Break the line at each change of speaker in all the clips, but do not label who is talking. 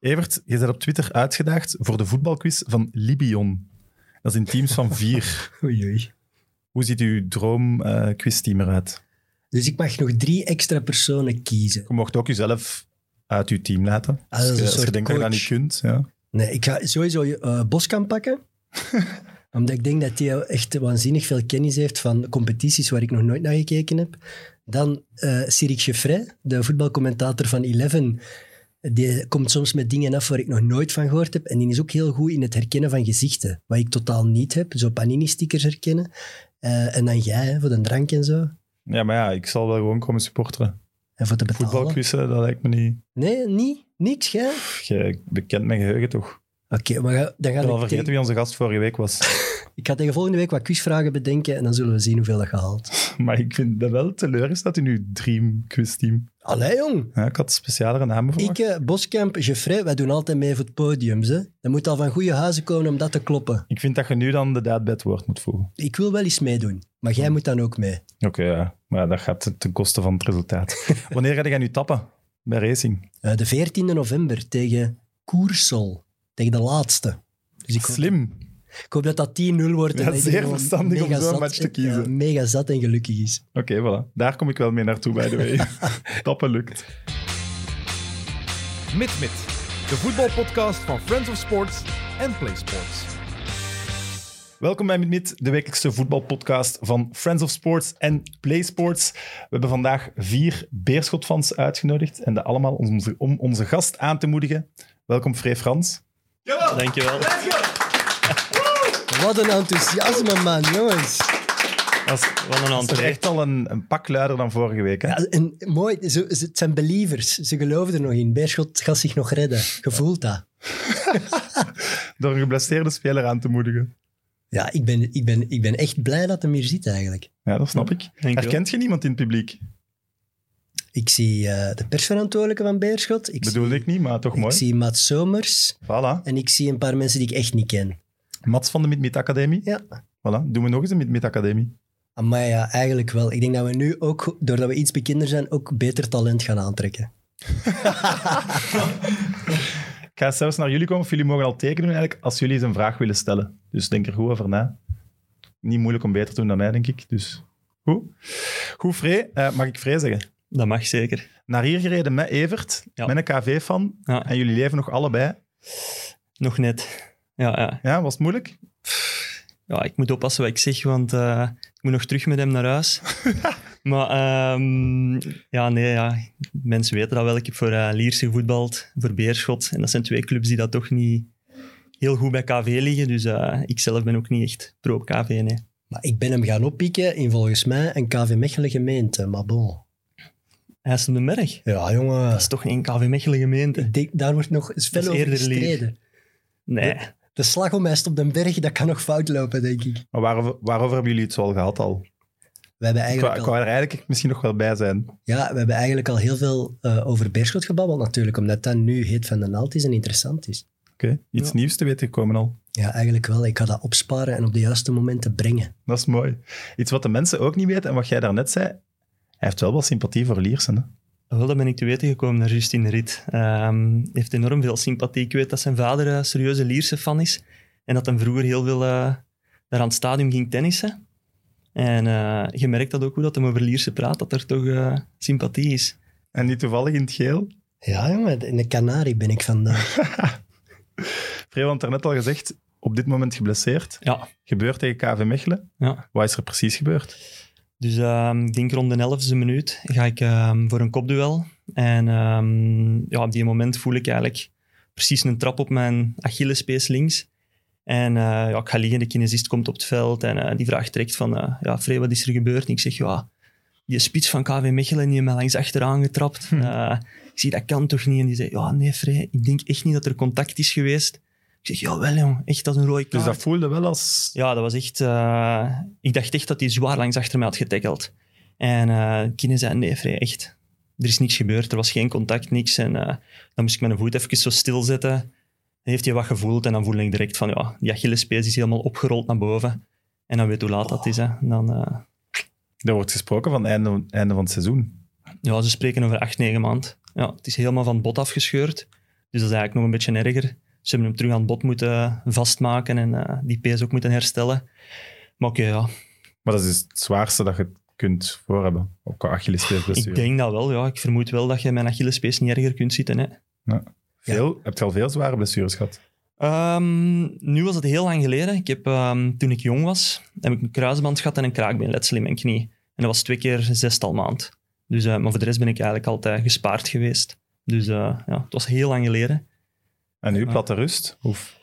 Evert, je bent op Twitter uitgedaagd voor de voetbalquiz van Libion. Dat is in teams van vier.
Oei, oei.
Hoe ziet uw droomquizteam eruit?
Dus ik mag nog drie extra personen kiezen.
Je mocht ook jezelf uit uw team laten.
Ah, dat
als
is een
je, als je
soort
denkt dat je dat
coach.
niet kunt. Ja.
Nee, ik ga sowieso eh Boskamp pakken. omdat ik denk dat hij echt waanzinnig veel kennis heeft van competities waar ik nog nooit naar gekeken heb. Dan eh Cyril Geffrey, de voetbalcommentator van Eleven. Die komt soms met dingen af waar ik nog nooit van gehoord heb. En die is ook heel goed in het herkennen van gezichten. Wat ik totaal niet heb. Zo panini-stickers herkennen. Eh, en dan jij, hè, voor de drank en zo.
ja, maar ja, ik zal wel gewoon komen supporteren.
En voor te betalen.
Voetbalquizzen, dat lijkt me niet...
Nee, niet. Niks, jij? Oké,
Pff, Je bekent mijn geheugen toch?
maar ga- dan
Ik
ga
ben
ik...
al vergeten
tegen-
wie onze gast vorige week was.
Ik ga tegen volgende week wat quizvragen bedenken en dan zullen we zien hoeveel dat gehaald.
maar ik vind dat wel teleurgesteld in uw dream quizteam.
Allee jong,
Ja, ik had specialere namen voor.
ik, eh, Boskamp, Geoffrey, wij doen altijd mee voor het podium. Hè? Dat moet al van goede huizen komen om dat te kloppen.
Ik vind dat je nu dan de daad bij het woord moet voegen.
Ik wil wel eens meedoen, maar jij moet dan ook mee.
Oké, ja. Maar dat gaat ten koste van het resultaat. Wanneer ga je nu tappen? Bij racing.
Eh, de 14e november tegen Koersel, tegen de laatste. Dus ik hoop,
Slim.
ik hoop dat dat 10-0 wordt. en
Ja,
dat
zeer
iedereen
verstandig om
mega
zo'n
zat-
match te kiezen.
ja, mega zat en gelukkig is.
Oké, voilà. Daar kom ik wel mee naartoe, by the way. tappen lukt.
MidMid, de voetbalpodcast van Friends of Sports en Play Sports.
Welkom bij Mid, de wekelijkse voetbalpodcast van Friends of Sports en Play Sports. We hebben vandaag vier Beerschotfans uitgenodigd en dat allemaal om onze, om onze gast aan te moedigen. Welkom, Free Frans.
Dankjewel.
Wat een enthousiasme, man, jongens.
Dat is
Dat
wel een
is toch
antwoord.
echt al een, een pak luider dan vorige week. Hè?
Ja, en mooi, ze, ze- het zijn believers. Ze geloven er nog in. Beerschot gaat zich nog redden. Gevoeld dat.
Door een geblesseerde speler aan te moedigen.
Ja, ik ben, ik, ben, ik ben echt blij dat hem hier zit eigenlijk.
Ja, dat snap ik.
Dankjewel.
Herkent je niemand in het publiek?
Ik zie eh, de persverantwoordelijke van Beerschot. Ik,
Bedoelde ik niet, maar toch
zie, ik
mooi.
zie Maat Somers.
Voilà.
En ik zie een paar mensen die ik echt niet ken.
Mats van de Mid-Mid Academie.
Ja.
Voilà. Doen we nog eens een Mid-Mid Academie.
Maar ja, eigenlijk wel. Ik denk dat we nu ook, doordat we iets bekender zijn, ook beter talent gaan aantrekken.
Ik ga zelfs naar jullie komen of jullie mogen al tekenen eigenlijk als jullie eens een vraag willen stellen. Dus denk er goed over na. Niet moeilijk om beter te doen dan mij, denk ik. Dus goed. Goed, Free. Eh, mag ik Free zeggen?
Dat mag zeker.
Naar hier gereden met Evert,
Ja.
met een KV-fan.
Ja.
En jullie leven nog allebei.
Nog net. Ja, ja.
Ja, was het moeilijk?
ja, ik moet oppassen wat ik zeg, want eh, ik moet nog terug met hem naar huis. maar ehm, ja, nee, ja. mensen weten dat wel. Ik heb voor eh, Lierse gevoetbald, voor Beerschot. En dat zijn twee clubs die dat toch niet heel goed bij KV liggen. Dus eh, ik zelf ben ook niet echt pro-KV, nee.
Maar ik ben hem gaan oppikken in volgens mij een KV Mechelen gemeente. Maar bon.
Hij is de merg.
Ja,
Dat
jongen.
is toch geen KV Mechelen gemeente?
Ik denk, daar wordt nog eens fel
is
over
eerder Lier.
gestreden.
Nee.
De slag om IJst op den berg, dat kan nog fout lopen, denk ik.
Maar waarover, waarover hebben jullie het zo al gehad al?
We hebben
Ik
eigenlijk
wou ik
al,
wou er eigenlijk misschien nog wel bij zijn.
ja, we hebben eigenlijk al heel veel eh, over Beerschot gebabbeld natuurlijk, omdat dat nu heet van de naald is en interessant is.
Oké, iets
Ja.
nieuws te weten gekomen al.
Ja, eigenlijk wel. Ik ga dat opsparen en op de juiste momenten brengen.
Dat is mooi. Iets wat de mensen ook niet weten en wat jij daarnet zei. Hij heeft wel wat sympathie voor Liersen. Hè?
Wel, dat ben ik te weten gekomen naar Justin Rit. Hij heeft enorm veel sympathie. Ik weet dat zijn vader een serieuze Lierse fan is. En dat hij vroeger heel veel eh, daar aan het stadion ging tennissen. En eh, je merkt dat ook hoe dat hem over Lierse praat, dat er toch eh, sympathie is.
En niet toevallig in het geel.
Ja, jongen, in de Canarie ben ik vandaag.
Freo had daarnet al gezegd, op dit moment geblesseerd.
Ja,
Gebeurt tegen KV Mechelen.
ja.
Wat is er precies gebeurd?
Dus ehm, ik denk rond de 11e minuut ga ik ehm, voor een kopduel. En ehm, ja, op die moment voel ik eigenlijk precies een trap op mijn Achillespees links. En eh, ja, ik ga liggen, de kinesist komt op het veld en eh, die vraagt direct van, eh, ja, Frey, wat is er gebeurd? En ik zeg, ja, die spits van KV Mechelen, die heeft mij langs achteraan getrapt.
Hm.
Eh, ik zie, dat kan toch niet? En die zegt, ja, nee Frey, ik denk echt niet dat er contact is geweest. Ik zeg, jawel jong, echt, dat is een rode
Dus
kaart.
dat voelde wel als...
Ja, dat was echt... eh, ik dacht echt dat hij zwaar langs achter mij had getackeld. En eh Kine zei, nee, vrij, echt. Er is niks gebeurd, er was geen contact, niks. En eh, dan moest ik mijn voet even zo stilzetten. Dan heeft hij wat gevoeld en dan voelde ik direct van, ja, die Achillespees is helemaal opgerold naar boven. En dan weet hoe laat dat is, hè. Dan, eh,
Er wordt gesproken van einde, einde van het seizoen.
ja, ze spreken over acht, negen maanden. Ja, het is helemaal van het bot afgescheurd. Dus dat is eigenlijk nog een beetje erger. Ze hebben hem terug aan het bot moeten vastmaken en eh, die pees ook moeten herstellen. Maar oké, ja.
Maar dat is het zwaarste dat je kunt voor hebben. Ook qua
Ik
Achillespeesblessure.
denk dat wel, ja. Ik vermoed wel dat je mijn Achillespees niet erger kunt zitten, hè.
Veel, Heb je al veel zware blessures gehad?
Ehm, nu was het heel lang geleden. Ik heb, ehm, toen ik jong was, heb ik een kruisband gehad en een kraakbeenletsel in mijn knie. En dat was twee keer zestal maand. Dus, eh, maar voor de rest ben ik eigenlijk altijd gespaard geweest. Dus eh, ja, het was heel lang geleden.
En nu
Ja.
platte rust? Of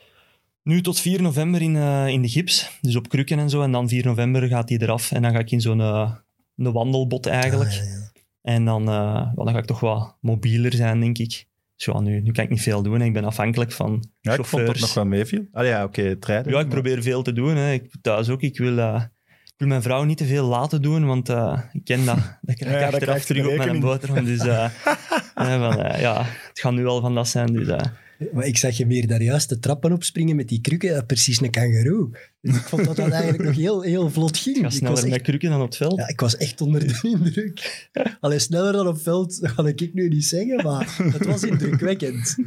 Nu tot 4 november in, eh, in de gips, dus op krukken en zo. En dan 4 november gaat die eraf en dan ga ik in zo'n eh, een wandelbot eigenlijk.
Ah, ja, ja.
En dan, eh, wel, dan ga ik toch wat mobieler zijn, denk ik. Dus ja, nu, nu kan ik niet veel doen. hè. Ik ben afhankelijk van
ja, ik vond dat
chauffeurs.
nog wel meeviel. Ah ja, oké, het rijden.
Ja, ik probeer veel te doen. Hè. Ik, thuis ook. Ik wil, eh, ik wil mijn vrouw niet te veel laten doen, want eh, ik ken dat. Dat krijg
Ja,
ik
dat
achteraf
krijgt
terug
de
op mijn
rekening.
boterham. Dus eh, eh, van, eh, ja, het gaat nu al van dat zijn. Dus, eh.
Maar ik zag je meer daar juist de trappen opspringen met die krukken. eh, Precies een kangeroe. Dus ik vond dat dat eigenlijk nog heel, heel vlot ging.
ik ga
ik, was
sneller met
echt,
krukken dan op het veld.
ja, ik was echt onder de indruk. Alleen sneller dan op veld, dat ga ik nu niet zeggen, maar het was indrukwekkend.
Ik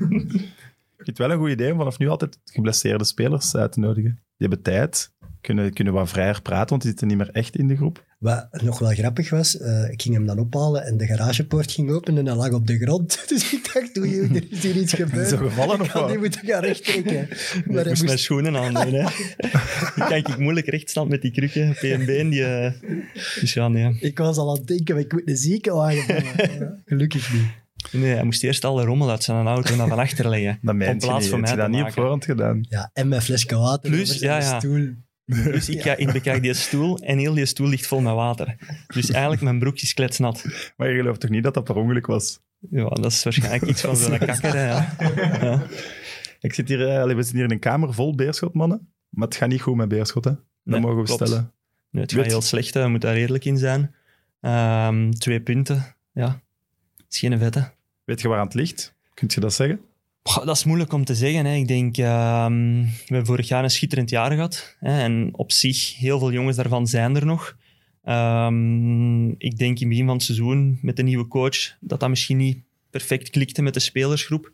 vind het wel een goed idee om vanaf nu altijd geblesseerde spelers uit te nodigen. Die hebben tijd, kunnen, kunnen wat vrijer praten, want die zitten niet meer echt in de groep.
Wat nog wel grappig was, eh, ik ging hem dan ophalen en de garagepoort ging open en hij lag op de grond. Dus ik dacht, oei, oei, er is hier iets
Die
gebeurd.
zijn gevallen of
Ik had die
wat?
moeten gaan rechttrekken. Maar hij
ik moest mijn
moest...
schoenen aandoen. Hè. Dan kijk ik moeilijk rechtstand met die krukken, PNB. Die, eh, Dus ja, nee.
Ik was al aan het denken, ik moet een ziekenwagen bellen. Ja, Gelukkig niet.
nee. Hij moest eerst alle rommel uit zijn auto en dan van achter leggen.
Dat meent je
plaats
niet.
voor
Heb
mij
je dat
te
niet op
maken.
voorhand gedaan?
Ja, en mijn flesje water
Plus,
over zijn
ja, ja.
stoel.
Dus ik, ga, ik bekijk die stoel en heel die stoel ligt vol met water. Dus eigenlijk mijn broekje is kletsnat.
Maar je gelooft toch niet dat dat per ongeluk was?
Ja, dat is waarschijnlijk iets van zo'n kakker. hè, Ja. Ja.
Ik zit hier, eh, allee, we zitten hier in een kamer vol beerschotmannen. Maar het gaat niet goed met beerschot, hè? Dat
Nee,
mogen we
klopt.
stellen.
Nee, het gaat
Goed.
heel slecht, hè. we moeten daar eerlijk in zijn. Ehm, twee punten, ja. Het is geen vette.
Weet je waar aan het ligt? Kunt je dat zeggen?
Goh, dat is moeilijk om te zeggen. Hè. Ik denk, ehm, we hebben vorig jaar een schitterend jaar gehad. Hè, en op zich, heel veel jongens daarvan zijn er nog. Ehm, ik denk in het begin van het seizoen met de nieuwe coach dat dat misschien niet perfect klikte met de spelersgroep.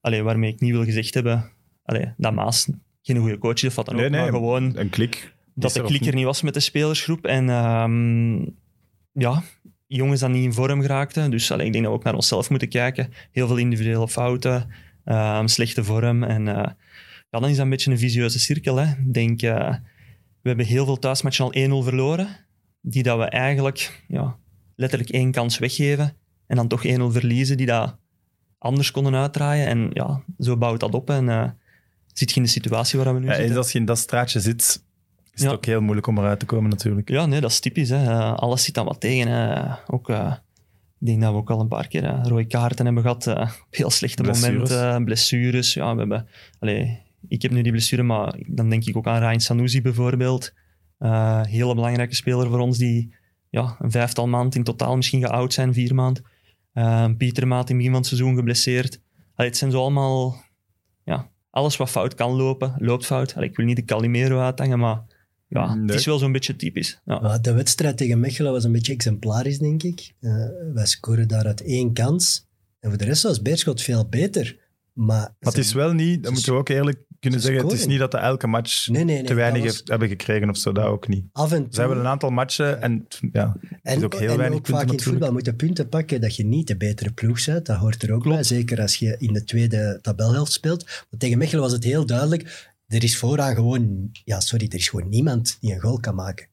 Allee, waarmee ik niet wil gezegd hebben allee, dat Maas geen goede coach is of wat dan
Nee,
ook.
nee.
Maar gewoon
Een klik.
dat
Is er
de
of
klik er niet was met de spelersgroep. En ehm, ja, jongens dan niet in vorm geraakten. Dus allee, ik denk dat we ook naar onszelf moeten kijken. Heel veel individuele fouten, ehm, slechte vorm. En eh, ja, dan is dat een beetje een visieuze cirkel. Hè. Ik denk, eh, we hebben heel veel thuismatchen al 1-0 verloren. Die dat we eigenlijk ja, letterlijk één kans weggeven. En dan toch 1-0 verliezen, die dat anders konden uitdraaien. En ja, zo bouwt dat op. En eh zit je in de situatie waar we nu
Ja,
zitten.
en als je in dat straatje zit, is
Ja.
het ook heel moeilijk om eruit te komen, natuurlijk.
Ja, nee, dat is typisch. Hè. Eh, alles zit dan wat tegen. Hè. Ook, eh, ik denk dat we ook al een paar keer eh, rode kaarten hebben gehad. eh, op heel slechte
Blessures.
momenten, blessures. Ja, we hebben, allee, ik heb nu die blessure, maar dan denk ik ook aan Ryan Sanusi bijvoorbeeld. Eh hele belangrijke speler voor ons, die ja, een vijftal maand in totaal misschien geout zijn, vier maand. Eh, Pieter Maat in het begin van het seizoen geblesseerd. Allee, het zijn zo allemaal... Ja, alles wat fout kan lopen, loopt fout. Allee, ik wil niet de Calimero uithangen, maar ja, het
Nee.
is wel zo'n beetje typisch. Ja.
Maar de wedstrijd tegen Mechelen was een beetje exemplarisch, denk ik. Eh, wij scoren daar uit één kans. En voor de rest was Beerschot veel beter. Maar,
Maar het is wel niet, dat moeten we ook eerlijk kunnen
ze
zeggen, het is
scoren.
niet dat de elke match
Nee, nee, nee,
te weinig
dat was-
heeft, hebben gekregen of zo, dat ook niet.
af en toe...
Ze hebben een aantal matchen en ja,
En,
is ook heel
en
weinig
ook
punten
vaak in het
natuurlijk.
voetbal moeten punten pakken dat je niet de betere ploeg bent. Dat hoort er ook bij, zeker als je in de tweede tabelhelft speelt. Maar tegen Mechelen was het heel duidelijk, er is vooraan gewoon... Ja, sorry, er is gewoon niemand die een goal kan maken.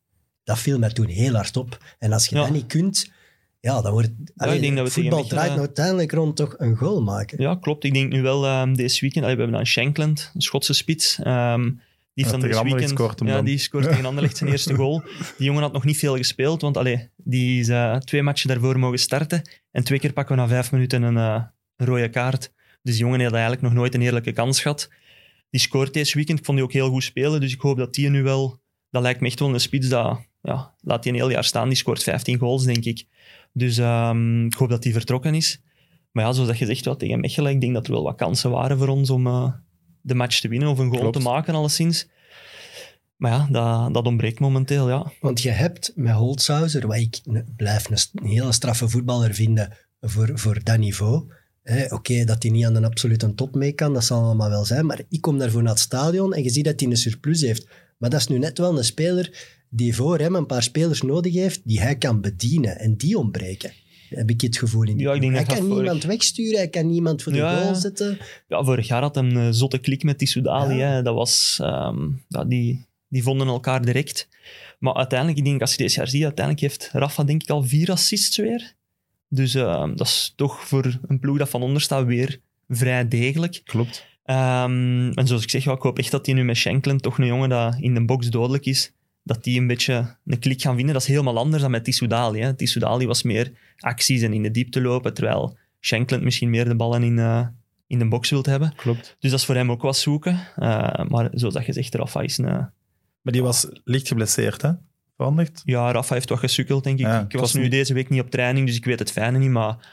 Dat viel mij toen heel hard op. En als je
Ja.
dat niet kunt, ja, dan wordt... Allee,
denk dat we tegen
voetbal
Mechelen-
draait nou uiteindelijk rond toch een goal maken.
Ja, klopt. Ik denk nu wel ehm, deze weekend. allee, we hebben dan Shankland, een Schotse spits. ehm, die
Ja,
heeft
tegen
dan deze
Anderlecht
weekend.
scoort hem
ja,
dan.
die scoort tegen Anderlecht zijn eerste goal. Die jongen had nog niet veel gespeeld, want allee, die is eh, twee matchen daarvoor mogen starten. En twee keer pakken we na vijf minuten een eh, een rode kaart. Dus die jongen heeft eigenlijk nog nooit een eerlijke kans gehad. Die scoort deze weekend. Ik vond die ook heel goed spelen. Dus ik hoop dat die nu wel. Dat lijkt me echt wel een spits. Dat, ja, laat die een heel jaar staan. Die scoort 15 goals, denk ik. Dus ehm, ik hoop dat die vertrokken is. Maar ja, zoals dat gezegd wat tegen Mechelen, ik denk dat er wel wat kansen waren voor ons om eh, de match te winnen of een goal
Klopt.
te maken, alleszins. Maar ja, dat, dat ontbreekt momenteel, ja.
Want je hebt met Holzhauser, wat ik een- blijf een, st- een hele straffe voetballer vinden voor, voor dat niveau, Hè, Oké, dat hij niet aan een absolute top mee kan, dat zal allemaal wel zijn. Maar ik kom daarvoor naar het stadion en je ziet dat hij een surplus heeft. Maar dat is nu net wel een speler die voor hem een paar spelers nodig heeft die hij kan bedienen. En die ontbreken, heb ik het gevoel. In die
Ja, ik
ploeg.
denk dat
hij
dat
kan
vorig-
niemand wegsturen, hij kan niemand voor de
Ja,
goal
ja.
zetten.
Ja, vorig jaar had hem een zotte klik met die Soudali.
Ja.
Hè. Dat was, ehm, ja, die, die vonden elkaar direct. Maar uiteindelijk, ik denk als je dit jaar ziet, uiteindelijk heeft Rafa denk ik al vier assists weer. Dus ehm, dat is toch voor een ploeg dat van onder staat weer vrij degelijk.
Klopt.
Ehm, en zoals ik zeg, ja, ik hoop echt dat die nu met Shankland, toch een jongen dat in de box dodelijk is, dat die een beetje een klik gaan vinden. Dat is helemaal anders dan met Tissou Dali. hè. Tissou Dali was meer acties en in de diepte lopen, terwijl Shankland misschien meer de ballen in, eh, in de box wilt hebben.
Klopt.
Dus dat is voor hem ook wat zoeken. Eh, maar zoals dat je zegt, Rafa is een...
Maar die was licht geblesseerd, hè? Veranderd.
Ja, Rafa heeft wat gesukkeld, denk ik.
Ja,
ik
het
was,
was
nu
niet-
deze week niet op training, dus ik weet het fijne niet, maar...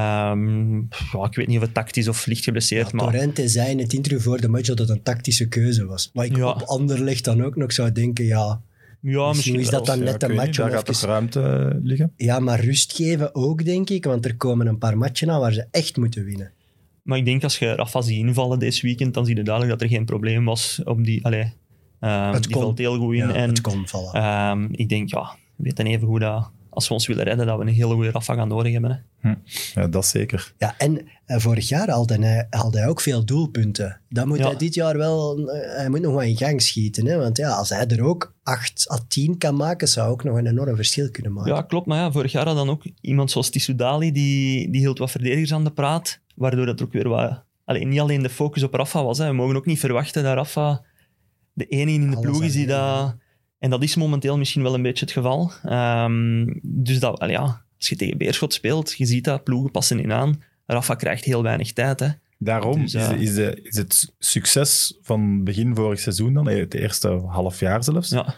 ehm, pff, ja, ik weet niet of het tactisch of licht
Ja,
geblesseerd, maar...
Torrente zei in het interview voor de match dat het een tactische keuze was. Maar ik
Ja.
op ander licht dan ook nog zou denken, ja,
Ja, misschien
misschien is
wel.
dat dan net
ik
een
weet
match
niet,
om
Daar gaat toch
even-
ruimte eh, liggen.
ja, maar rust geven ook, denk ik. Want er komen een paar matchen aan waar ze echt moeten winnen.
Maar ik denk als je Rafa ziet invallen deze weekend, dan zie je duidelijk dat er geen probleem was op die. Allee, ehm,
Het
die
kon.
valt heel goed in.
Ja,
en
het kon vallen.
ehm, ik denk, ja, we weten even goed dat als we ons willen redden, dat we een hele goede Rafa gaan nodig hebben. Hè.
Ja, dat zeker.
Ja, en eh, vorig jaar haalde hij, haalde hij ook veel doelpunten. Dan moet
Ja.
hij dit jaar wel... eh, hij moet nog wat in gang schieten. Hè? Want ja, als hij er ook 8 à 10 kan maken, zou hij ook nog een enorm verschil kunnen maken.
Ja, klopt. Maar ja, vorig jaar had dan ook iemand zoals Tissou Dali, die, die hield wat verdedigers aan de praat, waardoor dat er ook weer wat... Allee, niet alleen de focus op Rafa was. Hè. We mogen ook niet verwachten dat Rafa de enige in de
Alles
ploeg is die
alleen,
dat... En dat is momenteel misschien wel een beetje het geval. Ehm, dus dat, allee, ja, als je tegen Beerschot speelt, je ziet dat, ploegen passen in aan. Rafa krijgt heel weinig tijd. Hè.
Daarom
Dus,
is,
ja.
de- is, de, is het succes van begin vorig seizoen dan, eh, het eerste half jaar zelfs,
Ja.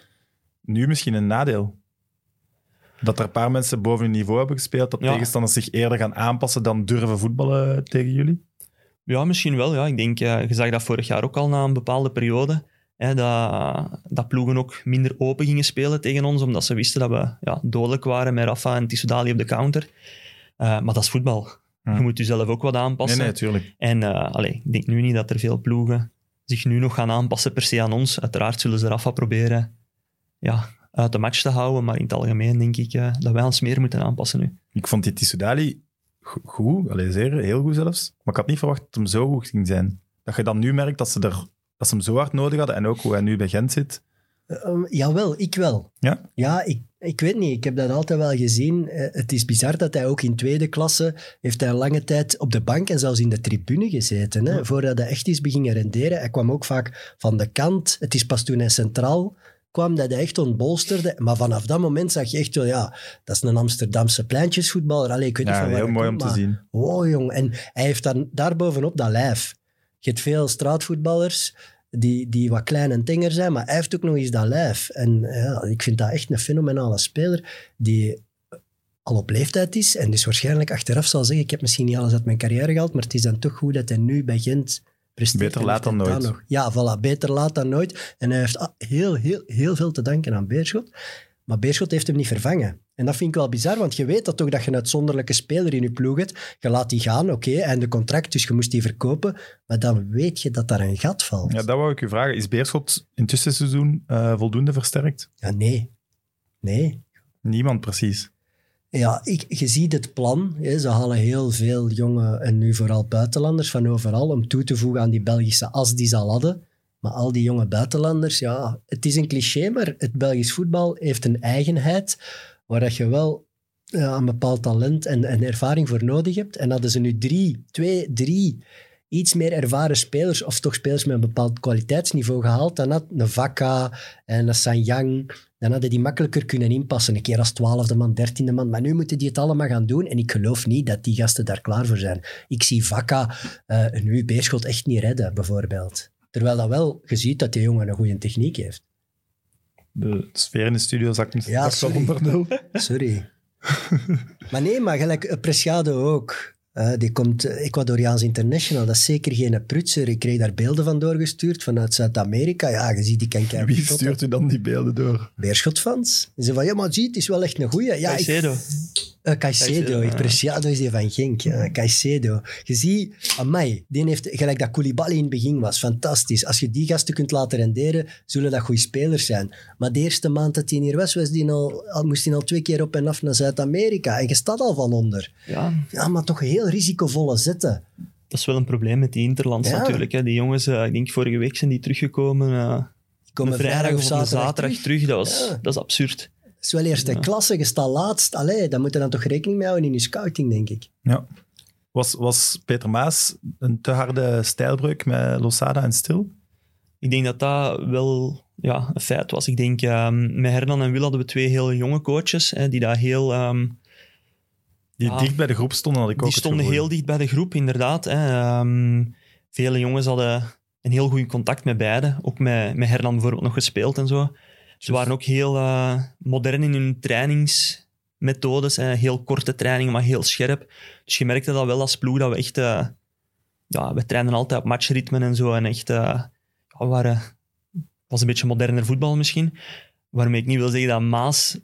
nu misschien een nadeel. Dat er een paar mensen boven hun niveau hebben gespeeld, dat
Ja.
tegenstanders zich eerder gaan aanpassen dan durven voetballen tegen jullie.
Ja, misschien wel. Ja. Ik denk, eh, je zag dat vorig jaar ook al na een bepaalde periode. Hè, dat, dat ploegen ook minder open gingen spelen tegen ons, omdat ze wisten dat we ja, dodelijk waren met Rafa en Tissoudali op de counter. Eh, maar dat is voetbal.
Ja.
Je moet jezelf ook wat aanpassen.
Nee, nee, tuurlijk.
En eh, allee, ik denk nu niet dat er veel ploegen zich nu nog gaan aanpassen per se aan ons. Uiteraard zullen ze Rafa proberen ja, uit de match te houden, maar in het algemeen denk ik eh, dat wij ons meer moeten aanpassen nu.
Ik vond die Tissoudali go- goed, allee, zeer, heel goed zelfs. Maar ik had niet verwacht dat hem zo goed ging zijn. Dat je dan nu merkt dat ze, er, dat ze hem zo hard nodig hadden en ook hoe hij nu bij Gent zit.
Ehm, jawel, ik wel.
Ja?
Ja, ik, ik weet niet. Ik heb dat altijd wel gezien. Eh, het is bizar dat hij ook in tweede klasse heeft hij lange tijd op de bank en zelfs in de tribune gezeten. Hè, Voordat hij echt is beginnen renderen. Hij kwam ook vaak van de kant. Het is pas toen hij centraal kwam dat hij echt ontbolsterde. Maar vanaf dat moment zag je echt wel, ja, dat is een Amsterdamse pleintjesvoetballer. Allee, ik weet niet
Ja,
van waar
heel
dat
mooi om
komt,
te
maar-
zien.
Wow, jong. En hij heeft dan daarbovenop dat lijf. Je hebt veel straatvoetballers die, die wat klein en tenger zijn, maar hij heeft ook nog eens dat lijf. En ja, ik vind dat echt een fenomenale speler die al op leeftijd is en dus waarschijnlijk achteraf zal zeggen, ik heb misschien niet alles uit mijn carrière gehaald, maar het is dan toch goed dat hij nu bij Gent presteert.
Beter
En
laat dan
heeft hij
nooit.
nog- Ja, voilà, beter laat dan nooit. En hij heeft ah, heel, heel, heel veel te danken aan Beerschot. Maar Beerschot heeft hem niet vervangen. En dat vind ik wel bizar, want je weet dat toch dat je een uitzonderlijke speler in je ploeg hebt. Je laat die gaan, oké, en de contract, dus je moest die verkopen. Maar dan weet je dat daar een gat valt.
Ja, dat wou ik u vragen. Is Beerschot in het tussenseizoen eh, voldoende versterkt?
Ja, nee. Nee.
Niemand precies.
Ja, ik, je ziet het plan. Hè. Ze halen heel veel jonge en nu vooral buitenlanders van overal om toe te voegen aan die Belgische as die ze al hadden. Maar al die jonge buitenlanders, ja, het is een cliché, maar het Belgisch voetbal heeft een eigenheid waar dat je wel ja, een bepaald talent en, en ervaring voor nodig hebt. En hadden ze nu drie, twee, drie iets meer ervaren spelers, of toch spelers met een bepaald kwaliteitsniveau gehaald, dan had een Vakka en een Sanyang, dan hadden die makkelijker kunnen inpassen. Een keer als twaalfde man, dertiende man. Maar nu moeten die het allemaal gaan doen. En ik geloof niet dat die gasten daar klaar voor zijn. Ik zie Vakka eh een nu beerschot echt niet redden, bijvoorbeeld. Terwijl dat wel, je ziet dat die jongen een goede techniek heeft.
De sfeer in de studio zakt hem
Ja,
zakt wel
sorry.
onder nul.
Sorry. maar nee, maar gelijk eh, Presciado ook. Eh, Eh, die komt eh, Ecuadoriaans International, dat is zeker geen prutser. Ik kreeg daar beelden van doorgestuurd vanuit Zuid-Amerika. Ja, je ziet, die kan kijken.
Wie stuurt u dan die beelden door?
Beerschotfans. Ze van, ja, maar zie, het is wel echt een goeie. Ja, ik-
Caicedo.
eh, Caicedo,
Caicedo,
ik
ja. Mm.
Preciado is die van Genk. ja. Caicedo. Je ziet, amai, die heeft, gelijk dat Koulibaly in het begin was, fantastisch. Als je die gasten kunt laten renderen, zullen dat goede spelers zijn. Maar de eerste maand dat hij hier was, was die al, al- moest hij al twee keer op en af naar Zuid-Amerika. En je staat al van onder.
Ja,
Ja, maar toch heel risicovolle zetten.
dat is wel een probleem met die interlands
Ja.
natuurlijk. Hè. Die jongens, eh, ik denk vorige week zijn die teruggekomen. eh
Die komen
een vrijdag of een zaterdag terug. Dat, was,
Ja.
dat is absurd.
Het is wel eerste
Ja.
klasse, je staat laatst. Allee, daar moet je dan toch rekening mee houden in je scouting, denk ik.
Ja. Was, was Peter Maas een te harde stijlbreuk met Losada en Stil?
Ik denk dat dat wel ja, een feit was. Ik denk, ehm, met Hernan en Wil hadden we twee heel jonge coaches hè, die daar heel... ehm,
Die
Ah.
dicht bij de groep stonden, had ik ook
die
het
stonden
gevoel.
heel dicht bij de groep, inderdaad. Hè. Ehm, vele jongens hadden een heel goed contact met beiden. Ook met, met Hernan bijvoorbeeld nog gespeeld en zo. Ze waren ook heel eh, modern in hun trainingsmethodes. hè. Heel korte trainingen, maar heel scherp. Dus je merkte dat wel als ploeg, dat we echt... eh, ja, we trainen altijd op matchritmen en zo. En echt... eh, ja, we waren, het was een beetje moderner voetbal misschien. Waarmee ik niet wil zeggen dat Maas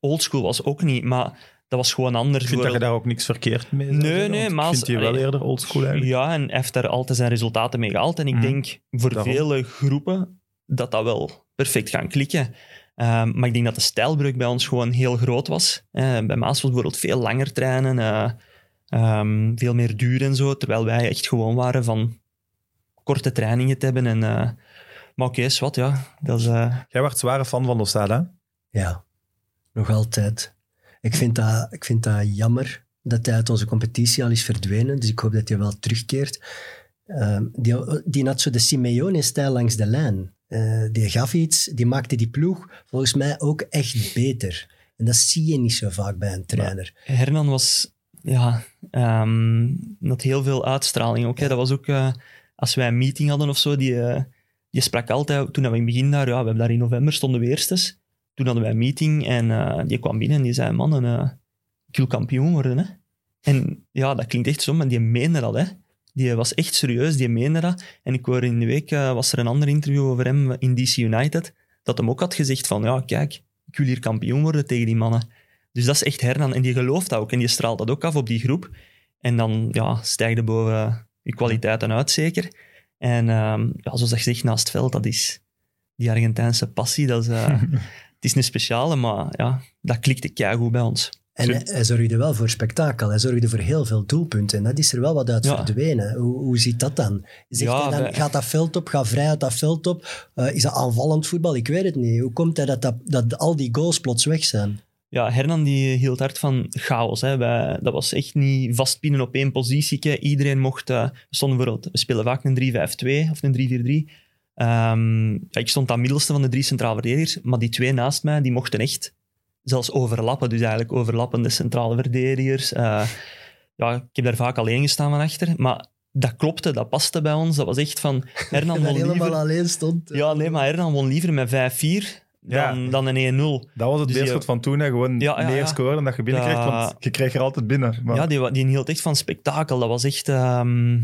oldschool was, ook niet. Maar... Dat was gewoon anders.
Ik vind dat je
Bijvoorbeeld-
daar ook niks verkeerd mee zou
Nee,
zeggen,
nee,
want
maar
Ik
als-
vind je wel
allee.
eerder oldschool eigenlijk.
Ja, en hij heeft daar altijd zijn resultaten mee gehaald. En ik
Mhm.
denk voor
Daarom.
vele groepen dat dat wel perfect gaat klikken. Ehm, maar ik denk dat de stijlbreuk bij ons gewoon heel groot was. Eh, bij Maas was bijvoorbeeld veel langer trainen, eh, ehm, veel meer duur en zo. Terwijl wij echt gewoon waren van korte trainingen te hebben. En, eh, maar oké, is wat ja. Dat is, eh,
Jij werd zware fan van Losada.
Ja, nog altijd. Ik vind dat, ik vind dat jammer dat hij uit onze competitie al is verdwenen. Dus ik hoop dat hij wel terugkeert. Ehm, die, die had zo de Simeone-stijl langs de lijn. Eh, die gaf iets, die maakte die ploeg volgens mij ook echt beter. En dat zie je niet zo vaak bij een trainer.
Hernan was, ja, ehm had heel veel uitstraling ook. hè. Dat was ook, eh, als wij een meeting hadden of zo, die, eh, die sprak altijd, toen we in het begin daar, ja, we hebben daar in november stonden we eerstes. Toen hadden wij een meeting en eh, die kwam binnen en die zei, mannen, eh, ik wil kampioen worden. Hè? En ja, dat klinkt echt zo, maar die meende dat, hè. Die was echt serieus, die meende dat. En ik hoorde in de week, eh, was er een ander interview over hem in DC United, dat hem ook had gezegd van, ja, kijk, ik wil hier kampioen worden tegen die mannen. Dus dat is echt Hernan. En die gelooft dat ook. En die straalt dat ook af op die groep. En dan ja, stijgt er boven je kwaliteiten uit, zeker. En ehm, ja, zoals dat gezegd, naast het veld, dat is die Argentijnse passie. Dat is, eh, het is een speciale, maar ja, dat klikte keigoed bij ons.
En hij, hij zorgde wel voor spektakel. Hij zorgde voor heel veel doelpunten. En dat is er wel wat uit
Ja.
verdwenen. Hoe, hoe ziet dat dan? Zegt
Ja,
hij dan
wij-
gaat dat veld op? Gaat vrij uit dat veld op? Eh, is dat aanvallend voetbal? Ik weet het niet. Hoe komt hij dat, dat, dat al die goals plots weg zijn?
Ja, Hernan die hield hard van chaos. Hè. Wij- dat was echt niet vastpinnen op één positie. Iedereen mocht... eh, we, stonden bijvoorbeeld, we spelen vaak een 3-5-2 of een 3-4-3. Ehm, ja, ik stond aan middelste van de drie centrale verdedigers, maar die twee naast mij die mochten echt zelfs overlappen. Dus eigenlijk overlappende centrale verdedigers. Eh, ja, ik heb daar vaak alleen gestaan van achter, maar dat klopte, dat paste bij ons. Dat was echt van... Hernan
En dat
won
helemaal eh,
liever...
alleen stond.
Ja, nee, maar Hernan won liever met 5-4
Ja.
dan, dan een 1-0.
Dat was het
Dus die-
beerschot van toen, hè. gewoon
Ja, ja,
meer
ja.
scoren dan dat je binnenkrijgt,
Dat-
want je kreeg er altijd binnen. Maar...
Ja, die, wa- die hield echt van spektakel. Dat was echt... ehm,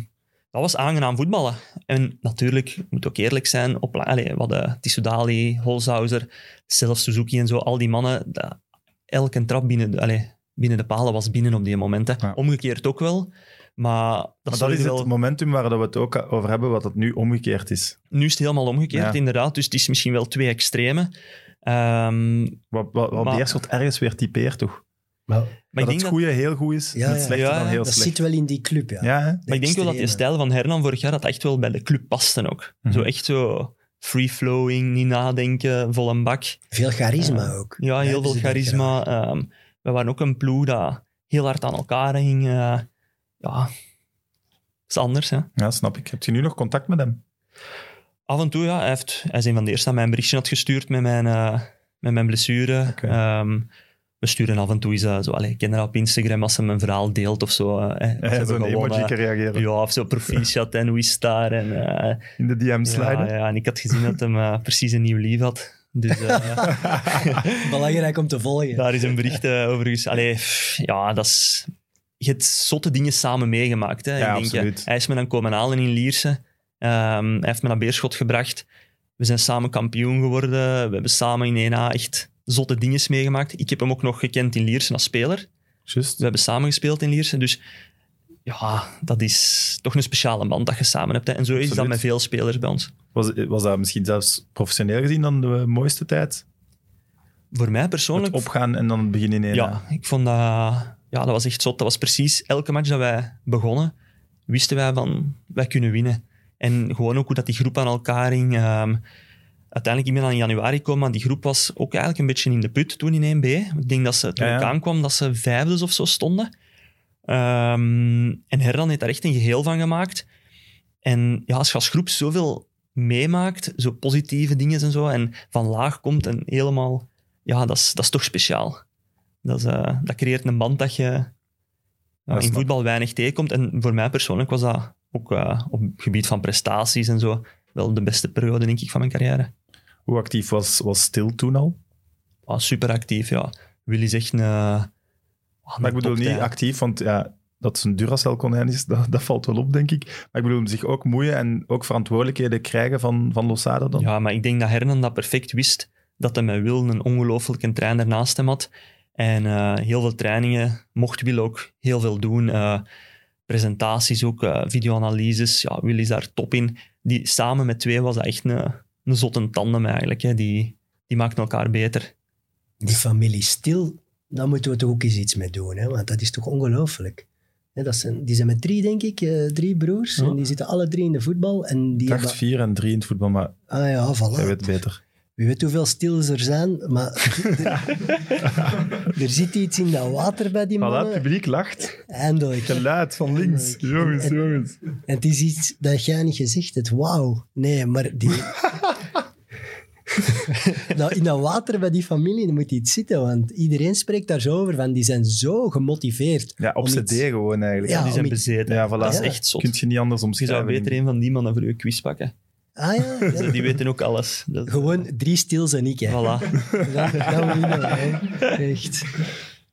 dat was aangenaam voetballen. En natuurlijk, ik moet ook eerlijk zijn, op, la- allee, we hadden Tissoudali, Holshouser, zelfs Suzuki en zo, al die mannen. Dat, elke trap binnen de, allee, binnen de palen was binnen op die momenten.
Ja.
Omgekeerd ook wel. Maar dat,
maar dat
zorgde
is
wel...
het momentum waar dat we het ook over hebben, wat het nu omgekeerd is.
Nu is het helemaal omgekeerd,
Ja.
inderdaad. Dus het is misschien wel twee extremen. Ehm,
Wat, wat, wat
Maar-
beerschot ergens weer typeert, toch?
Maar
maar ik
dat
denk
het
dat
goede heel goed is
Ja,
en het
ja.
slechte
Ja,
dan heel
dat
slecht.
zit wel in die club, ja.
Ja, hè?
Maar ik denk wel dat die
Extreme.
stijl van Hernan vorig jaar dat echt wel bij de club paste ook.
Mhm.
Zo echt zo free-flowing, niet nadenken, vol een bak. Eh,
Veel charisma ook.
Ja,
Dat
heel
hebben
veel
ze niet gedaan.
charisma. Ehm, we waren ook een ploeg dat heel hard aan elkaar hing. eh, ja, is anders. Hè.
ja, snap ik. Heb je nu nog contact met hem?
Af en toe, ja, hij, heeft, hij is een van de eerste dat mij een berichtje had gestuurd met mijn, eh, met mijn blessure.
Oké.
Ehm, we sturen af en toe eens, eh, zo, allee, ik ken haar op Instagram als ze mijn verhaal deelt of zo. eh, eh, ze
Ja,
hebben
Zo'n
gewonnen.
emoji reageren.
Ja, of zo, proficiat en hoe is het daar? En, eh,
In de DM sliden.
Ja, ja, en ik had gezien dat hem eh, precies een nieuw lief had. Dus eh,
Belangrijk om te volgen.
daar is een bericht eh, over. ges- Allee, pff, ja, dat is... je hebt zotte dingen samen meegemaakt. Hè.
Ja,
ik denk,
absoluut.
hij is me dan komen halen in Lierse. Ehm, hij heeft me naar Beerschot gebracht. We zijn samen kampioen geworden. We hebben samen in 1A echt zotte dingen meegemaakt. Ik heb hem ook nog gekend in Lierse als speler.
Juist.
We hebben samen gespeeld in Lierse. Dus ja, dat is toch een speciale band dat je samen hebt. Hè. En zo is dat
Absoluut.
met veel spelers bij ons.
Was, was dat misschien zelfs professioneel gezien dan de mooiste tijd?
Voor mij
Het
persoonlijk...
opgaan en dan het begin in één.
Ja, ik vond dat... Ja, dat was echt zot. Dat was precies elke match dat wij begonnen, wisten wij van, wij kunnen winnen. En gewoon ook hoe dat die groep aan elkaar hing. ehm, uiteindelijk, ik ben dan in januari gekomen, maar die groep was ook eigenlijk een beetje in de put toen in 1B. Ik denk dat ze, toen
Ja, ja.
ik aankwam, dat ze vijfdes of zo stonden. Ehm, en Herdan heeft daar echt een geheel van gemaakt. En ja, als je als groep zoveel meemaakt, zo positieve dingen en zo, en van laag komt en helemaal... Ja, dat is, dat is toch speciaal. Dat, is, eh, dat creëert een band dat je ja,
snap
in
ik.
voetbal weinig tegenkomt. En voor mij persoonlijk was dat ook eh, op het gebied van prestaties en zo wel de beste periode, denk ik, van mijn carrière.
Hoe actief was, was Stil toen al?
Ah, super actief, ja. Willy is echt een... ah, een
Maar ik bedoel niet
toptij.
actief, want ja, dat zijn Duracell-konijn is, dat, dat valt wel op, denk ik. Maar ik bedoel, hem zich ook moeien en ook verantwoordelijkheden krijgen van, van Losada dan.
Ja, maar ik denk dat Hernan dat perfect wist. Dat hij met Wil een ongelooflijke trainer naast hem had. En eh, heel veel trainingen mocht Wil ook heel veel doen. Eh, presentaties ook, eh, videoanalyses. Ja, Wil is daar top in. Die, samen met twee was dat echt een, een zotte tandem eigenlijk. Hè. Die, die maakten elkaar beter.
Die familie stil, daar moeten we toch ook eens iets mee doen, hè? want dat is toch ongelooflijk. Hè, dat zijn, die zijn met drie, denk ik, eh, drie broers.
Ja.
En die zitten alle drie in de voetbal. En die
Ik dacht
hebben-
4 en 3 in het voetbal, maar
Ah ja, voilà.
jij weet beter.
Wie weet hoeveel stils er zijn, maar er zit iets in dat water bij die
Voilà, het
mannen.
publiek lacht.
Eindelijk.
Geluid van links. Jongens,
En-
jongens.
En het is iets dat jij niet gezegd hebt. Wauw. Nee, maar die... nou, in dat water bij die familie moet iets zitten, want iedereen spreekt daar zo over van. Die zijn zo gemotiveerd.
Ja, op
om
CD
iets-
gewoon eigenlijk.
Ja,
die zijn
om-
bezeten.
Ja, voilà.
Dat is
Ja.
echt zot.
Kun je niet anders
Je
omschrijven.
zou beter een van die mannen voor je quiz pakken.
Ah ja, ja.
Die weten ook alles. Dat-
Gewoon drie stils en ik, hè.
Voilà.
Dat, dat moet je doen, hè. Echt.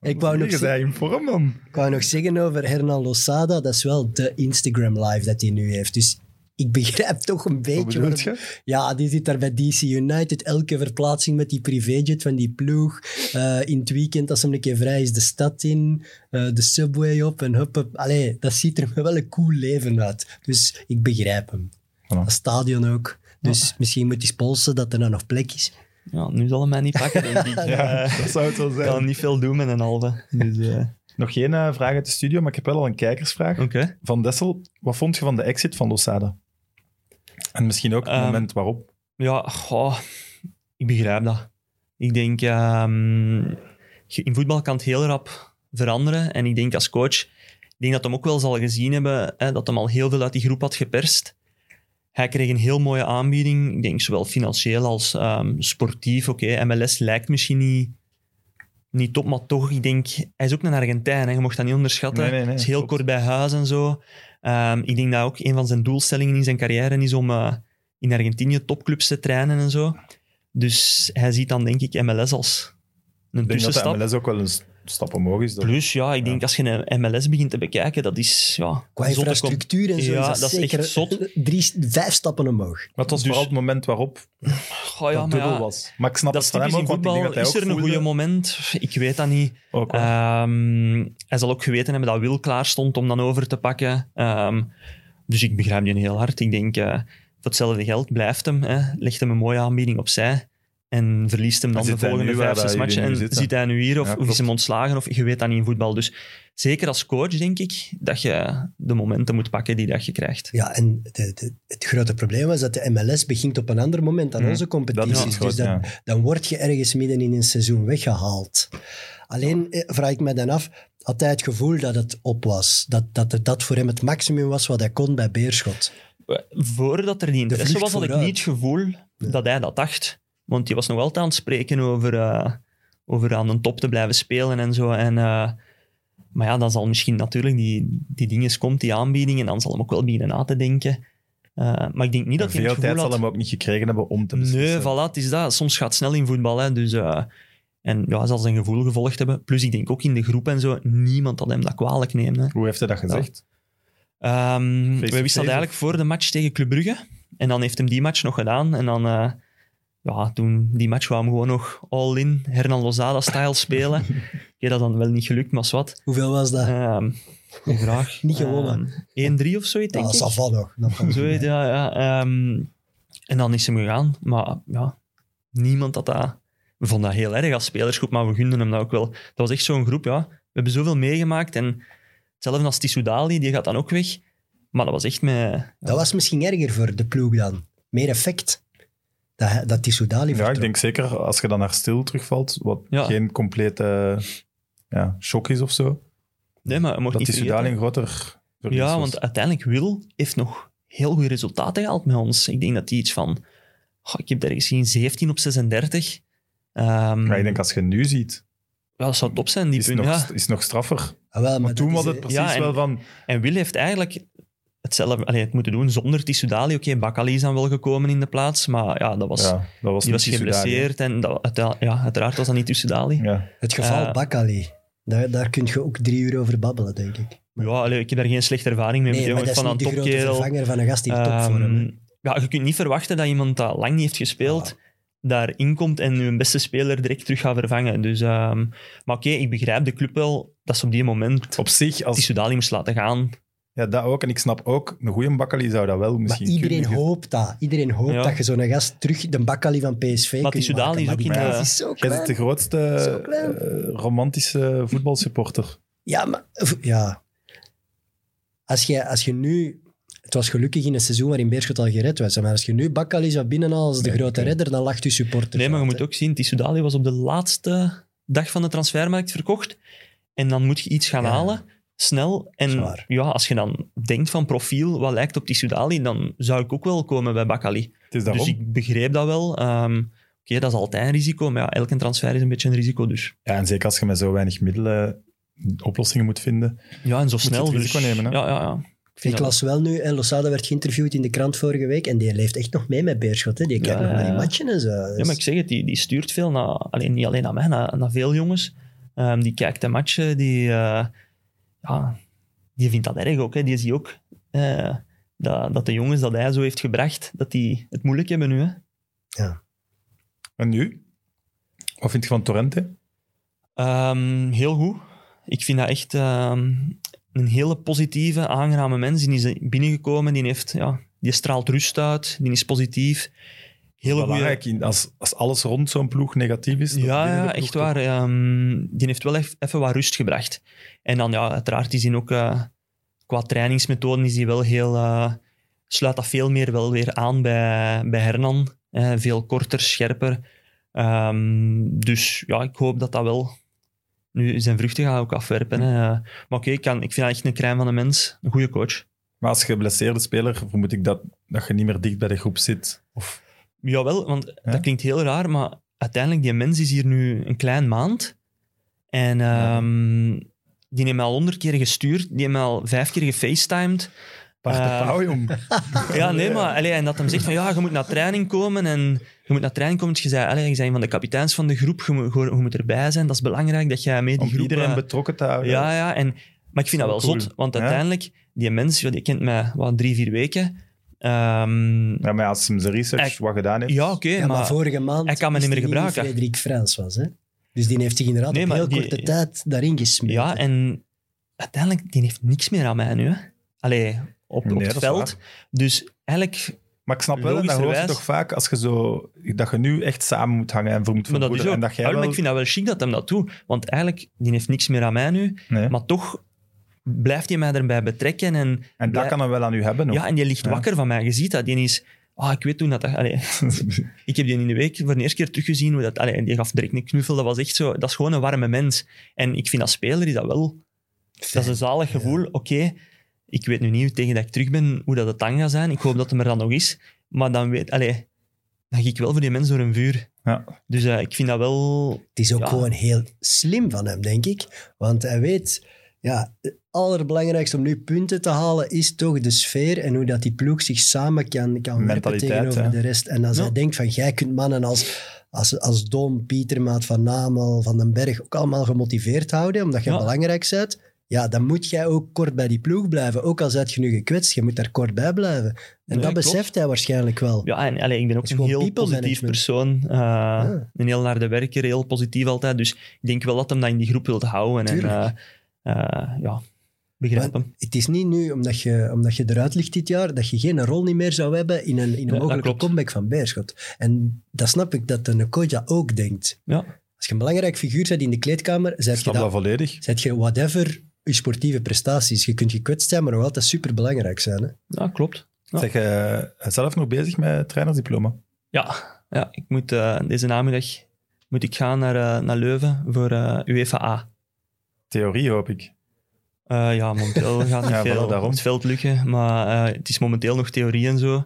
Ik wou, nog
Je
zeggen,
bent in vorm, man.
ik wou nog zeggen over Hernan Losada, dat is wel de Instagram live dat hij nu heeft. Dus ik begrijp toch een beetje...
Wat bedoel
waarom-
je?
Ja, die zit daar bij DC United. Elke verplaatsing met die privéjet van die ploeg. Eh, in het weekend, als hem een keer vrij is, de stad in, eh, de subway op en hup, hup. Allee, dat ziet er wel een cool leven uit. Dus ik begrijp hem. Dat stadion ook. Dus misschien moet hij polsen dat er nou nog plek is.
Ja, nu zal hij mij niet pakken, denk ik.
Ja,
Eh,
dat zou het wel
ik kan
zijn.
niet veel doen met een halve. Dus, eh,
Nog geen eh, vraag uit de studio, maar ik heb wel al een kijkersvraag.
Oké.
Van Dessel, wat vond je van de exit van Losada? En misschien ook het
Ehm,
moment waarop.
Ja, goh, ik begrijp dat. Ik denk, ehm, je- in voetbal kan het heel rap veranderen. En ik denk als coach, ik denk dat hem ook wel zal gezien hebben hè, dat hem al heel veel uit die groep had geperst. Hij kreeg een heel mooie aanbieding, ik denk zowel financieel als ehm, sportief. Oké, MLS lijkt misschien niet, niet top, maar toch, ik denk, hij is ook een Argentijn, hè, je mocht dat niet onderschatten.
Nee, nee, nee,
is heel
klopt.
kort bij huis en zo. Ehm, ik denk dat ook een van zijn doelstellingen in zijn carrière is om eh, in Argentinië topclubs te trainen en zo. Dus hij ziet dan, denk ik, MLS als een
Ik denk dat
tussenstap.
de MLS ook wel een s- stap omhoog is. Dat-
Plus, ja, ik
Ja.
denk als je een MLS begint te bekijken, dat is ja,
Qua
zotte kom-
infrastructuur en zo
Ja,
is dat,
dat is echt
zeker
zot.
Drie, vijf stappen omhoog.
Maar het was
Dus-
vooral het moment waarop
Goh, Ah, ja,
dat
maar
dubbel
ja,
was. Maar ik snap
dat
het
is
van hem
typisch
ook,
in
want ik denk
voetbal.
dat hij
Is
ook
er een
voelde-
goede moment? Ik weet dat niet.
Ook wel.
Ehm, hij zal ook geweten hebben dat Wil klaar stond om dan over te pakken. Ehm, dus ik begrijp die heel hard. Ik denk, eh, voor hetzelfde geld blijft hem, hè, legt hem een mooie aanbieding opzij en verliest hem
En
dan de
zit hij
volgende
nu waar
vijf,
dat
zes
jullie
matchen.
nu
En
zitten?
zit hij nu hier of,
Ja,
of
klopt.
is hem ontslagen of je weet dat niet in voetbal. Dus zeker als coach denk ik dat je de momenten moet pakken die dat je krijgt.
Ja, en de- de- het grote probleem was dat de MLS begint op een ander moment dan
Hmm,
onze
dat
competities.
is het
dus
groot,
dan,
ja.
dan word je ergens midden in een seizoen weggehaald. Alleen eh, vraag ik me dan af, had hij het gevoel dat het op was? Dat dat, het- dat voor hem het maximum was wat hij kon bij Beerschot?
Voordat er die interesse
vlucht
was, had ik
vooruit.
niet het gevoel dat hij dat dacht. Want die was nog wel aan het spreken over, eh, over aan de top te blijven spelen en zo. En, eh, maar ja, dan zal misschien natuurlijk die, die dinges komt, die aanbieding, en dan zal hem ook wel beginnen na te denken. Eh, maar ik denk niet dat hij het
Veel
gevoel
tijd zal
had...
hem ook niet gekregen hebben om te
Nee,
beslissen.
voilà, het is dat. Soms gaat het snel in voetbal. Hè. Dus eh, En ja, hij zal zijn gevoel gevolgd hebben. Plus, ik denk ook in de groep en zo, niemand dat hem dat kwalijk neemt. Hè.
Hoe heeft hij dat gezegd?
Ehm,
Face-to-face
we wisten
of-
dat eigenlijk voor de match tegen Club Brugge. En dan heeft hem die match nog gedaan. En dan, eh, ja, toen die match kwam gewoon nog all-in, Hernan Lozada-style spelen. Ik heb dat dan wel niet gelukt, maar wat.
Hoeveel was dat?
Ehm goeie vraag.
Niet gewonnen.
Ehm, 1-3 of zoiets,
Ja,
denk
dat
ik.
zal wel nog. Dat kan
Zo, heet, ja, ja. ehm, en dan is hem gegaan. Maar ja, niemand had dat... We vonden dat heel erg als spelersgroep, maar we gunden hem dat ook wel. Dat was echt zo'n groep, ja. We hebben zoveel meegemaakt. En hetzelfde als Tissou Dali, die gaat dan ook weg. Maar dat was echt met...
Dat was misschien erger voor de ploeg dan. Meer effect. Dat, hij- dat die Soudali
Ja, ik
vertrok.
denk zeker als je dan naar stil terugvalt, wat
Ja.
geen complete eh, ja, shock is of zo,
Nee, maar je mocht
dat
niet
die
vergeten.
Sudali een groter verlies
Ja,
was.
want uiteindelijk Wil heeft nog heel goede resultaten gehaald met ons. Ik denk dat hij iets van... Goh, ik heb daar gezien, 17 op 36. Ehm,
Maar ik denk als je nu ziet,
ja, dat zou top zijn, die
is het
punten.
nog,
ja.
is het nog straffer.
Ah, wel, maar
Maar
dat
toen
is,
was het
eh,
precies
ja, en-
wel van...
En Will heeft eigenlijk hetzelfde allee, het moeten doen zonder Tissoudali. Oké, Bakali is dan wel gekomen in de plaats, maar ja, dat was,
ja, dat was
die was
niet Sudali, hè.
geblesseerd. En dat, uitera- ja, uiteraard was dat niet Tissoudali.
Ja.
Het geval
Eh,
Bakali. Daar, daar kun je ook drie uur over babbelen, denk ik.
Ja, allee, ik heb daar geen slechte ervaring mee. met
Nee,
die
maar dat
jongen
is niet
van
de
een
grote
topkerel.
vervanger van een gast die topvorm
Ehm,
heeft.
ja, je kunt niet verwachten dat iemand dat lang niet heeft gespeeld, daarin komt en hun beste speler direct terug gaat vervangen. Dus, ehm, maar oké, ik begrijp de club wel dat ze op die moment
Op zich, als,
Tissoudali moest laten gaan.
ja, dat ook. En ik snap ook, een goede Bakkali zou dat wel
Maar
misschien
iedereen
kunnen.
hoopt dat. Iedereen hoopt
Ja.
dat je zo'n gast terug de Bakali van PSV kunt
Maar die Soudali
maken,
is
maar
ook
die
in eh, de-
gast is zo
Jij bent
klein.
de grootste
Zo klein.
eh, romantische voetbalsupporter.
Ja, maar v- ja. Als, je, als je nu... Het was gelukkig in een seizoen waarin Beerschot al gered was. Maar als je nu Bakali zou binnenhalen als de
Nee,
grote
oké.
redder, dan lacht je supporter.
Nee, maar je moet ook zien, Tissoudali was op de laatste dag van de transfermarkt verkocht. En dan moet je iets gaan
Ja.
halen, snel. En
Zwaar.
ja, als je dan denkt van profiel, wat lijkt op Tissoudali, dan zou ik ook wel komen bij Bakali.
Het is daarom.
Dus ik begreep dat wel. Ehm, Oké, dat is altijd een risico, maar ja, elke transfer is een beetje een risico dus.
Ja, en zeker als je met zo weinig middelen eh, oplossingen moet vinden.
Ja, en zo
je
snel.
het
dus,
risico nemen, hè?
Ja, ja, ja. Ik vind
Ik
dat-
las wel nu, en Losada werd geïnterviewd in de krant vorige week, en die leeft echt nog mee met Beerschot. Hè. Die kijkt
Ja,
nog naar die
ja.
matchen en zo. Dus-
Ja, maar ik zeg het, die, die stuurt veel, naar, alleen, niet alleen naar mij, naar, naar veel jongens. Ehm, die kijkt de matchen, die, eh, ja, die vindt dat erg ook. Hè. Die ziet ook eh, dat, dat de jongens dat hij zo heeft gebracht, dat die het moeilijk hebben nu. Hè.
En nu? Wat vind je van Torrente?
Ehm, heel goed. Ik vind dat echt ehm, een hele positieve, aangename mens. Die is eh, binnengekomen, die, heeft, ja, die straalt rust uit, die is positief. Heel goed.
Belangrijk, in, als, als alles rond zo'n ploeg negatief is. dan
Ja,
winnen de
ja
ploeg
echt
toch?
waar. Ehm, die heeft wel ef- even wat rust gebracht. En dan, ja, uiteraard is hij ook eh, qua trainingsmethoden is hij wel heel. eh, sluit dat veel meer wel weer aan bij, bij Hernan. Eh, veel korter, scherper. Ehm, dus ja, ik hoop dat dat wel. Nu zijn vruchten gaat ook afwerpen. Hè. Eh, Maar oké, ik, kan- ik vind dat echt een crème van een mens. Een goede coach.
Maar als geblesseerde speler vermoed ik dat, dat je niet meer dicht bij de groep zit. Of,
Jawel, want
Ja?
dat klinkt heel raar, maar uiteindelijk, die mens is hier nu een klein maand. En ehm, die heeft mij al honderd keer gestuurd, die heeft mij al vijf keer gefacetimed.
Bart de
Eh,
Pauw, jong.
Ja, nee, maar... Allee, en dat hem zegt van, ja, je moet naar training komen en je moet naar training komen. Dus je zei, allee, je zei een van de kapiteins van de groep, je moet, je moet erbij zijn, dat is belangrijk dat jij mee die
Om
groep...
iedereen
eh,
betrokken te houden.
ja, ja. En, maar ik vind
Dat
dat wel
is wel
zot,
cool.
want
Ja.
uiteindelijk, die mens, ja, die kent mij, wat, drie, vier weken. Ehm,
Ja, maar als hem zijn research
Eh,
wat gedaan heeft...
ja, oké,
Ja, maar, vorige maand
hij kan me
is
niet meer
die
gebruiken.
Frederik Frans was, hè. Dus die heeft zich inderdaad
Nee,
op
maar
heel
die-
korte tijd daarin gesmeerd.
Ja,
hè.
en uiteindelijk, die heeft niks meer aan mij nu. Hè. Allee, op,
Nee,
op
dat
het
is
veld. Dus eigenlijk,
Maar ik snap wel, en dat hoor je
Logischerwijs.
toch vaak, als je zo, dat je nu echt samen moet hangen en voor moet
maar dat is
vermoeden.
ook,
En dat jij
Allee,
wel...
maar ik vind dat wel chic dat hem dat doet. Want eigenlijk, die heeft niks meer aan mij nu.
Nee.
Maar toch blijft hij mij erbij betrekken. En,
En dat
blij-
kan hem wel aan u hebben.
ja, en die ligt
Ja.
wakker van mij. Je ziet dat, die is... Ah, ik weet toen dat... dat- Allee,
Ja.
ik heb die in de week voor de eerste keer teruggezien. Hoe dat, allee, en die gaf direct een knuffel. Dat was echt zo... Dat is gewoon een warme mens. En ik vind als speler is dat wel... Dat is een zalig gevoel. Oké, ik weet nu niet hoe- tegen dat ik terug ben, hoe dat het dan gaat zijn. Ik hoop dat het er dan nog is. Maar dan weet... Allee, dan ging ik wel voor die mensen door een vuur.
Ja.
Dus eh, ik vind dat wel...
Het is ook
Ja.
gewoon heel slim van hem, denk ik. Want hij weet, ja, het allerbelangrijkste om nu punten te halen is toch de sfeer en hoe dat die ploeg zich samen kan, kan werpen
Mentaliteit,
tegenover
hè.
de rest. En als
Ja.
hij denkt van, jij kunt mannen als, als, als Dom, Pietermaat, Van Namel, Van den Berg ook allemaal gemotiveerd houden, omdat jij
Ja.
belangrijk bent, ja, dan moet jij ook kort bij die ploeg blijven. Ook al zit je nu gekwetst, je moet daar kort bij blijven. En
Nee,
dat
klopt.
beseft hij waarschijnlijk wel.
Ja, en allee, ik ben ook
is
een
gewoon
heel
people
positief
management. Ah.
persoon. eh,
Ja.
Een heel naar de werker, heel positief altijd. Dus ik denk wel dat hem dat in die groep wilt houden. En
Tuurlijk.
eh, eh, ja, begrijp
Maar
hem.
Het is niet nu, omdat je, omdat je eruit ligt dit jaar, dat je geen rol niet meer zou hebben in een, in een
dat
mogelijke
klopt.
comeback van Beerschot. En dat snap ik dat de Nkoja ook denkt.
Ja.
Als je een belangrijk figuur bent in de kleedkamer,
Ik
zet je,
snap dat
dat,
volledig.
zijt je whatever je sportieve prestaties. Je kunt gekwetst zijn, maar nog altijd superbelangrijk zijn. Hè?
Ja, klopt. Ja.
Zeg, eh, zelf nog bezig met trainersdiploma?
Ja, ja ik moet, eh, deze namiddag moet ik gaan naar, eh, naar Leuven voor eh, UEFA A.
Theorie, hoop ik.
Eh, ja, momenteel gaat niet
Ja,
veel
voilà, daarom.
op het veld lukken, maar eh, het is momenteel nog theorie en zo.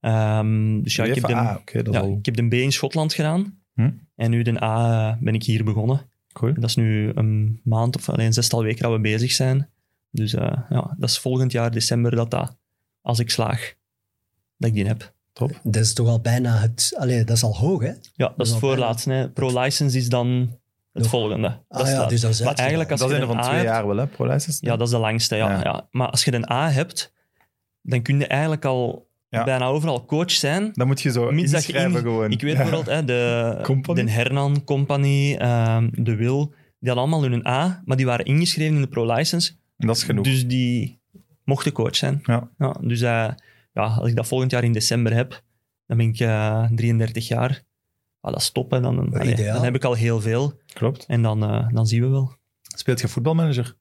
Ehm, dus ja, ik heb,
Even-
de,
ah, oké, dat is
ja,
al...
ik heb de B in Schotland gedaan
Hm.
en nu de A eh, ben ik hier begonnen.
Cool.
En dat is nu een maand of alleen een zestal weken dat we bezig zijn. Dus eh, ja, dat is volgend jaar december dat dat, als ik slaag, dat ik die heb.
Dat is toch al bijna het... Allee, dat is al hoog, hè?
Ja, dat,
Dat
is
is wel bijna.
het voorlaatste. hè. Pro-license is dan het
Nog.
volgende. Dat
Ah
is
ja,
dat.
dus dan zet
Maar
je
eigenlijk als
Dat
je
is een
een
van
A
twee
hebt-
jaar wel, hè, pro-license?
Ja, dat is de langste, ja,
Ja.
ja. Maar als je een A hebt, dan kun je eigenlijk al
Ja.
bijna overal coach zijn.
Dan moet je zo
Mits dat je
inschrijven
in-
gewoon.
Ik weet
Ja.
bijvoorbeeld, hè, de,
Company?
de Hernan Company, ehm, de Wil, die hadden allemaal hun A, maar die waren ingeschreven in de pro-license.
Dat is genoeg.
Dus die mochten coach zijn.
Ja.
dus eh, ja, als ik dat volgend jaar in december heb, dan ben ik eh, 33 jaar. Ah, dat is top, hè. Dan, dan, allee,
Ideaal.
dan heb ik al heel veel.
Klopt.
En dan, eh, dan zien we wel.
Speelt je voetbalmanager?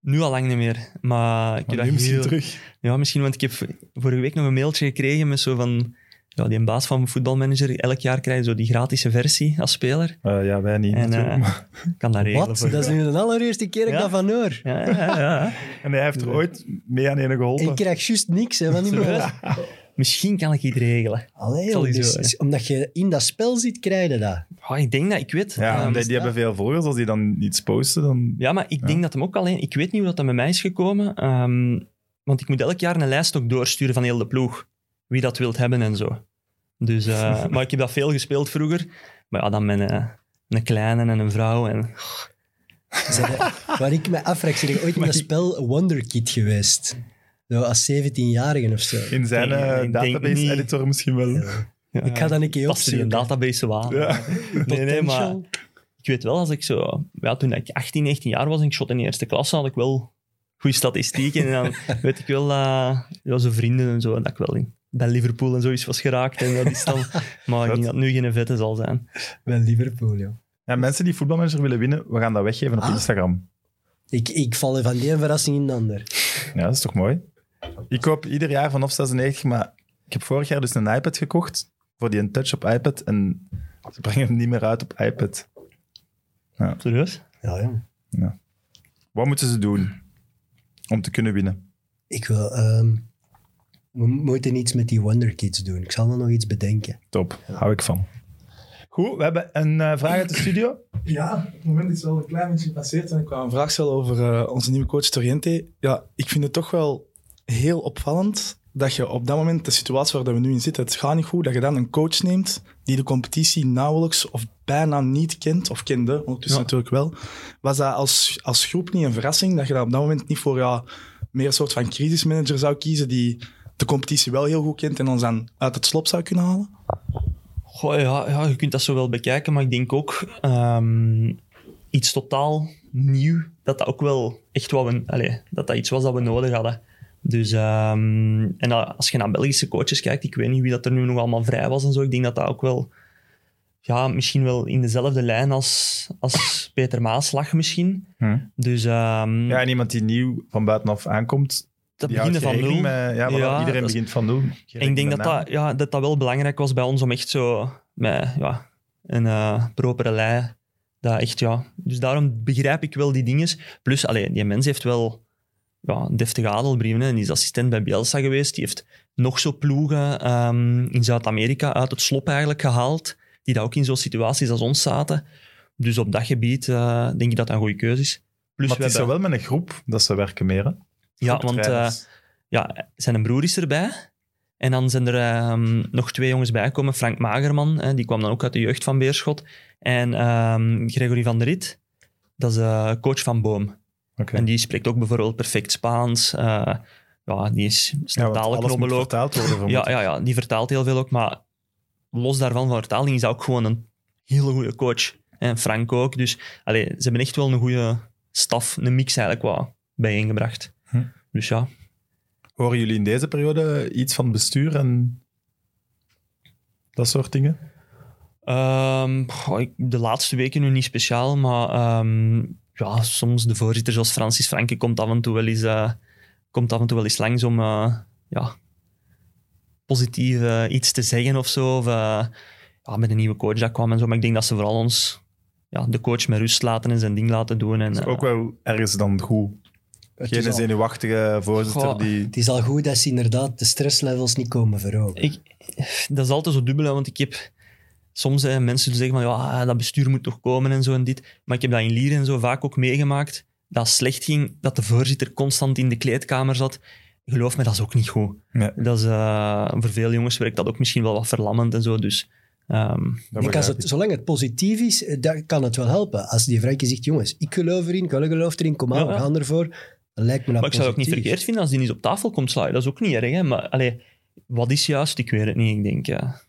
Nu al lang niet meer, maar ik heb
Maar
dat
nu misschien
heel-
terug.
Ja, misschien, want ik heb vorige week nog een mailtje gekregen met zo van... Ja, die baas van voetbalmanager, elk jaar krijg je zo die gratis versie als speler.
Eh, ja, wij niet.
En,
natuurlijk,
eh,
maar-
Ik kan dat regelen
Wat?
voor
Dat is
je.
nu de allereerste keer dat ik
Ja.
dat van hoor.
Ja, ja, ja.
en hij heeft er ooit mee aan ene
En
geholpen.
ik krijg juist niks hè, van die
Serieus?
mensen.
Misschien kan ik iets regelen.
Allee,
Zal
joh,
die
dus-
zo, hè?
dus omdat je in dat spel zit, krijg je dat.
Ah, ik denk dat, ik weet.
Ja,
Ehm,
die, die hebben veel volgers. Als die dan iets posten, dan...
Ja, maar ik denk dat hem ook alleen... Ik weet niet hoe dat, dat bij mij is gekomen. ehm, want ik moet elk jaar een lijst ook doorsturen van heel de ploeg. Wie dat wilt hebben en zo. Dus, eh, maar ik heb dat veel gespeeld vroeger. Maar ja, dan met een, een kleine en een vrouw. En,
Zijn er- waar ik me afvraag, zijn er ooit in dat spel Wonderkid geweest? Zo als 17-jarige of zo.
In zijn
denk-
eh,
ik denk niet.
database-editor misschien wel.
Ja,
Ik ga dat een keer
past in een
opzoeken.
database wel.
Ja.
Nee, nee, maar
Potential.
ik weet wel, als ik zo... Ja, toen ik 18, 19 jaar was en ik shot in de eerste klasse, had ik wel goede statistieken. En dan weet ik wel, eh ja, zo vrienden en zo, en dat ik wel in, bij Liverpool en zoiets was geraakt. En dat is dan... Maar
Dat-
ik denk dat het nu geen vette zal zijn.
Wel Liverpool, joh.
Ja, mensen die voetbalmanager willen winnen, we gaan dat weggeven op
Ah.
Instagram.
Ik, ik val van die ene verrassing in de ander.
Ja, dat is toch mooi? Ik koop ieder jaar vanaf 96, maar ik heb vorig jaar dus een iPad gekocht voor die een touch op iPad en ze brengen hem niet meer uit op iPad.
Serieus?
Ja, joh.
Wat moeten ze doen om te kunnen winnen?
Ik wil... ehm, we moeten iets met die Wonderkids doen. Ik zal er nog iets bedenken.
Top, hou ik van. Goed, we hebben een eh, vraag uit de studio.
Ja, op het moment is het wel een klein beetje gepasseerd. En ik wou een vraag stellen over eh, onze nieuwe coach Torriente. Ja, ik vind het toch wel heel opvallend dat je op dat moment, de situatie waar dat we nu in zitten, het gaat niet goed, dat je dan een coach neemt die de competitie nauwelijks of bijna niet kent, of kende, ondertussen
Ja.
natuurlijk wel. Was dat als, als groep niet een verrassing, dat je dat op dat moment niet voor ja, meer een soort van crisismanager zou kiezen die de competitie wel heel goed kent en ons dan uit het slop zou kunnen halen?
Goh, ja, ja, je kunt dat zo wel bekijken, maar ik denk ook ehm, iets totaal nieuw, dat dat ook wel echt wat we, allee, dat dat iets was dat we nodig hadden. Dus, ehm, en a- als je naar Belgische coaches kijkt, ik weet niet wie dat er nu nog allemaal vrij was en zo, ik denk dat dat ook wel, ja, misschien wel in dezelfde lijn als, als Peter Maas lag misschien.
Hm.
Dus ehm,
Ja, en iemand die nieuw van buitenaf aankomt,
dat
die
beginnen
houdt
van
geen
nul.
rekening met- ja, maar
Ja,
iedereen
dat is-
begint van nul. Geen
En ik
rekening
denk
met
dat
naam.
dat, ja, dat dat wel belangrijk was bij ons om echt zo met ja, een eh, propere lei. Dat echt, ja. Dus daarom begrijp ik wel die dingen. Plus, allee, die mens heeft wel ja, deftige adelbrieven. Hè. Die is assistent bij Bielsa geweest. Die heeft nog zo ploegen ehm, in Zuid-Amerika uit het slop eigenlijk gehaald. Die daar ook in zo'n situaties als ons zaten. Dus op dat gebied eh, denk ik dat dat een goede keuze is. Plus
maar het
we
is dan
hebben,
wel met een groep dat ze werken meer. Hè?
ja,
Groep
want eh,
trainers.
ja, zijn broer is erbij. En dan zijn er ehm, nog twee jongens bijgekomen. Frank Magerman, hè, die kwam dan ook uit de jeugd van Beerschot. En ehm, Gregory van der Riet, dat is eh, coach van Boom.
Oké.
En die spreekt ook bijvoorbeeld perfect Spaans. eh, ja, die is
Ja,
snel
want alles moet
talenknobbel ook.
vertaald worden. vermoed
Ja,
ik.
ja, ja, die vertaalt heel veel ook. Maar los daarvan van vertaling is hij ook gewoon een hele goede coach. En Frank ook. Dus allee, ze hebben echt wel een goede staf, een mix eigenlijk, wat bijeengebracht.
Hm.
Dus ja,
Horen jullie in deze periode iets van bestuur en dat soort dingen?
Ehm, goh, ik- de laatste weken nu niet speciaal, maar ehm, ja, soms de voorzitter zoals Francis Franke komt af en toe wel eens, eh, komt af en toe wel eens langs om eh, ja, positief eh, iets te zeggen of zo. Of, eh, ja, met een nieuwe coach dat kwam en zo. Maar ik denk dat ze vooral ons, ja, de coach met rust laten en zijn ding laten doen. En,
Dat is
eh,
ook wel ergens dan goed.
Het is,
Geen
al,
zenuwachtige voorzitter
Goh.
die...
het is al goed dat ze inderdaad de stresslevels niet komen verhogen.
Ik, dat is altijd zo dubbel, hè, want ik heb soms hè, mensen die zeggen van ja, ah, dat bestuur moet toch komen en zo en dit. Maar ik heb dat in Lier en zo vaak ook meegemaakt, dat het slecht ging, dat de voorzitter constant in de kleedkamer zat. Geloof me, dat is ook niet goed.
Nee.
Dat is, eh, voor veel jongens werkt dat ook misschien wel wat verlammend en zo. Dus ehm,
dat
Ik
begrijp
als
ik.
het, zolang het positief is, eh, dan kan het wel helpen. Als die vrouwtje zegt, jongens, ik geloof erin, ik geloof erin, kom aan,
Ja,
we
ja.
gaan ervoor. Dan lijkt me dat
maar ik zou het ook niet
positief.
verkeerd vinden als die niet op tafel komt slaan. Dat is ook niet erg, hè. Maar allee, wat is juist? Ik weet het niet. Ik denk, ja.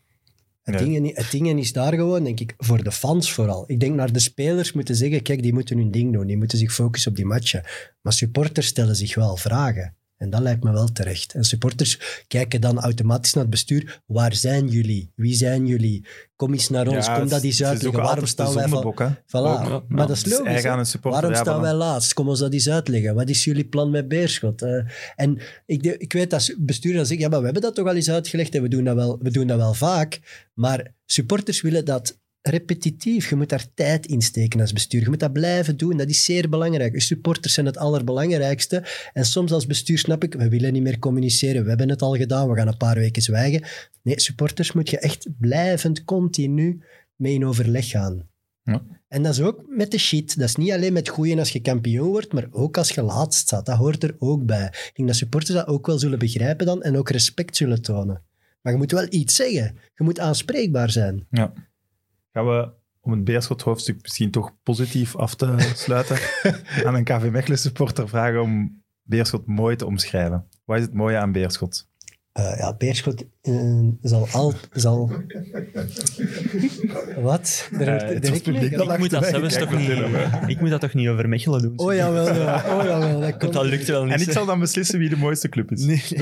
Het,
Ja.
ding, het ding is daar gewoon, denk ik, voor de fans vooral. Ik denk naar de spelers moeten zeggen, kijk, die moeten hun ding doen, die moeten zich focussen op die matchen. Maar supporters stellen zich wel vragen. En dat lijkt me wel terecht. En supporters kijken dan automatisch naar het bestuur. Waar zijn jullie? Wie zijn jullie? Kom eens naar ons,
Ja,
kom
het-
dat
het
eens
is ook
uitleggen. Waarom
altijd de
staan wij... van-
zondebok, hè?
Voilà.
Ook.
ja.
Maar dat is
Dus
logisch.
hij
hè?
gaat een supporter,
Waarom
ja,
staan
voilà.
wij laatst? Kom ons dat eens uitleggen. Wat is jullie plan met Beerschot? Eh, en ik, de- ik weet dat bestuur dan zegt, ja, maar we hebben dat toch al eens uitgelegd en we doen dat wel, we doen dat wel vaak. Maar supporters willen dat repetitief. Je moet daar tijd in steken als bestuur. Je moet dat blijven doen. Dat is zeer belangrijk. Je supporters zijn het allerbelangrijkste. En soms als bestuur snap ik, we willen niet meer communiceren. We hebben het al gedaan. We gaan een paar weken zwijgen. Nee, supporters moet je echt blijvend, continu mee in overleg gaan. En dat is ook met de shit. Dat is niet alleen met groeien als je kampioen wordt, maar ook als je laatst staat. Dat hoort er ook bij. Ik denk dat supporters dat ook wel zullen begrijpen dan en ook respect zullen tonen. Maar je moet wel iets zeggen. Je moet aanspreekbaar zijn.
Gaan we, om het Beerschot-hoofdstuk misschien toch positief af te sluiten, aan een KV Mechelen-supporter vragen om Beerschot mooi te omschrijven. Wat is het mooie aan Beerschot?
Eh, ja, Beerschot eh, zal al... Zal... Wat? Er
Eh,
wordt
het
direct
publiek
meegelachen.
dat
ik, moet dat
achterwege
zelfs toch
kijken,
niet, ik moet dat toch niet over Mechelen doen?
Oh jawel, ja. oh jawel. Dat komt.
Dat lukt wel niet.
En ik zal dan beslissen wie de mooiste club is.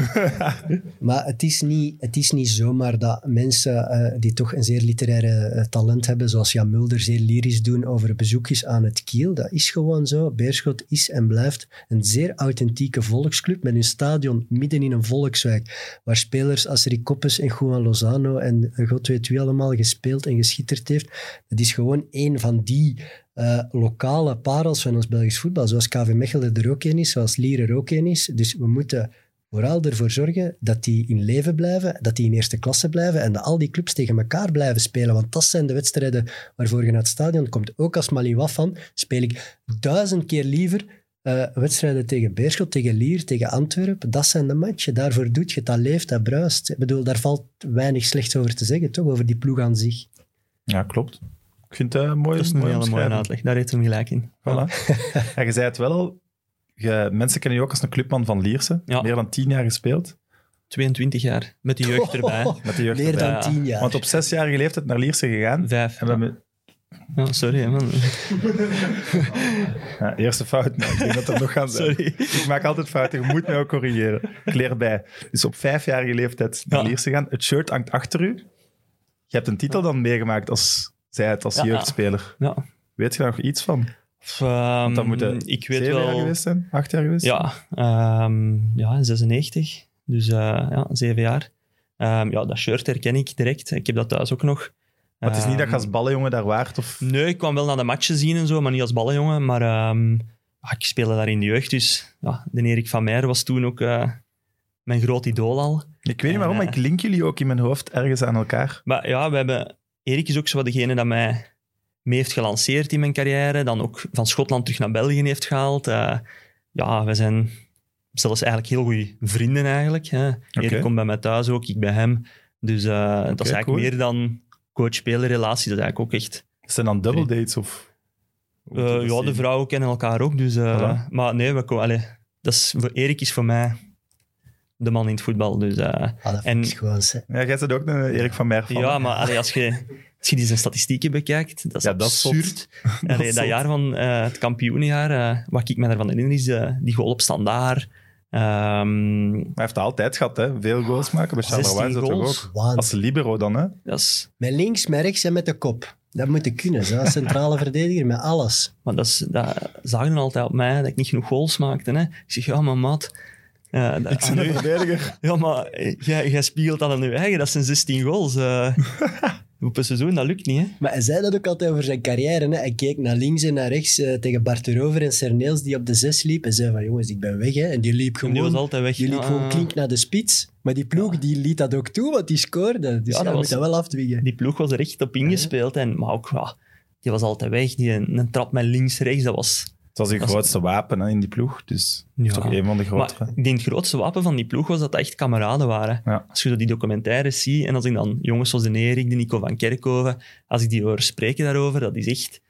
Maar het is, niet, het is niet zomaar dat mensen eh, die toch een zeer literaire eh, talent hebben, zoals Jan Mulder, zeer lyrisch doen over bezoekjes aan het Kiel. Dat is gewoon zo. Beerschot is en blijft een zeer authentieke volksclub met een stadion midden in een volkswijk, waar spelers als Rick Koppes en Juan Lozano en eh, God weet wie allemaal gespeeld en geschitterd heeft. Dat is gewoon een van die eh, lokale parels van ons Belgisch voetbal, zoals KV Mechelen er ook een is, zoals Lier er ook een is. Dus we moeten vooral ervoor zorgen dat die in leven blijven, dat die in eerste klasse blijven en dat al die clubs tegen elkaar blijven spelen. Want dat zijn de wedstrijden waarvoor je naar het stadion komt. Ook als Maliwaf van speel ik duizend keer liever eh, wedstrijden tegen Beerschot, tegen Lier, tegen Antwerpen. Dat zijn de matchen. Daarvoor doet je het. Dat leeft, dat bruist. Ik bedoel, daar valt weinig slechts over te zeggen, toch? Over die ploeg aan zich.
Ja, klopt. Ik vind het eh, een mooie,
Dat is een
mooie
hele mooie
omschrijving.
uitleg. Daar heeft hem gelijk in.
Voilà. En je zei het wel al, je- mensen kennen je ook als een clubman van Lierse.
Ja.
Meer dan tien jaar gespeeld.
22 jaar, met de jeugd erbij.
Met de jeugd
Meer
erbij.
dan
Ja.
tien jaar.
Want op zesjarige leeftijd naar Lierse gegaan.
Vijf.
En we hebben...
Ja, sorry, hè, man.
ja, eerste fout, maar ik denk dat dat nog gaan zijn.
Sorry.
Ik maak altijd fouten, je moet mij ook corrigeren. Ik leer bij. Dus op vijfjarige leeftijd naar
Ja.
Lierse gaan. Het shirt hangt achter u. Je hebt een titel dan meegemaakt als zij het als
Ja.
jeugdspeler.
Ja.
Weet je daar nog iets van?
Of, ehm,
Dat moet hij
ik weet
Zeven jaar
wel.
geweest zijn? Acht jaar geweest?
Ja, ehm, ja, 96. Dus eh, ja, zeven jaar. Ehm, ja, dat shirt herken ik direct. Ik heb dat thuis ook nog.
Maar het is niet dat je
Ehm, Mm.
als ballenjongen daar waart? Of...
Nee, ik kwam wel naar de matchen zien en zo, maar niet als ballenjongen. Maar ehm, ja, ik speelde daar in de jeugd, dus ja, de Erik van Meijer was toen ook eh, mijn groot idool al.
Ik weet niet waarom, maar ik link jullie ook in mijn hoofd ergens aan elkaar.
Maar ja, we hebben... Erik is ook zo wat degene dat mij mee heeft gelanceerd in mijn carrière. Dan ook van Schotland terug naar België heeft gehaald. Eh, ja, we zijn zelfs eigenlijk heel goede vrienden eigenlijk. Hè. Erik komt bij mij thuis ook, ik bij hem. Dus eh, dat is eigenlijk
cool.
meer dan coach-speler-relatie. Dat is eigenlijk ook echt...
Het zijn dan double dates of...
Eh, ja, de vrouwen kennen elkaar ook. Dus, eh, Maar nee, we, ko- allee, dat is, voor- Erik is voor mij de man in het voetbal. Dus, eh,
Ah, dat
En-
is gewoon... ze-
Ja, jij bent ook een Erik van Meer fan.
ja, maar allee, als, je, als je die zijn statistieken bekijkt, dat is
Ja, dat is zot.
absurd. Allee,
Dat
Dat,
is zot.
jaar van eh, het kampioenenjaar, eh, wat ik me daarvan herinner, is eh, die goal op standaard. Ehm,
Hij heeft dat altijd gehad, hè. Veel goals maken. Bij
16
Charleroi is dat toch
goals.
ook? Als
Waanzin.
libero dan, hè.
dat is,
Met links, met rechts en met de kop. Dat moet je kunnen. Zo. Als centrale verdediger, met alles.
maar dat, is, dat zagen dan altijd op mij, dat ik niet genoeg goals maakte. Hè. Ik zeg, ja, maar maat... eh, dat-
Ik ben een verdediger.
Ja, maar eh, jij, jij spiegelt dat aan je eigen. Dat zijn 16 goals. eh. op een seizoen, dat lukt niet, hè.
Maar hij zei dat ook altijd over zijn carrière. Hè? Hij keek naar links en naar rechts eh, tegen Bart de Rover en Serneels die op de zes liep. En zei van, jongens, ik ben weg. Hè? En die liep
En Die was
gewoon,
altijd weg.
die liep
Ja,
gewoon
eh,
klink naar de spits. Maar die ploeg die liet dat ook toe, want die scoorde. Dus
Ja,
ja, dat
dat was-
moet dat wel afdwingen.
Die ploeg was er echt op ingespeeld. En, maar ook, ja, die was altijd weg. Die, een, een trap met links, rechts, dat was...
Het was je
Dat is-
grootste wapen hè, in die ploeg. Dus dat is
Ja.
toch een van de grotere.
Maar ik denk het grootste wapen van die ploeg was dat dat echt kameraden waren.
Ja.
Als je zo die documentaires ziet, en als ik dan jongens zoals de Erik, de Nico van Kerkhoven, als ik die hoor spreken daarover, dat is echt...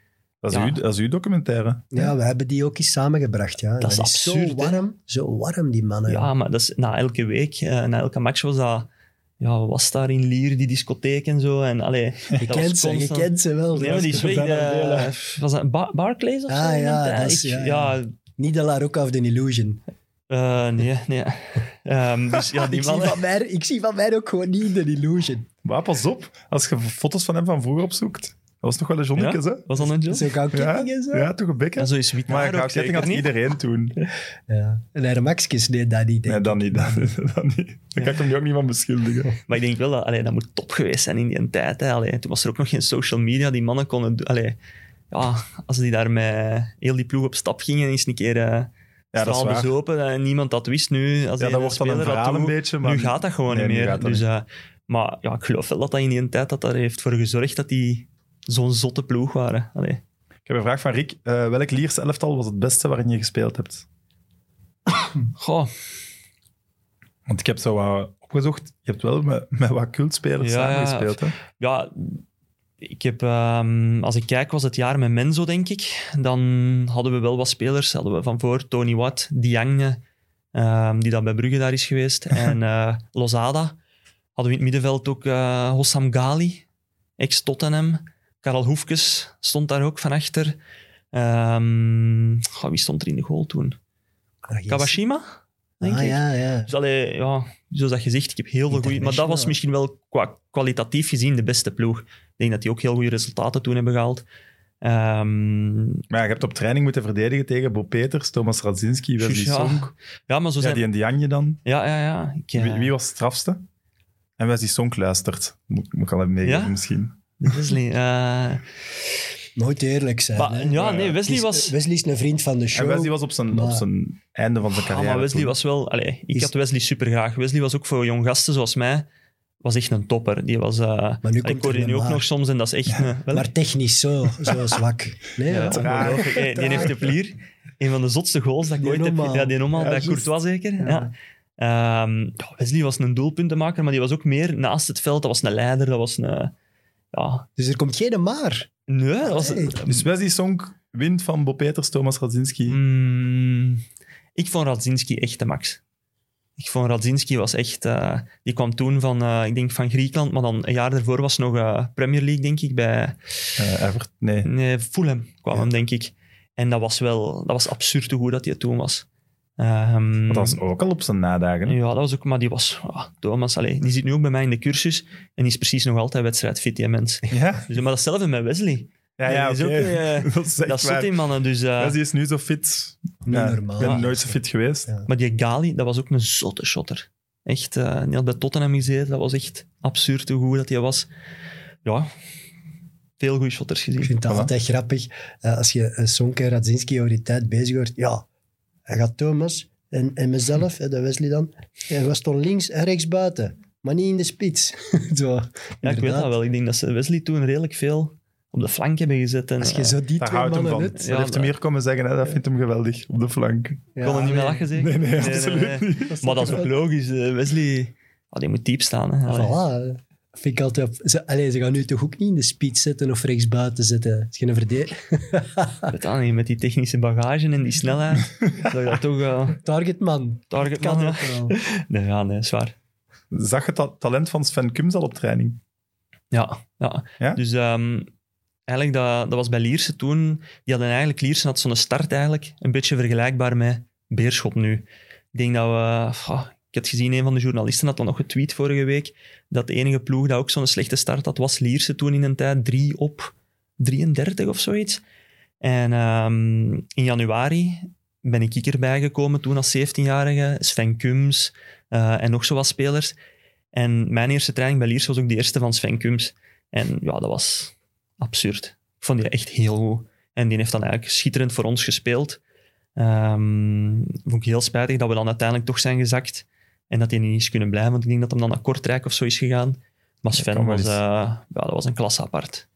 dat, is
ja.
uw, dat is uw documentaire.
Ja, we hebben die ook eens samengebracht. Ja. En
Dat is
zo
absurd, hè?
warm. Zo warm, die mannen.
Ja, maar dat is, na elke week, eh, na elke match was dat... Ja, wat was daar in Lier, die discotheek en zo. En, allee,
je,
dat
kent
was
ze, je
constant-
kent ze wel.
Nee, maar die is weg. eh, was dat Bar- Barclays of
Ah,
zo?
ja,
iemand? Eh,
dat is-
ik-
ja, ja. Niet de La Rocca of the Illusion.
eh, nee, nee. Ehm, dus ja, die
Ik zie,
mannen...
van mij, ik zie van mij ook gewoon niet de Illusion.
Maar pas op, als je foto's van hem van vroeger opzoekt. Dat was toch wel een zonnetje, hè?
Was dat een job?
Zo gauw
Ja,
en zo.
ja, toch een
Ja,
bekken.
zo is Witnaar
Maar
ook
ik
zeker
had
niet.
iedereen toen.
Ja. En haar Maxkes deed dat niet, denk
Nee,
ik.
dan niet. Dan, dan niet. Daar kan ik hem nu ook niet van beschuldigen.
Maar ik denk wel dat allee, dat moet top geweest zijn in die tijd. Hè. Allee, toen was er ook nog geen social media. Die mannen konden... do- Allee, ja, als die daar met heel die ploeg op stap gingen, eens een keer eh
Ja, dat is
straal
waar.
bezopen en niemand dat wist. Nu, als
Ja,
die
dat wordt dan een
speler dat
verhaal een
doet,
beetje. Maar
nu gaat dat gewoon
Nee,
niet
nu
meer.
gaat dat
dus, eh, maar ja, ik geloof wel dat dat in die tijd dat, dat heeft voor gezorgd dat die zo'n zotte ploeg waren. Allee.
Ik heb een vraag van Rick. Eh, welk Lierse elftal was het beste waarin je gespeeld hebt?
Goh,
Want ik heb zo wat opgezocht. Je hebt wel met, met wat cultspelers
Ja, ja.
samengespeeld. Hè?
ja, ik heb, ehm, als ik kijk, was het jaar met Menzo, denk ik. Dan hadden we wel wat spelers. Hadden we van voor Tony Watt, Diagne, ehm, die dan bij Brugge daar is geweest. En eh, Lozada. Hadden we in het middenveld ook eh Hossam Ghali, ex-Tottenham. Karel Hoefkes stond daar ook van achter. Ehm, goh, wie stond er in de goal toen?
Ah, yes.
Kawashima, denk
ah,
ik.
ja, ja.
Dus allee, ja, zoals dat gezegd, ik heb heel veel goede... Maar dat was
International.
misschien wel qua kwalitatief gezien de beste ploeg. Ik denk dat die ook heel goede resultaten toen hebben gehaald. Ehm,
Maar ja, je hebt op training moeten verdedigen tegen Bo Peters, Thomas Radzinski, Wesley
dus ja.
Sonk.
ja, maar zo
Ja,
zijn...
die en Dianje dan.
Ja, ja, ja. Ik, eh,
Wie, wie was het strafste? En Wesley Sonk luistert. Moet, moet ik al even meegeven
Ja?
misschien.
Wesley. eh,
Nooit eerlijk zijn.
maar-
hè.
ja, nee,
Het
Wesley
is-
was...
Wesley is een vriend van eh, de show.
En Wesley was op zijn, op
Maar-
zijn einde van zijn
Ah,
carrière.
maar Wesley
toen.
was wel... Allee, ik
Is-
had Wesley supergraag. Wesley was ook voor jong gasten zoals mij was echt een topper. Die was... eh
Maar nu
ik
komt
hoor
er
die
een
nu ook
maar.
nog soms en dat is echt... een- wel,
Maar technisch zo, zo zwak. Nee,
Ja,
ja.
traag.
ongelooflijk. Hey, die heeft de plier. Een van de zotste goals dat ik
Die
ooit heb.
normaal.
Ja, die normaal,
Ja,
dat
juist.
Courtois zeker. Ja. Ehm, ja, Wesley was een doelpuntenmaker, maar die was ook meer naast het veld. Dat was een leider, dat was een... eh, Ja,
Dus er komt geen maar.
nee, dat was...
Hey.
Dus Wesley Sonk wint van Bo Peters, Thomas Radzinski.
Mm, ik vond Radzinski echt de max. Ik vond Radzinski was echt... eh, die kwam toen van, eh, ik denk van Griekenland, maar dan een jaar daarvoor was nog eh, Premier League, denk ik, bij...
Eh, Evert, nee.
Nee, Fulham kwam
Ja.
hem, denk ik. En dat was wel... Dat was absurd hoe goed dat hij toen was. Ehm,
Want dat was ook al op zijn nadagen. hè?
Ja, dat was ook... Maar die was... ah, Thomas, allee, die zit nu ook bij mij in de cursus. En die is precies nog altijd wedstrijdfit, die mens.
Ja,
Dus, maar datzelfde met Wesley.
ja, ja,
Die is ook,
oké.
eh,
Dat is echt
dat zat
waar.
in mannen, dus... eh,
Wesley is nu zo fit.
Niet
Ja,
normaal.
Ik ben nooit zo fit geweest.
Ja.
maar die Gali, dat was ook een zotte shotter. Echt, eh die had bij Tottenham gezeten. Dat was echt absurd hoe goed dat hij was. Ja, veel goede shotters
Ik
gezien.
vind het
Voilà.
altijd grappig eh, als je eh, Sonke en Radzinski over die tijd bezig wordt. Ja, hij gaat Thomas en, en mezelf, hè, de Wesley dan. Hij was toch links en rechts buiten, maar niet in de spits. Zo,
Ja, ik weet dat wel. Ik denk dat ze Wesley toen redelijk veel op de flank hebben gezet. En,
Als je
eh,
zo die
Daar
twee
houdt hem
mannen
van.
hebt...
dat heeft hem hier komen zeggen, hè, dat vindt hem geweldig op de flank.
ik kon er niet meer lachen,
Nee,
zeker?
nee, absoluut niet.
Maar dat is ook logisch. eh, Wesley, ah, die moet diep staan. Hè. Allee.
Voilà. Vind ik altijd... op- Ze, allee, ze gaan nu toch ook niet in de speed zetten of rechtsbuiten zetten. Het is geen verdeel.
Weet dat niet, met die technische bagage en die snelheid. dat je dat toch eh
Targetman.
target
Kan
man.
ook wel.
Nee, ja, nee, zwaar.
Zag je dat talent van Sven Kums al op training?
Ja, ja.
Ja?
Dus ehm, eigenlijk, dat, dat was bij Lierse toen. Die hadden eigenlijk, Lierse had zo'n start eigenlijk, een beetje vergelijkbaar met Beerschot nu. Ik denk dat we... ah, ik had gezien, een van de journalisten had dan nog getweet vorige week, dat de enige ploeg dat ook zo'n slechte start had, was Lierse toen in een tijd. 3 op 33 of zoiets. En ehm, in januari ben ik erbij gekomen toen als 17-jarige. Sven Kums eh, en nog zo wat spelers. En mijn eerste training bij Lierse was ook de eerste van Sven Kums. En ja, dat was absurd. Ik vond die echt heel goed. En die heeft dan eigenlijk schitterend voor ons gespeeld. Ehm, vond ik heel spijtig dat we dan uiteindelijk toch zijn gezakt. En dat hij niet is kunnen blijven, want ik denk dat hem dan naar Kortrijk of zo is gegaan. Maar Sven
kan wel
was,
eens.
eh, ja, dat was een klasse apart.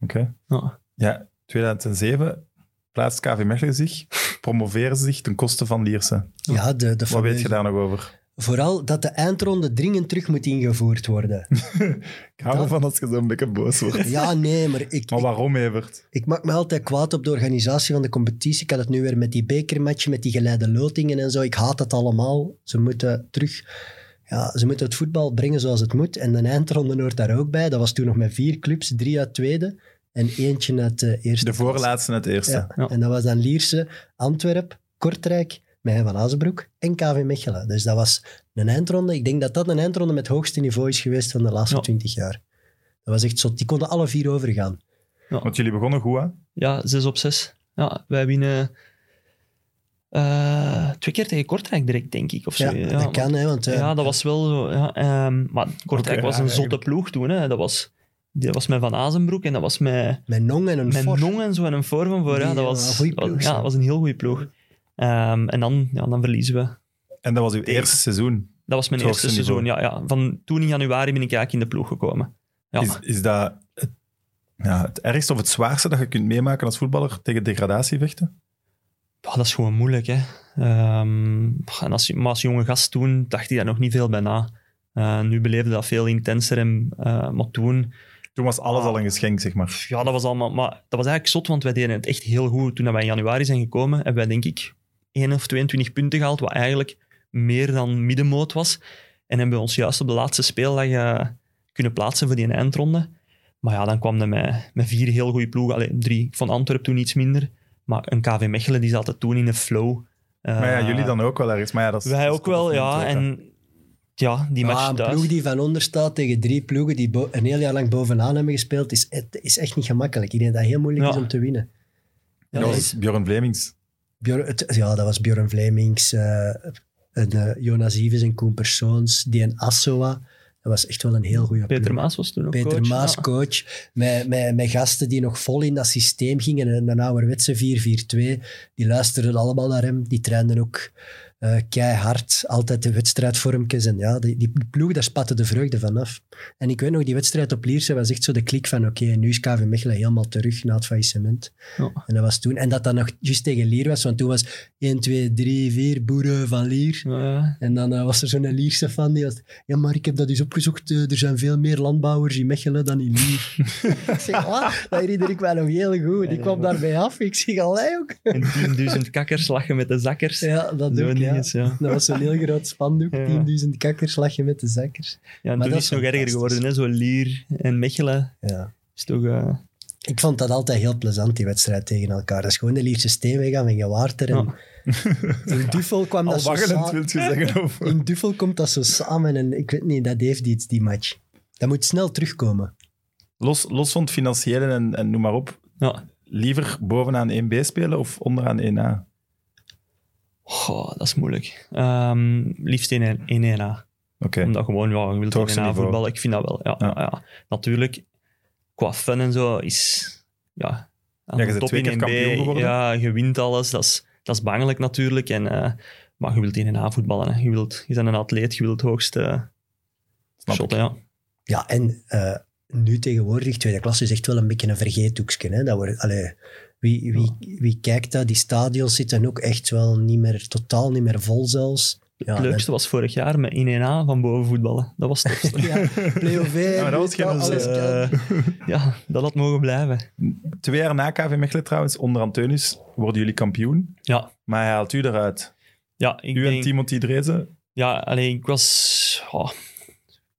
Oké.
Ja.
Ja, 2007 plaatst KV Mechelen zich, promoveren ze zich ten koste van Lierse.
Ja, de, de
Wat weet je
fameuze-
daar nog over?
Vooral dat de eindronde dringend terug moet ingevoerd worden.
Ik hou
Dat-
ervan als je zo'n beetje boos wordt.
Ja, nee, maar ik,
Maar
ik,
waarom, Evert?
ik maak me altijd kwaad op de organisatie van de competitie. Ik had het nu weer met die bekermatchen, met die geleide lotingen en zo. Ik haat dat allemaal. Ze moeten terug... Ja, ze moeten het voetbal brengen zoals het moet. En de eindronde hoort daar ook bij. Dat was toen nog met vier clubs, drie uit tweede en eentje uit de eerste.
De voorlaatste het eerste.
Ja.
Ja.
En dat was dan Lierse, Antwerp, Kortrijk, Meijen van Azenbroek en KV Mechelen. Dus dat was een eindronde. Ik denk dat dat een eindronde met het hoogste niveau is geweest van de laatste
Ja.
twintig jaar. Dat was echt zot. Die konden alle vier overgaan.
Want jullie begonnen goed, hè?
Ja, 6 op 6. Ja, wij winnen eh, twee keer tegen Kortrijk direct, denk ik. Of zo.
Ja, dat
want-
kan, hè. Want, eh,
ja, dat was wel zo. Ja, ehm, maar Kortrijk
Oké,
was
ja,
een zotte
eigenlijk.
ploeg toen. Hè. Dat, was, dat was met Van Azenbroek en dat was met,
Met Nong en een
met
Fort.
Nong en zo en een voor van voor. Ja,
Die,
dat
eh,
was,
goeie ploeg,
ja,
zo.
dat was een heel goede ploeg. Ehm, en dan, ja, dan verliezen we.
En dat was uw eerste seizoen.
Dat was mijn
Het
eerste
hoogste
seizoen. Ja, ja. Van toen in januari ben ik eigenlijk in de ploeg gekomen. Ja.
Is, is dat het, ja, het ergste of het zwaarste dat je kunt meemaken als voetballer tegen degradatie vechten?
Ah, dat is gewoon moeilijk, hè. Ehm, en als, maar als jonge gast toen dacht hij daar nog niet veel bij na. Eh, nu beleefde dat veel intenser. En, eh, maar toen,
Toen was alles al een geschenk, zeg maar.
pff, Ah. ja, dat was allemaal... Maar dat was eigenlijk zot, want wij deden het echt heel goed. Toen dat wij in januari zijn gekomen, hebben wij denk ik 1 of 22 punten gehaald, wat eigenlijk meer dan middenmoot was. En hebben we ons juist op de laatste speeldag eh, kunnen plaatsen voor die eindronde. Maar ja, dan kwam er met, met vier heel goede ploegen. Allee, drie van Antwerpen toen iets minder. Maar een KV Mechelen, die zaten toen in een flow. Eh,
Maar ja, jullie dan ook wel ergens. Maar ja, dat is,
Wij
dat is
ook wel,
toch
ja.
niet, hè?
En ja, die match
Ah, een
thuis.
ploeg die van onder staat tegen drie ploegen die bo- een heel jaar lang bovenaan hebben gespeeld, is, het is echt niet gemakkelijk. Ik denk dat het heel moeilijk
Ja.
is om te winnen.
Dat
Ja, dat
was Bjorn Vlemings.
Bjor- het- ja, dat was Björn Vlemings, eh, en, eh, Jonas Ives en Koen Persoons, die en Assoa. Dat was echt wel een heel goede
Peter
ploeg.
Maas was toen ook
Peter
coach.
Maas,
Ja.
coach. Met, met, met gasten die nog vol in dat systeem gingen. Een, een ouderwetse 4-4-2. Die luisterden allemaal naar hem. Die trainden ook eh, keihard. Altijd de wedstrijdvormpjes. En ja, die, die ploeg, daar spatte de vreugde vanaf. En ik weet nog, die wedstrijd op Lierse was echt zo de klik van oké, nu is KV Mechelen helemaal terug na het faillissement.
Ja.
En dat was toen. En dat dat nog juist tegen Lier was. Want toen was 1, 2, 3, 4 boeren van Lier.
Ja,
En dan eh, was er zo'n Lierse fan die had... Ja, maar ik heb dat eens opgezocht. eh, er zijn veel meer landbouwers in Mechelen dan in Lier. ik zeg, ah, dat herinner ik mij nog heel goed. Ik kwam daarbij af. Ik zeg, allee ook.
En 10.000 kakkers lachen met de zakkers.
Ja, dat
Zo'n
doe ik, ja.
dinges, ja.
Dat was zo'n heel groot spandoek.
Ja.
10.000 kakkers lag je met de zakkers.
Ja, en
Maar
toen
dat
is
is
het nog erger
fantastisch.
geworden, hè? Zo Lier en Mechelen.
Ja.
Is toch, eh,
Ik vond dat altijd heel plezant, die wedstrijd tegen elkaar. Dat is gewoon de Lierse steenweg aan van Gewaarter. En In Duffel kwam dat
Al
zo
waggelend,
sa-
wil je zeggen. Of...
In Duffel komt dat zo samen en ik weet niet, dat heeft iets, die match. Dat moet snel terugkomen.
Los, los van het financiële en, en noem maar op,
ja.
liever bovenaan 1B spelen of onderaan 1A?
Goh, dat is moeilijk. Ehm, liefst in een- in 1A.
Oké.
Omdat gewoon, ja, je wilt
Het hoogste
toch in 1A
niveau.
voetballen. Ik vind dat wel, ja,
Ja.
ja. ja. Natuurlijk, qua fun en zo is... Ja, aan
Ja, je
de
bent twee keer
1B,
kampioen geworden.
Ja, je wint alles. Dat is, dat is bangelijk natuurlijk. En, eh, maar je wilt in 1A voetballen. Hè. Je, wilt, je bent een atleet, je wilt het hoogste
Snap ik.
shotten. Ja.
Ja, en eh, nu tegenwoordig, tweede klasse, is echt wel een beetje een vergeethoekje. Hè? Dat wordt, allee, wie, wie, wie kijkt dat? Die stadions zitten ook echt wel niet meer, totaal niet meer vol zelfs.
Ah,
Ja,
Het leukste was vorig jaar met 1A van boven voetballen. Dat was het tofste.
dat- Ja, play
maar dat was geen
alles
zin.
kan.
Eh, ja, dat had mogen blijven.
Twee jaar na KV Mechelen trouwens, onder Antonis, worden jullie kampioen.
Ja,
Maar hij haalt u eruit.
ja ik
U en
denk-
Timothy Drezen.
Ja, alleen ik was oh,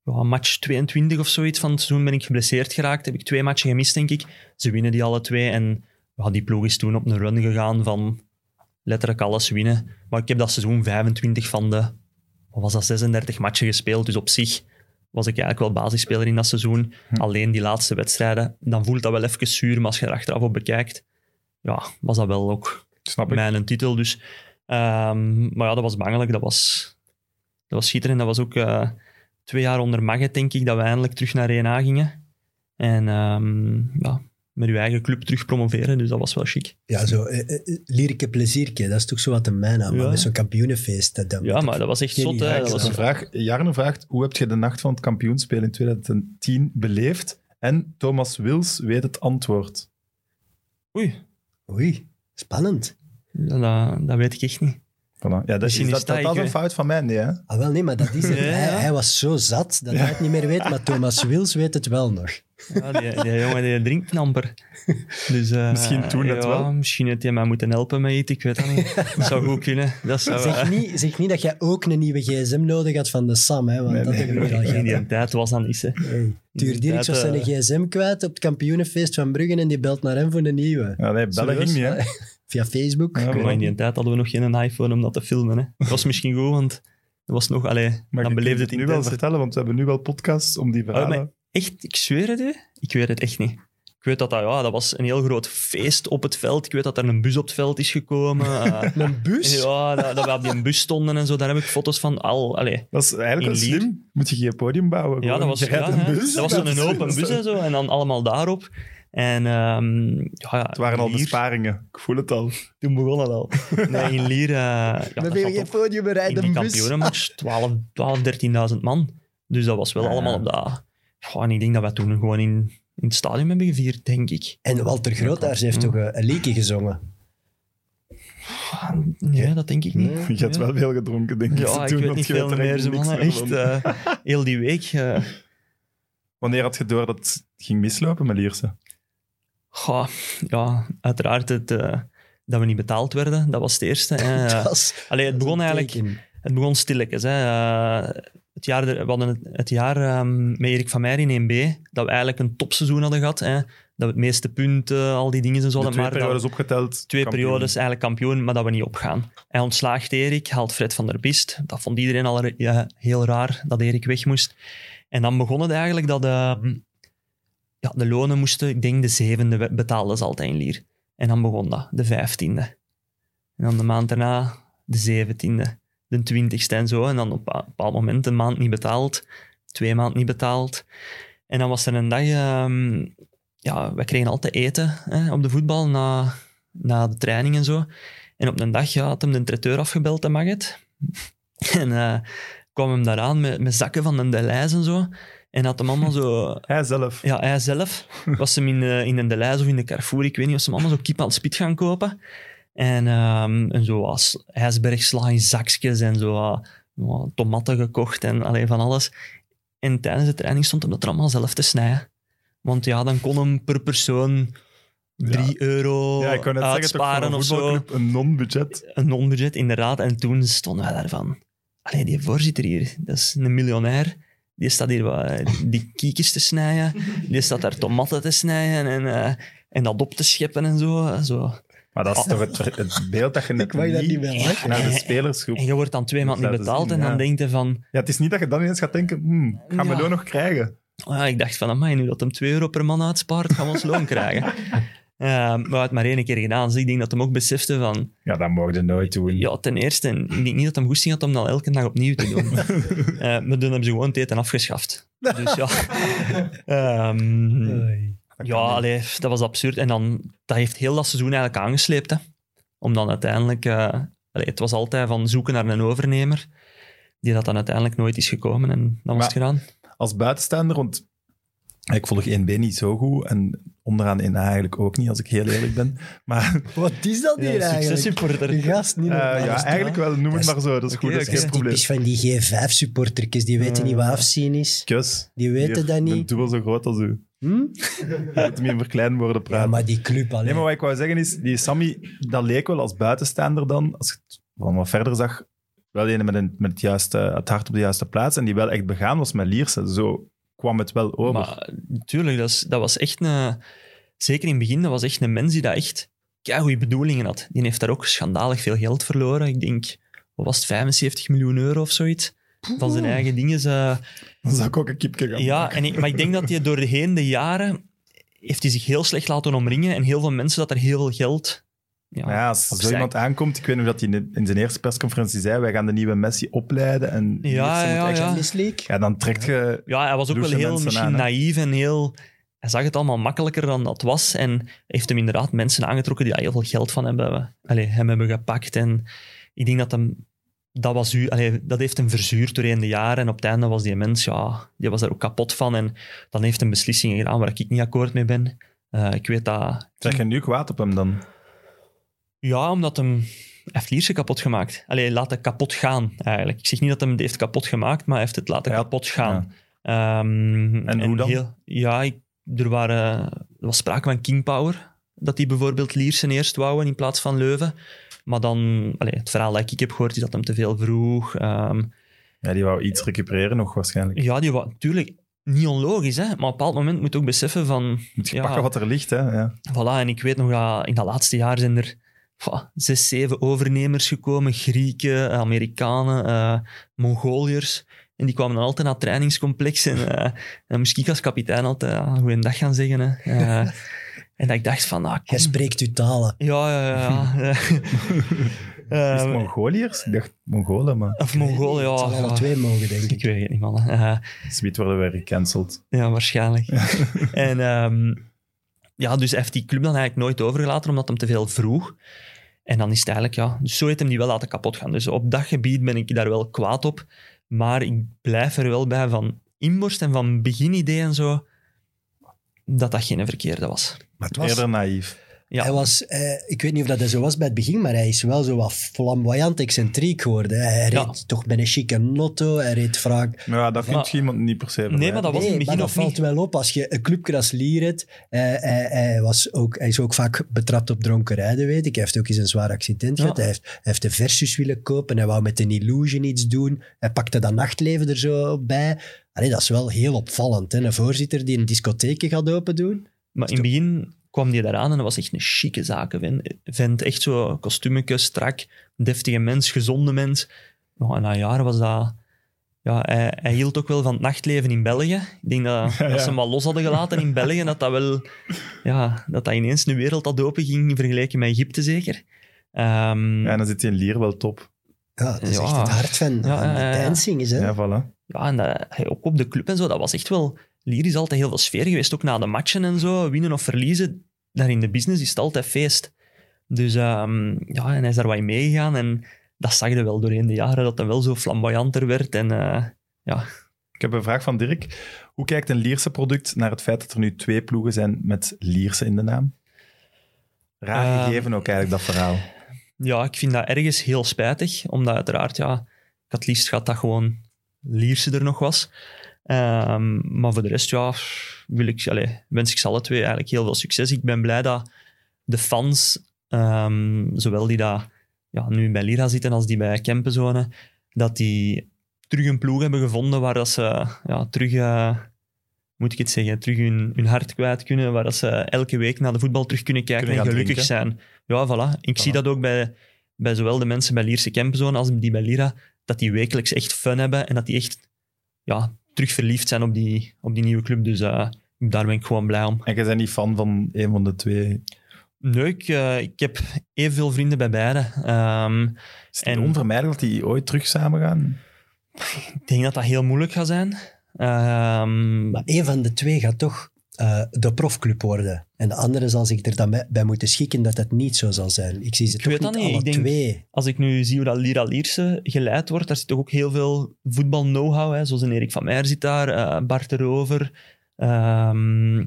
ja, match 22 of zoiets van het seizoen ben ik geblesseerd geraakt. Heb ik twee matchen gemist, denk ik. Ze winnen die alle twee en ja, die ploeg is toen op een run gegaan van letterlijk alles winnen. Maar ik heb dat seizoen 25 van de, wat was dat, 36 matchen gespeeld. Dus op zich was ik eigenlijk wel basisspeler in dat seizoen. Alleen die laatste wedstrijden, dan voelt dat wel even zuur, maar als je er achteraf op bekijkt, ja, was dat wel ook
Snap ik.
mijn titel. Dus, ehm, maar ja, dat was bangelijk. Dat was, dat was schitterend. Dat was ook eh, twee jaar onder Magget, denk ik, dat we eindelijk terug naar 1A gingen. En ehm, ja, met uw eigen club terug promoveren. Dus dat was wel chic.
Ja, zo eh, eh, eh, lierke plezierke, dat is toch zo wat de mijna, maar
Ja.
met zo'n kampioenenfeest. Dat, dat
Ja,
moet
maar dat was echt
Geen
zot. Hè. Dat
idee.
was
Een vraag, Jarno vraagt, hoe heb je de nacht van het kampioenspel in 2010 beleefd? En Thomas Wils weet het antwoord.
Oei,
ik- Oei, spannend.
dat, dat weet ik echt niet.
Voilà. Ja, dat, is
Misschien
dat,
is
dat,
dat
dat is
ik,
een
hè.
fout van mij, nee. Hè?
Ah, wel, nee, maar dat is het.
Ja.
Hij, hij was zo zat dat hij het niet meer weet, maar Thomas Wils weet het wel nog.
Ja, die, die jongen die drinkt amper. Dus, eh,
Misschien toen dat
ja,
wel.
Misschien had hij mij moeten helpen met iets. Ik weet dat niet. Dat zou goed kunnen. Dat zou, eh,
Zeg niet, zeg niet dat jij ook een nieuwe gsm nodig had van de Sam, hè, want
Nee,
dat
nee,
hebben we hier al
in
gehad.
die tijd was dat niet. hè.
Hey. Tuur Dirk was zijn
eh,
gsm kwijt op het kampioenenfeest van Bruggen en die belt naar hem voor een nieuwe.
Ja, nee, bellen ging
Serieus?
niet, hè.
Via Facebook.
Ja,
Ja, maar in die tijd hadden we nog geen iPhone om dat te filmen. Hè. Dat was misschien goed, want dat was nog... Allee,
Maar
dan
je kunt
beleefde het
nu wel
intenser.
vertellen, want we hebben nu wel podcasts om die verhalen.
maar- Echt, ik zweer het u, ik weet het echt niet. Ik weet dat dat, ja, dat was een heel groot feest op het veld. Ik weet dat er een bus op het veld is gekomen. eh,
Een bus?
ja, dat, dat we op die bus stonden en zo. Daar heb ik foto's van al... Allee.
dat is eigenlijk
In
wel
Lier.
slim. Moet je geen podium bouwen.
Ja,
gewoon.
dat was,
Je rijdt
ja,
een
hè.
bus.
dat was dan een open bus en zo. En dan allemaal daarop. En, ehm, ja, ja,
Het waren al
in Lier-
besparingen. Ik voel het al.
Toen begon het al. Nee, in Lier... eh, ja,
Dan ben
dat
je
zat op-
geen podium
in
bereid,
die
een bus.
kampioenenmatch 12, 12 13.000 man. Dus dat was wel
Ja.
allemaal op dat... Goh, en ik denk dat wij toen gewoon in, in het stadion hebben gevierd, denk ik.
En Walter Grootaars heeft toch eh, een liedje gezongen?
Goh, nee, dat denk ik niet.
Je hebt
Ja.
wel veel gedronken, denk ik.
Ja, ik
toen,
weet
want
niet
je
veel
er
meer, ze
niks
mannen.
meer
Echt,
van.
eh, heel die week. eh,
Wanneer had je door dat het ging mislopen met Lierse?
goh, ja, uiteraard het, eh, dat we niet betaald werden. Dat was het eerste. hè.
Dat was-
Allee, het
dat was
begon
een
eigenlijk...
teken.
Het begon stilletjes. Hè. Eh, het jaar, er- we hadden het, het jaar ehm, met Erik van Meijer in 1B, dat we eigenlijk een topseizoen hadden gehad. Hè. Dat we het meeste punten, al die dingen en zo
De
hadden.
twee
maar dat-
periodes opgeteld.
twee
kampioen.
periodes eigenlijk kampioen, maar dat we niet opgaan. Hij ontslaagt Erik, haalt Fred van der Bist. Dat vond iedereen al re- ja, heel raar, dat Erik weg moest. En dan begon het eigenlijk dat ehm, ja, de lonen moesten... Ik denk de zevende we- betaalden ze altijd in Lier. En dan begon dat, de vijftiende. En dan de maand daarna de zeventiende, de twintigste en zo. En dan op een bepaald- bepaald moment een maand niet betaald, twee maanden niet betaald. En dan was er een dag... ehm, ja, wij kregen altijd eten hè, op de voetbal na, na de training en zo. En op een dag ja, had hem de traiteur afgebeld, de Magget. En eh, kwam hem daaraan met, met zakken van een Delijs en zo. En had hem allemaal zo...
Hij zelf.
Ja, hij zelf was hem in, eh, in een Delijs of in de Carrefour, ik weet niet, was hem allemaal zo kip aan het spit gaan kopen. En, ehm, en zo was ijsbergsla in zakjes en zo ah, ah, tomaten gekocht en alleen van alles. En tijdens de training stond hem dat er allemaal zelf te snijden. Want ja, dan kon hem per persoon 3 euro
Ja, ik kan net zeggen, toch voor
uitsparen
een
of zo
voetbalclub een non-budget.
een non-budget, inderdaad. En toen stonden wij daarvan. Allee, die voorzitter hier, dat is een miljonair. Die staat hier wat, die kiekjes te snijden. Die staat daar tomaten te snijden en, eh, en dat op te scheppen en zo. zo.
Maar
Ah.
dat is toch het, het beeld dat je net
Ik wou dat niet wel, hè.
naar de spelersgroep.
En je wordt dan twee maanden
Dat
niet
is
betaald.
zien,
En
ja.
dan denk je van...
Ja, het is niet dat je dan ineens gaat denken, hmm, ik ga mijn
Ja.
loon nog krijgen.
Oh ja, ik dacht van, amai, nu dat hem 2 euro per man uitspaart, gaan we ons loon krijgen. Eh, maar we hadden het maar één keer gedaan. Dus ik denk dat hem ook besefte van...
Ja, dat mocht je nooit doen.
Ja, ten eerste, en ik denk niet dat hem goesting had om dat elke dag opnieuw te doen. Eh, maar toen hebben ze gewoon het eten afgeschaft. Dus ja. Ehm,
Oei.
ja, allee, dat was absurd. En dan, dat heeft heel dat seizoen eigenlijk aangesleept. Hè. Om dan uiteindelijk... eh, allee, het was altijd van zoeken naar een overnemer, die dat dan uiteindelijk nooit is gekomen. En dan was het gedaan.
Als buitenstaander, want Ik volg 1B niet zo goed en onderaan 1A eigenlijk ook niet, als ik heel eerlijk ben. Maar
Wat is dat hier
Ja,
eigenlijk?
Successupporter.
Die gast niet
eh,
normaal.
ja, eigenlijk wel, noem het maar zo. Dat is goed,
Oké,
dat is
oké.
geen
Dat is
probleem. Eh,
typisch van die G5-supportertjes. Die weten niet wat afzien is.
Kus.
Die weten
Hier,
dat
ik ben
niet.
dubbel zo groot als u.
Hm?
Je moet hem in verkleinwoorden
Ja,
praten.
maar die club alleen.
Nee, maar wat ik wou zeggen is, die Sammy, dat leek wel als buitenstaander dan, als je het van wat verder zag, wel een met, een, met het, juiste, het hart op de juiste plaats en die wel echt begaan was met Lierse. Zo kwam het wel over.
Maar tuurlijk, dat, is- dat was echt een... Zeker in het begin, dat was echt een mens die dat echt goede bedoelingen had. Die heeft daar ook schandalig veel geld verloren. Ik denk, wat was het, 75 miljoen euro of zoiets? Van zijn eigen dingen. Ze,
dan zou ik ook een kipje gaan
ja, en ik, maar ik denk dat hij door de heen de jaren... Heeft hij zich heel slecht laten omringen. En heel veel mensen dat er heel veel geld... Ja,
Maar ja, als zo
opzij-
iemand aankomt, ik weet nog dat hij in- in zijn eerste persconferentie zei, wij gaan de nieuwe Messi opleiden en Lierse
ja,
moet echt-
ja.
Champions League.
Ja, dan trekt je...
Ja, hij was ook
Doe
wel
ze
heel
mensen
misschien
aan, hè?
naïef en heel... Hij zag het allemaal makkelijker dan dat was en heeft hem inderdaad mensen aangetrokken die daar heel veel geld van hem hebben, allee, hem hebben gepakt. En ik denk dat hem... Dat, was, u- allee, dat heeft hem verzuurd doorheen de jaren. En op het einde was die mens, ja, die was daar ook kapot van. En dan heeft hij beslissingen gedaan waar ik niet akkoord mee ben. Eh, ik weet dat...
Zeg je nu kwaad op hem dan?
Ja, omdat hem... Hij heeft Lierse kapot gemaakt. Allee, laat het kapot gaan, eigenlijk. Ik zeg niet dat hem het heeft kapot gemaakt, maar hij heeft het laten
Hij had-
kapot gaan. Ehm,
En hoe dan?
heel- ja, ik- er, waren, er was sprake van King Power. Dat die bijvoorbeeld Liersen eerst wouden in plaats van Leuven. Maar dan, allee, het verhaal dat ik heb gehoord, is dat hem te veel vroeg. Ehm,
Ja, die wou iets recupereren nog waarschijnlijk.
ja, die was natuurlijk niet onlogisch, hè? maar op een bepaald moment moet je ook beseffen van.
Moet je
Ja.
pakken wat er ligt, hè. Ja.
Voilà, en ik weet nog dat in dat laatste jaar zijn er goh, zes, zeven overnemers gekomen. Grieken, Amerikanen, eh, Mongoliërs. En die kwamen dan altijd naar het trainingscomplex. En, eh, dan moest ik als kapitein altijd uh, goeiedag gaan zeggen. Hè. Eh, en dat ik dacht van, ah,
Jij
kom.
spreekt uw talen.
Ja, ja, ja.
Is
Eh,
het Mongoliërs? Ik dacht Mongolen, maar...
of Mongolen, ja.
Het zal alle
ja.
twee mogen, denk
Ik
ik.
weet het niet, man. Eh,
Sweet worden weer gecanceld.
Ja, waarschijnlijk. en ehm, ja, dus hij heeft die club dan eigenlijk nooit overgelaten, omdat hem te veel vroeg. En dan is het eigenlijk, ja, dus zo heeft hem die wel laten kapot gaan. Dus op dat gebied ben ik daar wel kwaad op. Maar ik blijf er wel bij van inborst en van beginidee en zo, dat dat geen verkeerde was.
Maar het was-
Eerder naïef.
Ja,
Hij was, eh, ik weet niet of dat hij zo was bij het begin, maar hij is wel zo wat flamboyant excentriek geworden. Hij
Ja.
reed toch met een chique notto, hij reed vaak...
Maar ja, dat vind
Maar-
je iemand niet per se
nee,
verwijten.
maar dat was in het
Nee, maar
begin
dat
nog niet.
valt wel op. Als je een clubje als Lier hebt, eh, hij, hij was ook, hij is ook vaak betrapt op dronkenrijden, weet ik. Hij heeft ook eens een zwaar accident
Ja.
gehad. Hij heeft, hij heeft de Versus willen kopen, hij wou met een Illusion iets doen. Hij pakte dat nachtleven er zo bij. Allee, dat is wel heel opvallend. Hè? Een voorzitter die een discotheekje gaat open doen.
Maar in het begin kwam die daaraan en dat was echt een chique zakenvent. Vent echt zo kostuumetje, strak, deftige mens, gezonde mens. Nou, en na jaren was dat... Ja, hij, hij hield ook wel van het nachtleven in België. Ik denk dat als
ja.
ze hem wat los hadden gelaten in België, dat dat wel... Ja, dat dat ineens de wereld had open ging vergeleken met Egypte zeker. Ehm,
Ja, en dan zit hij in Lier wel top.
Ja, dat is
Ja.
echt het hart van,
Ja,
van
ja, ja, ja.
Martijn Singes, hè?
Ja, voilà.
Ja, en dat, hey, ook op de club en zo, dat was echt wel... Lier is altijd heel veel sfeer geweest, ook na de matchen en zo. Winnen of verliezen, daar in de business is het altijd feest. Dus ehm, ja, en hij is daar wat in meegegaan. En dat zag je wel doorheen de jaren, dat hij wel zo flamboyanter werd. En eh,
Ik heb een vraag van Dirk. Hoe kijkt een Lierse product naar het feit dat er nu twee ploegen zijn met Lierse in de naam? Raar
Eh,
gegeven ook eigenlijk, dat verhaal.
ja, ik vind dat ergens heel spijtig. Omdat uiteraard, ja, ik had het liefst gehad dat gewoon Lierse er nog was. Ehm, maar voor de rest, ja, wil ik, allee, wens ik ze alle twee eigenlijk heel veel succes. Ik ben blij dat de fans, ehm, zowel die dat, ja, nu bij Lira zitten als die bij Kempenzone, dat die terug een ploeg hebben gevonden waar dat ze ja, terug, eh, moet ik het zeggen, terug hun, hun hart kwijt kunnen, waar dat ze elke week naar de voetbal terug kunnen kijken
Kunnen
en
gaan
gelukkig zijn. Ja, voilà. Ik
Voilà.
zie dat ook bij, bij zowel de mensen bij Lierse Kempenzone als die bij Lira, dat die wekelijks echt fun hebben en dat die echt ja, terug verliefd zijn op die, op die nieuwe club. Dus eh, daar ben ik gewoon blij om.
En jij bent niet fan van een van de twee.
Nee, ik, eh, ik heb evenveel vrienden bij beide. Ehm,
Is het niet
En-
onvermijdelijk dat die ooit terug samen gaan?
ik denk dat dat heel moeilijk gaat zijn. Ehm,
Maar een van de twee gaat toch eh, de profclub worden. En de andere zal zich er dan bij, bij moeten schikken dat dat niet zo zal zijn. Ik zie ze
Ik
toch
weet
niet
dat niet.
alle
Ik denk-
twee.
als ik nu zie hoe dat Lira Lierse geleid wordt, daar zit toch ook heel veel voetbal-know-how. hè. Zoals een Erik van Meijer zit daar, eh Bart de Rover, Ehm,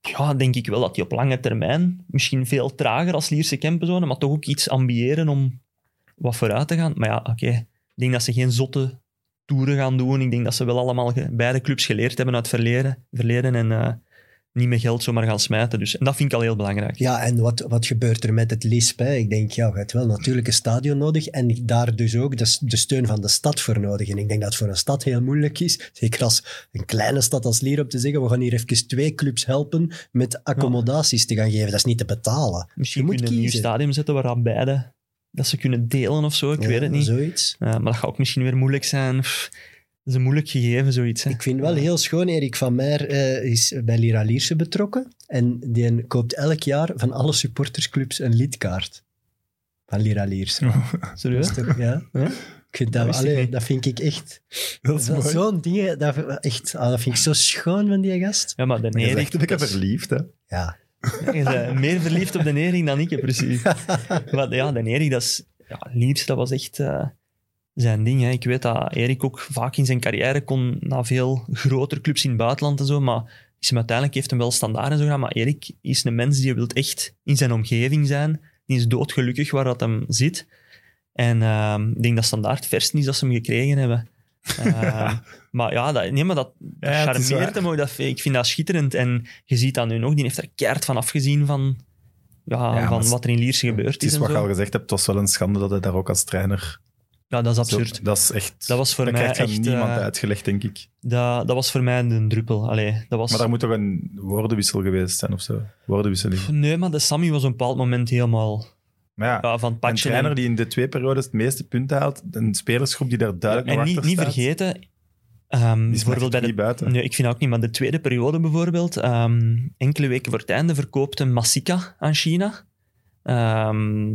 ja, denk ik wel dat die op lange termijn misschien veel trager als Lierse Kempenzone, maar toch ook iets ambiëren om wat vooruit te gaan. Maar ja, oké. Ik denk dat ze geen zotte toeren gaan doen. Ik denk dat ze wel allemaal ge- beide clubs geleerd hebben uit het verleden, verleden en eh, niet met geld zomaar gaan smijten. Dus, en dat vind ik al heel belangrijk.
Ja, en wat, wat gebeurt er met het LISP? Hè? Ik denk, ja, je hebt wel natuurlijk een stadion nodig en daar dus ook de, s- de steun van de stad voor nodig. En ik denk dat het voor een stad heel moeilijk is, zeker als een kleine stad als Lier, om te zeggen, we gaan hier even twee clubs helpen met accommodaties te gaan geven. Dat is niet te betalen.
Misschien
je moet
kunnen we een nieuw
kiezen.
stadium zetten waar dat beide dat ze kunnen delen of zo. Ik
Ja,
weet het niet.
Zoiets.
Eh, maar dat gaat ook misschien weer moeilijk zijn. Pff, dat is een moeilijk gegeven, zoiets. Hè.
Ik vind wel heel schoon, Erik van Meijer eh, is bij Lira Lierse betrokken. En die koopt elk jaar van alle supportersclubs een lidkaart. Van Lira Lierse. Dat
Serieus?
is toch, ja.
Oh. Ja?
Ik vind dat,
Dat wist ik
allee,
niet.
dat vind ik echt...
Dat
dat- Zo'n ding, dat, echt, ah, dat vind ik zo schoon van die gast.
Ja, maar de
Nee,
Nering.
ik heb verliefd, hè.
Ja.
Je bent meer verliefd op de Nering dan ik, hè, precies. Maar ja, de Erik, dat is... Ja, liefst, dat was echt eh, zijn ding. Hè. Ik weet dat Erik ook vaak in zijn carrière kon naar veel grotere clubs in het buitenland en zo, maar is hem uiteindelijk heeft hem wel standaard en zo gedaan. Maar Erik is een mens die wil echt in zijn omgeving zijn. Die is doodgelukkig waar dat hem zit. En ehm, ik denk dat standaard verst is dat ze hem gekregen hebben. Ehm, maar ja, dat, nee, maar dat dat
Ja, het is
charmeert
waar.
hem ook. Dat, ik vind dat schitterend. En je ziet dat nu nog. Die heeft er keihard van afgezien van, ja,
maar
van
het-
wat er in Lierse gebeurd
Het is
en
wat je
zo.
al gezegd hebt, het was wel een schande dat hij daar ook als trainer...
Ja, dat is absurd.
Zo, dat is echt...
Dat was voor
dat
mij
krijgt
echt,
niemand
eh,
uitgelegd, denk ik.
Dat, dat was voor mij een druppel. Allee, dat was...
Maar daar moet toch een woordenwissel geweest zijn of zo? Woordenwisseling.
Pff, Nee, maar de Sammy was op een bepaald moment helemaal
Maar ja,
ja, van het
een
padje.
trainer
en-
die in de twee periodes het meeste punten haalt, een spelersgroep die daar duidelijk
en
nog
niet,
achter
niet
staat,
vergeten, ehm,
die smaakt
bijvoorbeeld bij
het
de
niet buiten.
Nee, ik vind dat ook niet. Maar de tweede periode bijvoorbeeld, ehm, enkele weken voor het einde verkoopte Masika aan China. Ehm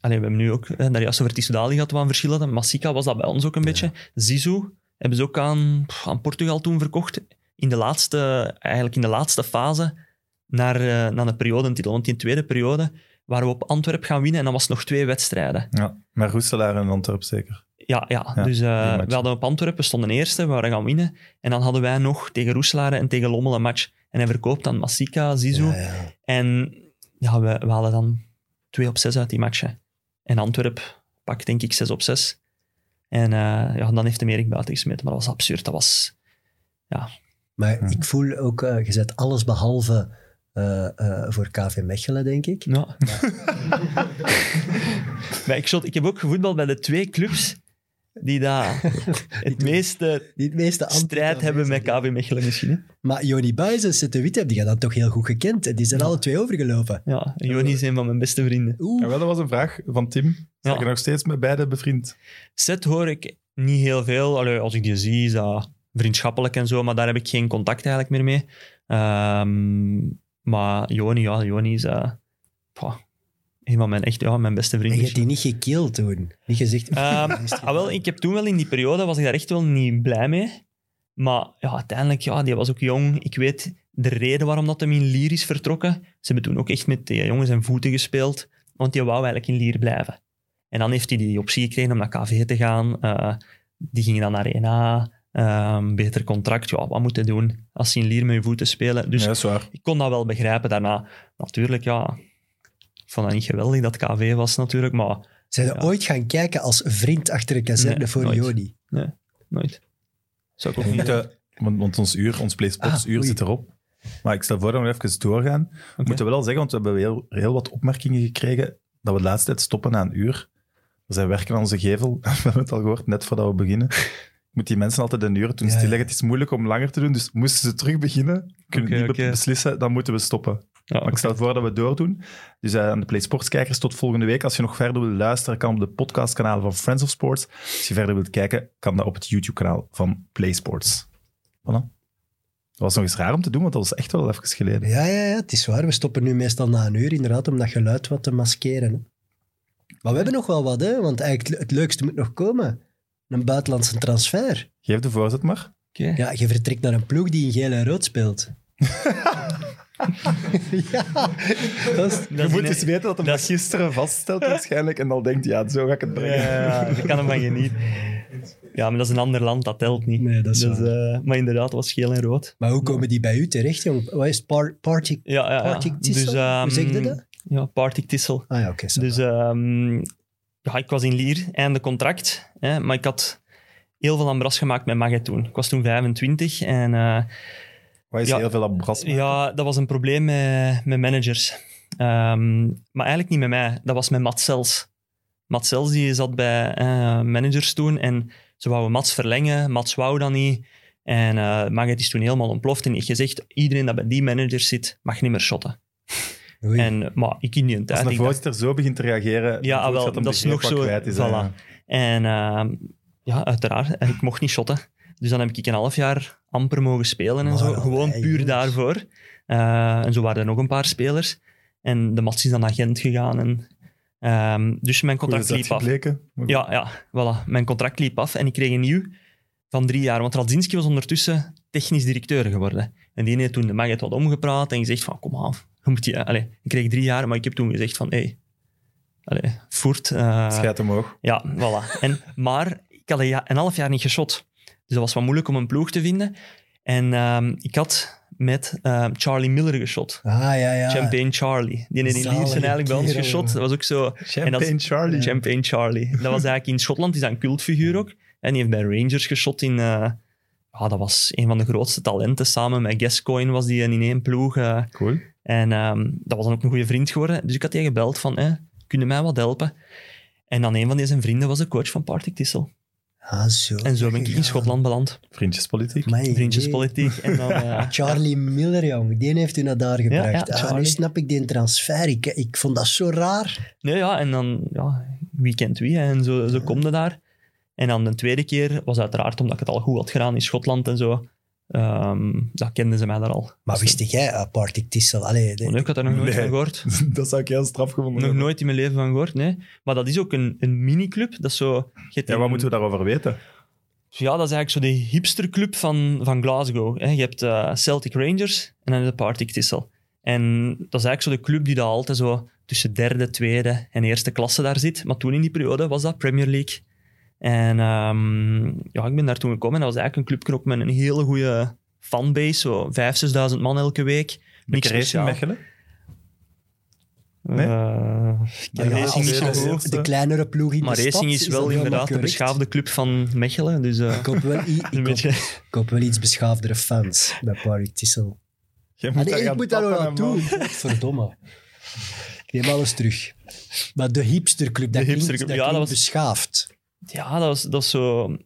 allee, we hebben nu ook eh, daar juist over Tissoudali gehad, wat een verschil hadden. Masika was dat bij ons ook een beetje. Zizou hebben ze ook aan, pff, aan Portugal toen verkocht. In de laatste, eigenlijk in de laatste fase naar, eh, naar de periodentitel. Want in de tweede periode waren we op Antwerpen gaan winnen en dan was het nog twee wedstrijden.
Ja, maar Roeselaar en Antwerp zeker.
Ja, ja.
Ja,
dus eh,
match.
we hadden op Antwerpen, we stonden eerste, we waren gaan winnen. En dan hadden wij nog tegen Roeselare en tegen Lommel een match. En hij verkoopt dan Masika, Zizou.
Ja, ja.
En ja, we, we hadden dan 2 op 6 uit die matchen. En Antwerpen pakt denk ik 6 op 6. En eh, ja, dan heeft de Erik buiten gesmeten, maar dat was absurd. Dat was...
Maar ik voel ook, eh, je zet alles behalve eh, eh, voor KV Mechelen, denk ik.
Ja. maar ik, shot, ik heb ook gevoetbald bij de twee clubs die daar het meeste
Die het meeste antwoord
strijd hebben met
aanwezig
KB Mechelen misschien. hè.
Maar Joni Buijs en Sette Wit hebben die dan toch heel goed gekend. En Die zijn alle twee overgelopen.
Ja, Joni is een van mijn beste vrienden.
Oeh.
Ja, wel, dat was een vraag van Tim. Zijn
Ja.
je nog steeds met beide bevriend?
Seth hoor ik niet heel veel. Allee, als ik die zie, is dat vriendschappelijk en zo, maar daar heb ik geen contact eigenlijk meer mee. Ehm, maar Joni, ja, Joni is eh, pwa, een van mijn, echt, ja, mijn beste
En je
vrienden.
hebt die niet gekild toen. Niet gezegd...
Ehm, ah, wel, ik heb toen wel in die periode, was ik daar echt wel niet blij mee. Maar ja, uiteindelijk, ja, die was ook jong. Ik weet de reden waarom dat hem in Lier is vertrokken. Ze hebben toen ook echt met die jongens en voeten gespeeld. Want die wou eigenlijk in Lier blijven. En dan heeft hij die optie gekregen om naar KV te gaan. Eh, die ging dan naar 1A. Ehm, beter contract. Ja, wat moet je doen als je in Lier met je voeten spelen? Dus
ja, dat is waar.
ik kon dat wel begrijpen daarna. Natuurlijk, ja... Ik vond dat niet geweldig dat KV was natuurlijk, maar
Zijn ze
Ja.
ooit gaan kijken als vriend achter een kazerne
Nee,
voor
nooit.
Joni?
nooit. Zou ik ook niet...
Want, eh, want, want ons uur, ons PlaySpots
Ah,
uur
oei.
zit erop. Maar ik stel voor dat we nog even doorgaan. We
Oké.
moeten wel al zeggen, want we hebben heel, heel wat opmerkingen gekregen dat we de laatste tijd stoppen na een uur. We zijn werken aan onze gevel. We hebben het al gehoord, net voordat we beginnen. Ik moet die mensen altijd een uur toen
Ja,
stilleggen. Het is moeilijk om langer te doen, dus moesten ze terug beginnen, kunnen
Oké,
niet be-
oké.
beslissen, dan moeten we stoppen.
Ja,
Maar ik stel voor dat we doordoen. Dus eh, aan de PlaySports-kijkers, tot volgende week. Als je nog verder wilt luisteren, kan op de podcastkanalen van Friends of Sports. Als je verder wilt kijken, kan dat op het YouTube-kanaal van PlaySports. Voilà. Dat was nog eens raar om te doen, want dat was echt wel even geleden.
Ja, ja, ja, het is waar. We stoppen nu meestal na een uur, inderdaad, om dat geluid wat te maskeren. hè. Maar we hebben nog wel wat, hè? want eigenlijk het leukste moet nog komen. Een buitenlandse transfer.
Geef de voorzet maar.
Oké.
Ja, je vertrekt naar een ploeg die in geel en rood speelt. ja, dat is...
je
Dat
moet
is-
dus weten dat hem dat gisteren vaststelt waarschijnlijk en dan denkt, ja, zo ga ik het brengen.
Ja, ik kan hem van genieten. Ja, maar dat is een ander land, dat telt niet.
Nee, dat is
Dus, eh, maar inderdaad, het was geel en rood.
Maar hoe komen die bij u terecht, jong? Wat is het? Par- party?
Ja, ja, ja.
Partick Tissel?
ehm,
Hoe zeg je dat?
Ja, Partick Tissel.
Ah ja, oké. zo.
Dus ehm, ja, ik was in Lier, einde contract. Hè, maar ik had heel veel ambras gemaakt met Maget toen. Ik was toen 25 en eh,
Wat is
Ja.
heel veel abras.
ja, dat was een probleem met, met managers. Ehm, maar eigenlijk niet met mij, dat was met Matt Sels. Matt Sels die zat bij eh, managers toen en ze wouden Mats verlengen. Mats wou dat niet. En eh Maget is toen helemaal ontploft en heeft gezegd, iedereen dat bij die managers zit, mag niet meer shotten.
Oei.
Dus En, maar ik in die tijd...
Als een
ik dacht-
voorzitter zo begint te reageren,
Ja,
dan
wel,
hem
dat is
begrepen
nog
wat
zo-
kwijt is,
voilà.
hè.
En ehm, ja, uiteraard. En ik mocht niet shotten. Dus dan heb ik een half jaar amper mogen spelen en
Maar
zo.
allee,
Gewoon puur
jongens.
daarvoor. Eh, en zo waren er nog een paar spelers. En de match is dan naar Gent gegaan. En, ehm, dus mijn
Hoe is
contract
dat
liep af.
gebleken? Maar goed.
Ja, ja, voilà. Mijn contract liep af en ik kreeg een nieuw van drie jaar. Want Radzinski was ondertussen technisch directeur geworden. En die heeft toen de Maggot wat omgepraat en gezegd van, kom aan, je moet je... Allee, ik kreeg drie jaar, maar ik heb toen gezegd van, hé, hey, allee, voert... eh,
Schijt omhoog.
ja, voilà. En, maar ik had een, ja- een half jaar niet geschot. Dus dat was wat moeilijk om een ploeg te vinden. En ehm, ik had met ehm, Charlie Miller geschot.
Ah ja, ja.
Champagne Charlie. Die heeft in
Zalige
Lier zijn eigenlijk bij ons
kerel,
geschot.
jongen.
Dat was ook zo...
Champagne
dat
Charlie.
Champagne Charlie. Dat was eigenlijk in Schotland, is dat een cultfiguur ook. En die heeft bij Rangers geschot in... eh, ah, dat was een van de grootste talenten. Samen met Gascoigne was die in één ploeg. eh,
Cool.
en ehm, dat was dan ook een goede vriend geworden. Dus ik had die gebeld van, eh, kun je mij wat helpen? En dan een van die zijn vrienden was de coach van Partick Tissel.
Ah, zo.
En zo ben ik in
Ja.
Schotland beland.
Vriendjespolitiek.
Mijn idee.
Vriendjespolitiek. En dan, eh,
Charlie Miller, jong. Die heeft u naar daar gebracht.
ja,
Ah, nu
Charlie.
snap ik die transfer. Ik, ik vond dat zo raar.
nee, ja, en dan ja, wie kent wie. hè, En zo, zo kom je daar. En dan de tweede keer was uiteraard omdat ik het al goed had gedaan in Schotland en zo. ehm ja, kenden ze mij daar al.
Maar wist jij, uh, Partick Tissel? Allee, de-
Maar nee, ik had daar nog nooit
Nee.
van gehoord.
dat zou ik heel straf gevonden
Nog
hebben.
nooit in mijn leven van gehoord, nee. Maar dat is ook een, een miniclub. Dat is zo... je hebt
Ja,
een-
wat moeten we daarover weten?
Ja, dat is eigenlijk zo de hipsterclub van, van Glasgow. Hè. Je hebt eh, Celtic Rangers en dan de Partick Thistle. En dat is eigenlijk zo de club die daar altijd zo tussen derde, tweede en eerste klasse daar zit. Maar toen in die periode was dat Premier League. En ehm, ja, ik ben daar toen gekomen en dat was eigenlijk een clubje ook met een hele goede fanbase. Zo 5.000, 6.000 man elke week. Niks
Racing
speciaal.
Mechelen?
Eh, ik ken
Ja,
Racing niet zo
als-
goed.
als de kleinere ploeg in
Maar
de stad.
Racing is
dat
wel
helemaal
inderdaad de
correct.
beschaafde club van Mechelen. Dus eh,
Ik hoop wel, i- ik
een
hoop-
beetje...
ik hoop wel iets beschaafdere fans bij Partick Tissel.
Jij
Ah,
moet
nee,
daar
ik
gaan
moet daar nog
tappen en
naartoe. Verdomme. Ik neem alles terug. Maar de hipsterclub, dat
De
klinkt,
hipsterclub,
dat
ja, dat
klinkt
was-
beschaafd.
Ja, dat is, dat is zo... Hoe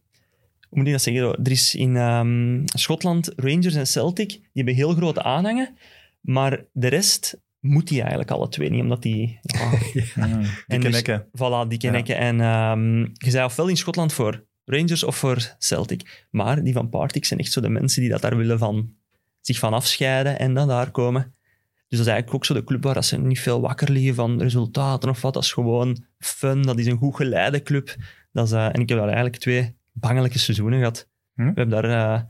moet ik dat zeggen? Er is in ehm, Schotland Rangers en Celtic, die hebben heel grote aanhangen, maar de rest moet die eigenlijk alle twee niet, omdat die... Ja,
man. Mm,
en
Dikke
dus-
nekken.
voilà, die
Ja.
kennen En ehm, je zei ofwel in Schotland voor Rangers of voor Celtic. Maar die van Partick zijn echt zo de mensen die dat daar willen van... Zich van afscheiden en dan daar komen. Dus dat is eigenlijk ook zo de club waar dat ze niet veel wakker liggen van resultaten of wat. Dat is gewoon fun, dat is een goed geleide club. Dat is, eh, en ik heb daar eigenlijk twee bangelijke seizoenen gehad.
Hm?
We hebben daar eh,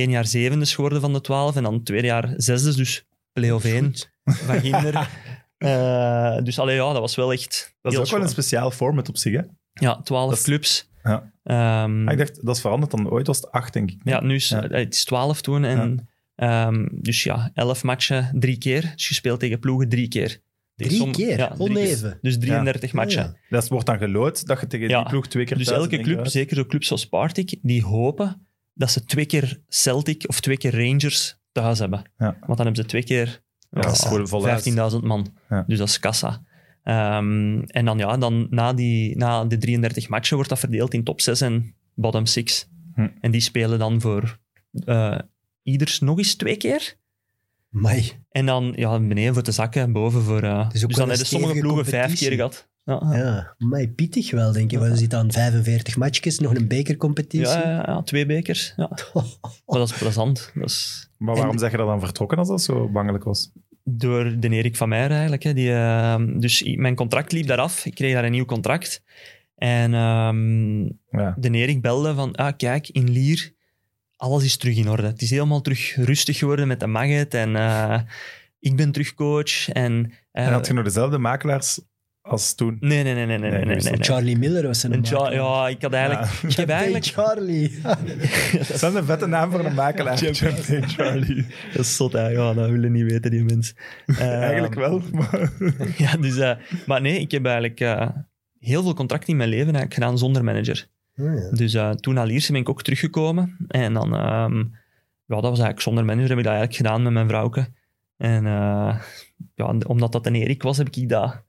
één jaar zevendes geworden van de twaalf en dan het tweede jaar zesdes, dus play-off één van Ginder. Eh, dus allee, ja, dat was wel echt
Dat is
heel
ook wel een
schoon.
speciaal format op zich. Hè?
Ja, twaalf
Dat is-
clubs.
Ja.
Ehm,
Ah, ik dacht, dat is veranderd dan ooit. Was het acht, denk ik.
ja, nu is
Ja.
eh, het is 12 toen. En, ehm, dus ja, 11 matchen drie keer. Dus je speelt tegen ploegen drie keer. Tegen
Drie
somm-
keer?
Ja, drie
Oneven?
keer. Dus 33 matchen.
Ah,
Dat wordt dan gelood dat je tegen
Ja.
die ploeg twee keer
Dus
thuis
elke
en
club,
eruit.
zeker zo clubs als Partick, die hopen dat ze twee keer Celtic of twee keer Rangers thuis hebben.
Ja.
Want dan hebben ze twee keer
Ja,
ja,
voor de voluit.
15.000 man.
Ja.
Dus dat is kassa. Ehm, en dan, ja, dan na, die, na de 33 matchen wordt dat verdeeld in top 6 en bottom 6.
Hm.
En die spelen dan voor eh, ieders nog eens twee keer.
Amai.
En dan ja, beneden voor de zakken en boven voor... eh,
is
dus
ook
dan
wel een
hebben sommige
stevige
ploegen vijf
competitie.
keer gehad. Ja, ja.
Ja, amai, pittig wel, denk ik. We zitten aan 45 matchjes, nog een bekercompetitie.
Ja, ja, ja, twee bekers. Ja. Maar dat is plezant. Dat is
Maar waarom zeg je dat dan vertrokken als dat zo bangelijk was?
door de Erik van Meijer eigenlijk. Hè, die, eh, dus i- mijn contract liep daar af. Ik kreeg daar een nieuw contract. En ehm,
Ja.
de Erik belde van, ah, kijk, in Lier, alles is terug in orde. Het is helemaal terug rustig geworden met de maggot. En eh, ik ben terug coach. En, eh,
En had je nog dezelfde makelaars als toen.
Nee, nee, nee, nee, nee, nee, nee. nee.
Charlie Miller was zijn
Een
naam.
Ja, ja, ik had eigenlijk... Ik heb
Hey,
eigenlijk...
Charlie.
Dat is wel een vette naam voor een makelaar.
Ja.
Jump Day Charlie.
Dat is zot, hè. Ja, dat willen niet weten, die mensen.
Eigenlijk wel, maar...
Ja, dus, eh, maar nee, ik heb eigenlijk eh, heel veel contracten in mijn leven eigenlijk gedaan zonder manager.
Oh, ja.
Dus eh, toen naar Lierse ben ik ook teruggekomen. En dan, ehm, ja, dat was eigenlijk zonder manager, heb ik dat eigenlijk gedaan met mijn vrouwke. En eh, ja, omdat dat een Erik was, heb ik dat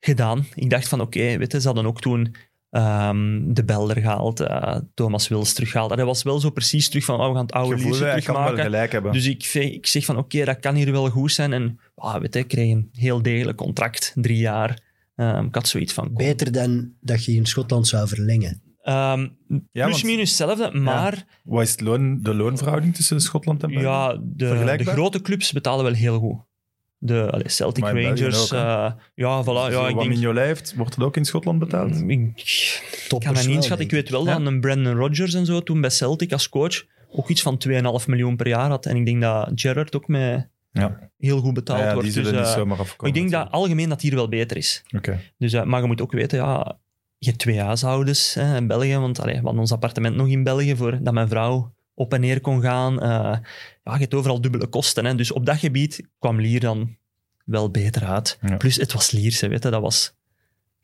gedaan. Ik dacht van, oké, weet je, ze hadden ook toen ehm, de Belder gehaald, eh, Thomas Wils teruggehaald. En dat was wel zo precies terug van, oh, we gaan het oude
Gevoel,
Lierse
hij kan wel
terugmaken.
gelijk hebben.
Dus ik, ve- ik zeg van oké, dat kan hier wel goed zijn. En ah, weet je, ik kreeg een heel degelijk contract, drie jaar. Ehm, ik had zoiets van... kom.
Beter dan dat je in Schotland zou verlengen.
Ehm,
Ja,
plus
want-
minus hetzelfde, maar
Wat is het loon, de loonverhouding tussen Schotland en
ja,
België?
de, de
Vergelijkbaar?
grote clubs betalen wel heel goed. De allee, Celtic
Maar in België
Rangers,
ook, hè?
eh, ja, voilà.
Zo
Ja, ik
wat
denk, Hmm,
Mignolet heeft, wordt het ook in Schotland betaald?
ik,
Top
Ik kan dat niet inschatten. Ik weet wel dat een Brandon Rodgers en zo toen bij Celtic als coach ook iets van 2,5 miljoen per jaar had. En ik denk dat Gerrard ook met
Ja.
heel goed betaald
ja,
wordt.
die zullen
Dus,
niet
eh,
zomaar
maar
afkomen.
ik denk dat algemeen dat hier wel beter is.
natuurlijk. Oké.
Dus, eh, maar je moet ook weten, ja, je hebt twee huishoudens hè, in België. Want allee, we hadden ons appartement nog in België voordat mijn vrouw op en neer kon gaan. Eh, ja, je hebt overal dubbele kosten. Hè. Dus op dat gebied kwam Lier dan wel beter uit.
Ja.
Plus, het was Lierse, weet je, dat was...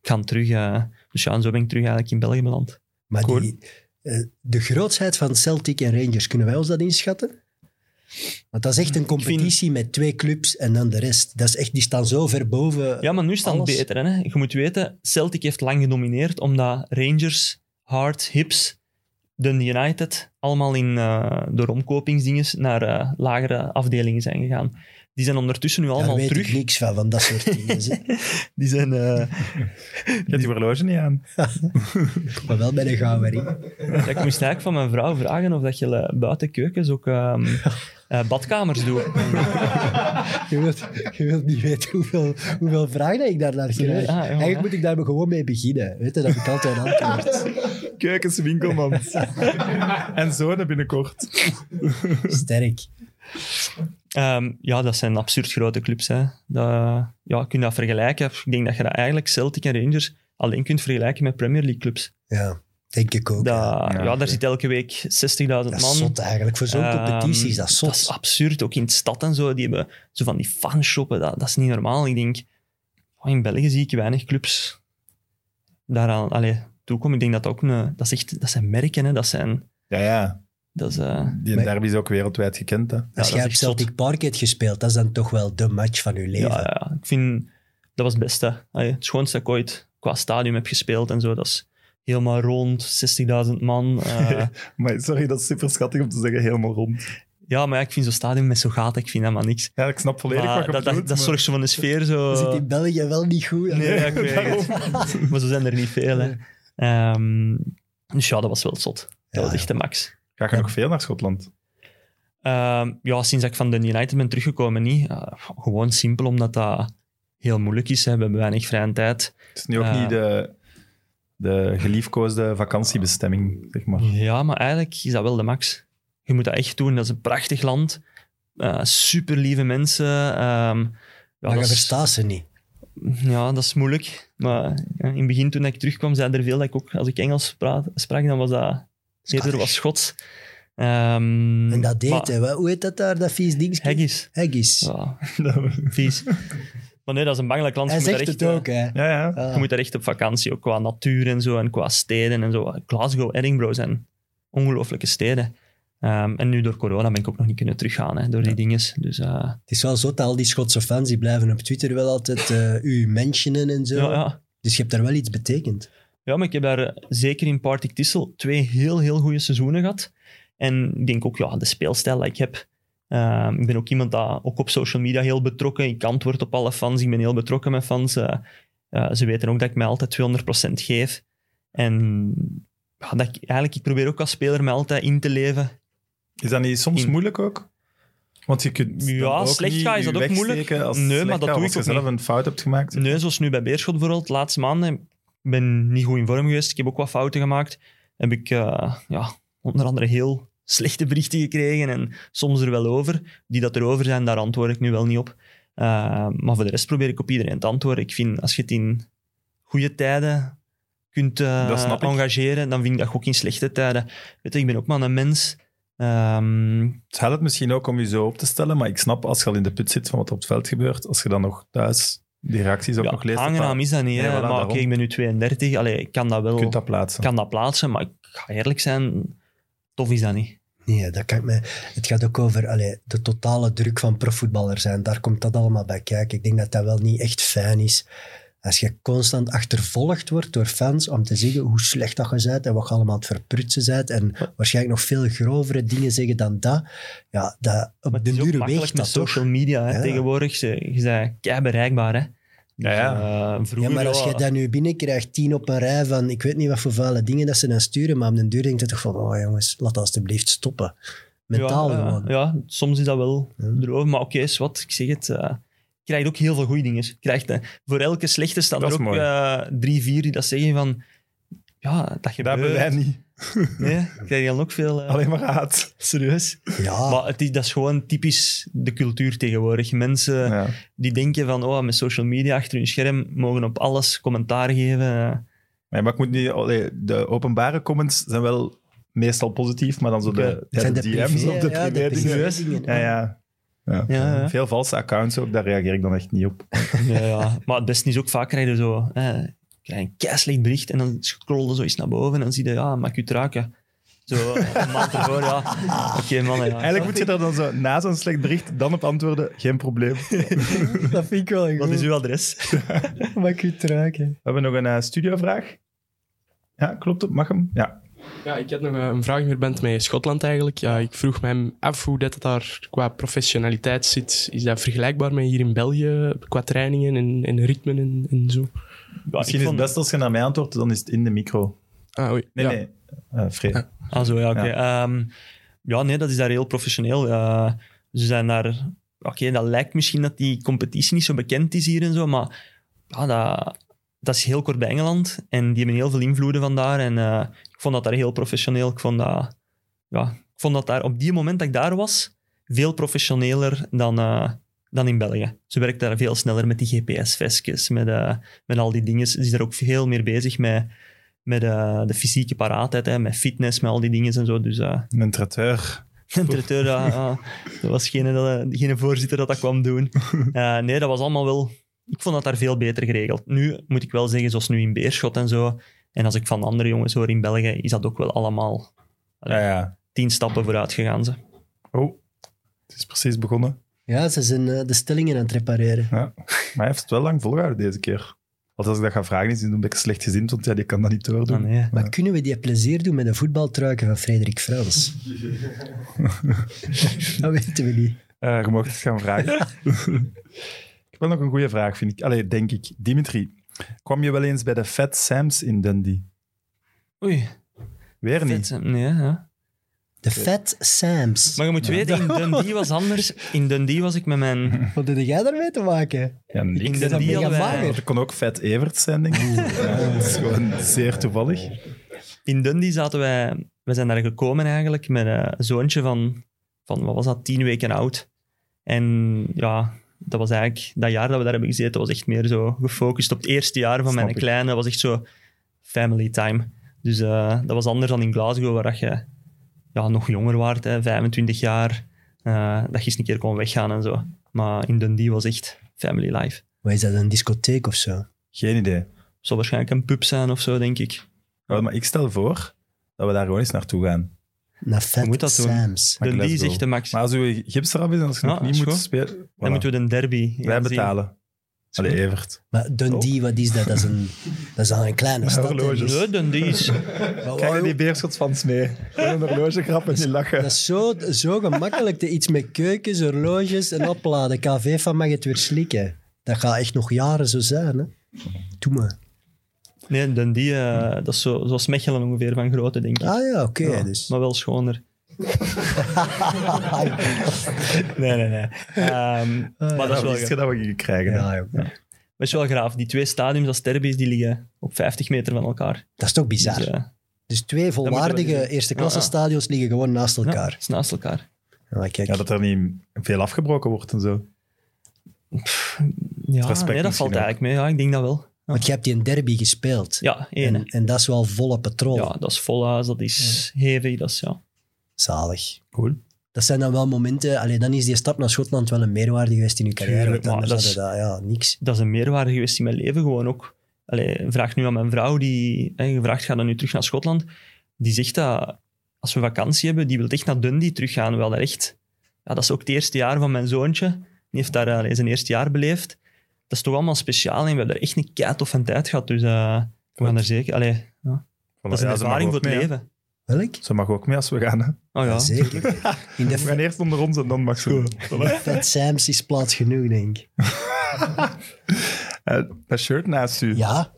Ik ga terug... eh, dus ja, en zo ben ik terug eigenlijk in België beland.
Maar
Cool.
die, eh, de grootsheid van Celtic en Rangers, kunnen wij ons dat inschatten? Want dat is echt een competitie met twee clubs en dan de rest. Dat is echt, die staan zo ver boven.
Ja, maar nu staat het
Alles.
beter. Hè? Je moet weten, Celtic heeft lang gedomineerd omdat Rangers, Hart, Hips, Dundee United allemaal in, eh door omkopingsdinges naar eh, lagere afdelingen zijn gegaan. Die zijn ondertussen nu
Daar
allemaal
weet
terug.
ik niks van, van dat soort dingen. zeg.
Die zijn... eh,
Je hebt die horloge niet aan.
maar wel bij de Gouwering.
ja, ik moest eigenlijk van mijn vrouw vragen of dat je eh, buiten keukens ook ehm, eh, badkamers doet.
Je wilt, je wilt niet weten hoeveel, hoeveel vragen dat ik daar naar krijg.
Ah, ja,
Eigenlijk
hè?
moet ik daar maar gewoon mee beginnen. Weet je, dat ik altijd antwoord.
Kijk eens, winkelman. en zonen binnenkort.
Sterk.
Ehm, ja, dat zijn absurd grote clubs. Hè. Dat, ja, kun je dat vergelijken? Ik denk dat je dat eigenlijk Celtic en Rangers alleen kunt vergelijken met Premier League clubs.
Ja, denk ik ook.
Dat,
ja.
ja,
Ja,
daar
oké.
zit elke week 60.000
Dat is
man.
zot eigenlijk. Voor zo'n
Ehm,
competitie is dat
Dat is
zot.
absurd. Ook in de stad en zo. Die hebben zo van die fanshoppen. Dat, dat is niet normaal. Ik denk, oh, in België zie ik weinig clubs daaraan allee, toekomen. Ik denk dat dat ook een, dat, is echt, dat zijn merken. Hè. Dat zijn.
Ja, ja.
Dat is, eh,
Die
Maar-
derby is ook wereldwijd gekend, hè.
Als
dat
jij
is
op
echt zot.
Celtic Park hebt gespeeld, dat is dan toch wel de match van je
ja,
leven.
ja, ik vind dat was het beste. Allee, het schoonste dat ik ooit qua stadium heb gespeeld en zo. Dat is helemaal rond, 60.000 man. eh,
Maar sorry, dat is super schattig om te zeggen, helemaal rond.
ja, maar ja, ik vind zo'n stadium met zo'n gaten, ik vind helemaal niks.
Ja, ik snap volledig
Maar
wat je
dat, dat,
bedoelt,
dat
maar-
zorgt zo van de sfeer zo...
Dat zit in België wel niet goed.
Eh, Nee, ja, ik weet
Daarom.
het. Maar zo zijn er niet veel, hè. Ehm, dus ja, dat was wel zot. Dat
Ja,
was echt de max.
Ga je nog veel naar Schotland?
Ehm, ja, sinds dat ik van de United ben teruggekomen, niet. Eh, gewoon simpel, omdat dat heel moeilijk is. Hè. We hebben weinig vrije tijd.
Het is nu ook
Ja.
niet de, de geliefkoosde vakantiebestemming, zeg maar.
Ja, maar eigenlijk is dat wel de max. Je moet dat echt doen. Dat is een prachtig land. super lieve mensen. Ehm, ja,
maar
dat
je
is-
verstaat ze niet.
Ja, dat is moeilijk. Maar ja, in het begin, toen ik terugkwam, zei er veel dat ik ook, als ik Engels praat, sprak, dan was dat eerder wat Schots. Ehm,
En dat deed,
maar-
hè. Wat- Hoe heet dat daar, dat vies dingetje?
Haggis.
Haggis.
Ja, vies. Maar nee, dat is een bangelijk land.
Hij
Je moet
zegt
daar
het
echt,
ook, hè.
Ja, ja.
eh,
Ah.
Je moet daar echt op vakantie, ook qua natuur en zo, en qua steden en zo. Glasgow, Edinburgh zijn ongelooflijke steden. Ehm, en nu door corona ben ik ook nog niet kunnen teruggaan, hè, door die dinges. Dus eh,
Het is wel zo dat al die Schotse fans, die blijven op Twitter wel altijd eh u mentionen en zo.
ja, ja.
Dus je hebt daar wel iets betekend.
Ja, maar ik heb daar eh, zeker in Partick Tissel twee heel, heel goede seizoenen gehad. En ik denk ook, ja, de speelstijl die ik heb. Ehm, ik ben ook iemand dat ook op social media heel betrokken. Ik antwoord op alle fans. Ik ben heel betrokken met fans. Eh, eh, ze weten ook dat ik mij altijd 200% geef. En ja, dat ik, eigenlijk, ik probeer ook als speler mij altijd in te leven.
Is dat niet soms
In-
moeilijk ook? Want je kunt dan
Ja,
ook
slecht
niet
gaan is
je
dat ook moeilijk.
wegsteken als
Nee, maar
slecht
dat
gaan,
doe
als
ik ook
je zelf
niet.
een fout hebt gemaakt.
Nee, zoals nu bij Beerschot bijvoorbeeld, de laatste maanden. Ik ben niet goed in vorm geweest. Ik heb ook wat fouten gemaakt. Heb ik eh, ja, onder andere heel slechte berichten gekregen en soms er wel over. Die dat erover zijn, daar antwoord ik nu wel niet op. Ehm, Eh, maar voor de rest probeer ik op iedereen te antwoorden. Ik vind, als je het in goede tijden kunt eh,
Dat snap ik.
engageren, dan vind ik dat ook in slechte tijden. Weet je, ik ben ook maar een mens. Ehm,
Het helpt misschien ook om je zo op te stellen, maar ik snap als je al in de put zit van wat op het veld gebeurt, als je dan nog thuis die reacties ook
ja,
nog leest, dat
aangenaam
dat-
is dat niet. hè.
Nee, voilà,
maar oké,
daarom.
ik ben nu 32. Allee, ik kan dat wel
je kunt dat plaatsen.
kan dat plaatsen, maar ik ga eerlijk zijn, tof is dat niet.
Nee, dat kan ik me... Het gaat ook over allee, de totale druk van profvoetballer zijn. Daar komt dat allemaal bij kijken. Ik denk dat dat wel niet echt fijn is. Als je constant achtervolgd wordt door fans om te zeggen hoe slecht dat je bent en wat je allemaal aan het verprutsen bent en waarschijnlijk nog veel grovere dingen zeggen dan dat, ja, dat,
Maar
op
het
de
is ook
duur
makkelijk
weegt
met
dat toch.
social media hè,
Ja.
tegenwoordig. Ze- Je bent kei bereikbaar. Hè.
Ja, ja.
Eh,
Ja,
vroeger,
maar als je dat nu binnenkrijgt, tien op een rij van ik weet niet wat voor vuile dingen dat ze dan sturen, maar op den duur denk je toch van, oh jongens, laat dat alsjeblieft stoppen. Mentaal
ja, eh,
gewoon.
Ja, soms is dat wel
Ja.
droog, maar oké, is wat ik zeg het. eh, je krijgt ook heel veel goede dingen. Je krijgt, eh, voor elke slechte staan
Dat
er
is
ook
mooi.
eh, drie, vier die dat zeggen van... Ja, dat
Dat hebben
gebeurt.
wij niet.
Nee, ik krijg dan ook veel... eh,
Alleen maar haat.
serieus.
Ja,
Maar het is, dat is gewoon typisch de cultuur tegenwoordig. Mensen...
Ja.
die denken van, oh, met social media achter hun scherm mogen op alles commentaar geven.
Nee, maar ik moet niet... allee, de openbare comments zijn wel meestal positief, maar dan zo de, ja,
zijn
de
de
DM's
privé-
of de
ja, de
privé dingen.
privé dingen.
Ja, ja. Ja.
Ja, ja.
Veel valse accounts ook, daar reageer ik dan echt niet
Ah,
op.
Ja, ja. Maar het beste is ook vaak krijgen zo hè, krijg je een keislecht bericht en dan scroll je zo eens naar boven en dan zie je, ja, maak je het raken. Zo, een maand ervoor, ja. Oké, mannen, ja.
Eigenlijk moet je daar dan zo na zo'n slecht bericht dan op antwoorden, geen probleem.
dat vind ik wel goed.
Wat is uw adres?
Maak je
We hebben nog een eh, studiovraag. Ja, klopt het? Mag hem? Ja.
Ja, ik had nog eh, een vraag meer bent met Schotland eigenlijk. Ja, ik vroeg me hem af hoe dat het daar qua professionaliteit zit. Is dat vergelijkbaar met hier in België qua trainingen en, en ritmen en, en zo?
Ja,
Misschien
ik
is het
vond-
best als je naar mij antwoordt, dan is het in de micro.
Ah, oei.
Nee,
ja.
nee. Eh, Fred.
Ah, zo, ja, oké. Ehm, ja, nee, dat is daar heel professioneel. Eh, ze zijn daar... Oké, dat lijkt misschien dat die competitie niet zo bekend is hier en zo, maar ja, dat, dat is heel kort bij Engeland. En die hebben heel veel invloeden vandaar. En eh, ik vond dat daar heel professioneel. Ik vond dat... Ja, ik vond dat daar op die moment dat ik daar was, veel professioneler dan, eh, dan in België. Ze werkt daar veel sneller met die GPS-vestjes, met, eh, met al die dingen. Ze is daar ook veel meer bezig met, met eh, de fysieke paraatheid, hè, met fitness, met al die dingen en zo. Dus eh
Een traiteur.
de directeur, ja, ja, dat was geen, eh, geen voorzitter dat dat kwam doen. Eh, nee, dat was allemaal wel... Ik vond dat daar veel beter geregeld. Nu moet ik wel zeggen, zoals nu in Beerschot en zo, en als ik van andere jongens hoor in België, is dat ook wel allemaal
Ja, ja.
tien stappen vooruit gegaan. Ze. Ah,
Oh, het is precies begonnen.
Ja, ze zijn eh, de stellingen aan het repareren.
Maar hij heeft het wel lang volgehouden deze keer. Want als ik dat ga vragen, is hij een beetje slecht gezind, want ja, die kan dat niet doordoen.
Ah, nee.
Maar kunnen we die plezier doen met de voetbaltruiken van Frederik Frans? dat weten we niet.
Eh, je mag het gaan vragen. ik heb wel nog een goede vraag, vind ik. Allee, denk ik. Dimitri, kwam je wel eens bij de Fat Sams in Dundee?
Oei,
Weer niet.
vet. Nee, ja.
De Fat Sams.
Maar je moet weten, in Dundee was anders. In Dundee was ik met mijn...
Wat heb jij daarmee te maken?
Ja,
In
niks.
ben
Dundee
mega
hadden wij,
mager.
Want er kon ook Fat Evert zijn, denk ik. Ja, dat is gewoon zeer toevallig.
in Dundee zaten wij... We zijn daar gekomen eigenlijk met eh, een zoontje van, van... Wat was dat? Tien weken oud. En ja, dat was eigenlijk... Dat jaar dat we daar hebben gezeten was echt meer zo gefocust op het eerste jaar van
Snap
mijn
ik.
kleine. Dat was echt zo family time. Dus eh, dat was anders dan in Glasgow, waar dat je ja, nog jonger waart, hè, 25 jaar. eh, dat je eens een keer kon weggaan en zo. Maar in Dundee was echt family life.
Wat is dat, een discotheek of zo?
Geen idee.
zal waarschijnlijk een pub zijn of zo, denk ik.
Wel, maar ik stel voor dat we daar gewoon eens naartoe gaan.
Naar
moet
Fat
dat doen.
Sams.
Maar
De die
Glasgow.
zegt de max.
Maar als uw gips eraf is en als je
Ja,
nog niet
Ah, is
moet
goed.
spelen, voilà.
Dan moeten we de derby gaan
wij
zien.
betalen. Allee, Evert.
Maar Dundee, wat is dat? Dat is, een, dat is al een kleine stad. hè.
Oh.
dus-
horloges.
Nee, Dundee is...
Maar
Krijg je
wauw,
die beerschotsfans mee? Gewoon een horlogegrap en die lachen.
Dat is zo, zo gemakkelijk. te- Iets met keukens, horloges en opladen. KV van mag het weer slikken. Dat gaat echt nog jaren zo zijn. Hè? Doe maar.
Nee, Dundee, eh, dat is zo, zoals Mechelen ongeveer van grootte, denk ik.
Ah ja, oké.
Ja,
dus.
Maar wel schoner. nee, nee, nee. Ehm, maar dat is, wel
wist je
graaf.
Ah, dat we gingen krijgen. hè?
Ja, joh.
dat is wel graaf. Die twee stadiums als derbies, die liggen op 50 meter van elkaar.
Dat is toch
Dus,
bizar.
eh,
Dus twee
Dat
volwaardige
moeten
eerste klasse
Ja, ja.
stadions liggen gewoon naast
ja,
elkaar.
dat is naast elkaar.
Ja, maar kijk.
Ja, dat er niet veel afgebroken wordt en zo.
Ja,
respect
nee, dat
misschien
valt
ook.
eigenlijk mee. Ja, ik denk dat wel.
Want je hebt die in derby gespeeld.
Ja, één. hè.
en, en dat is wel volle patrol.
Ja, dat is vol huis, dat is hevig, dat is ja.
Zalig.
Cool.
Dat zijn dan wel momenten... Allee, dan is die stap naar Schotland wel een meerwaarde geweest in je carrière.
Tuurlijk,
Want anders
maar
hadden
dat
dat, ja, niks.
Dat is een meerwaarde geweest in mijn leven gewoon ook. Allee, vraag nu aan mijn vrouw, die hè, gevraagd gaat dan nu terug naar Schotland. Die zegt dat als we vakantie hebben, die wil echt naar Dundee teruggaan, wel echt. Ja, dat is ook het eerste jaar van mijn zoontje. Die heeft daar allee, zijn eerste jaar beleefd. Dat is toch allemaal speciaal en we hebben daar echt een kei toffe tijd gehad. Dus eh we gaan er zeker... Allee, dat is een
Ja, ze mag
ervaring
ook
voor het
mee, hè.
leven.
Welk?
Ze mag ook mee als we gaan. Hè.
Oh ja,
Zeker. In de
We gaan eerst onder ons en dan mag ze. Voilà.
Fat Sam's is plaats genoeg, denk ik.
Eh, dat shirt naast u.
Ja,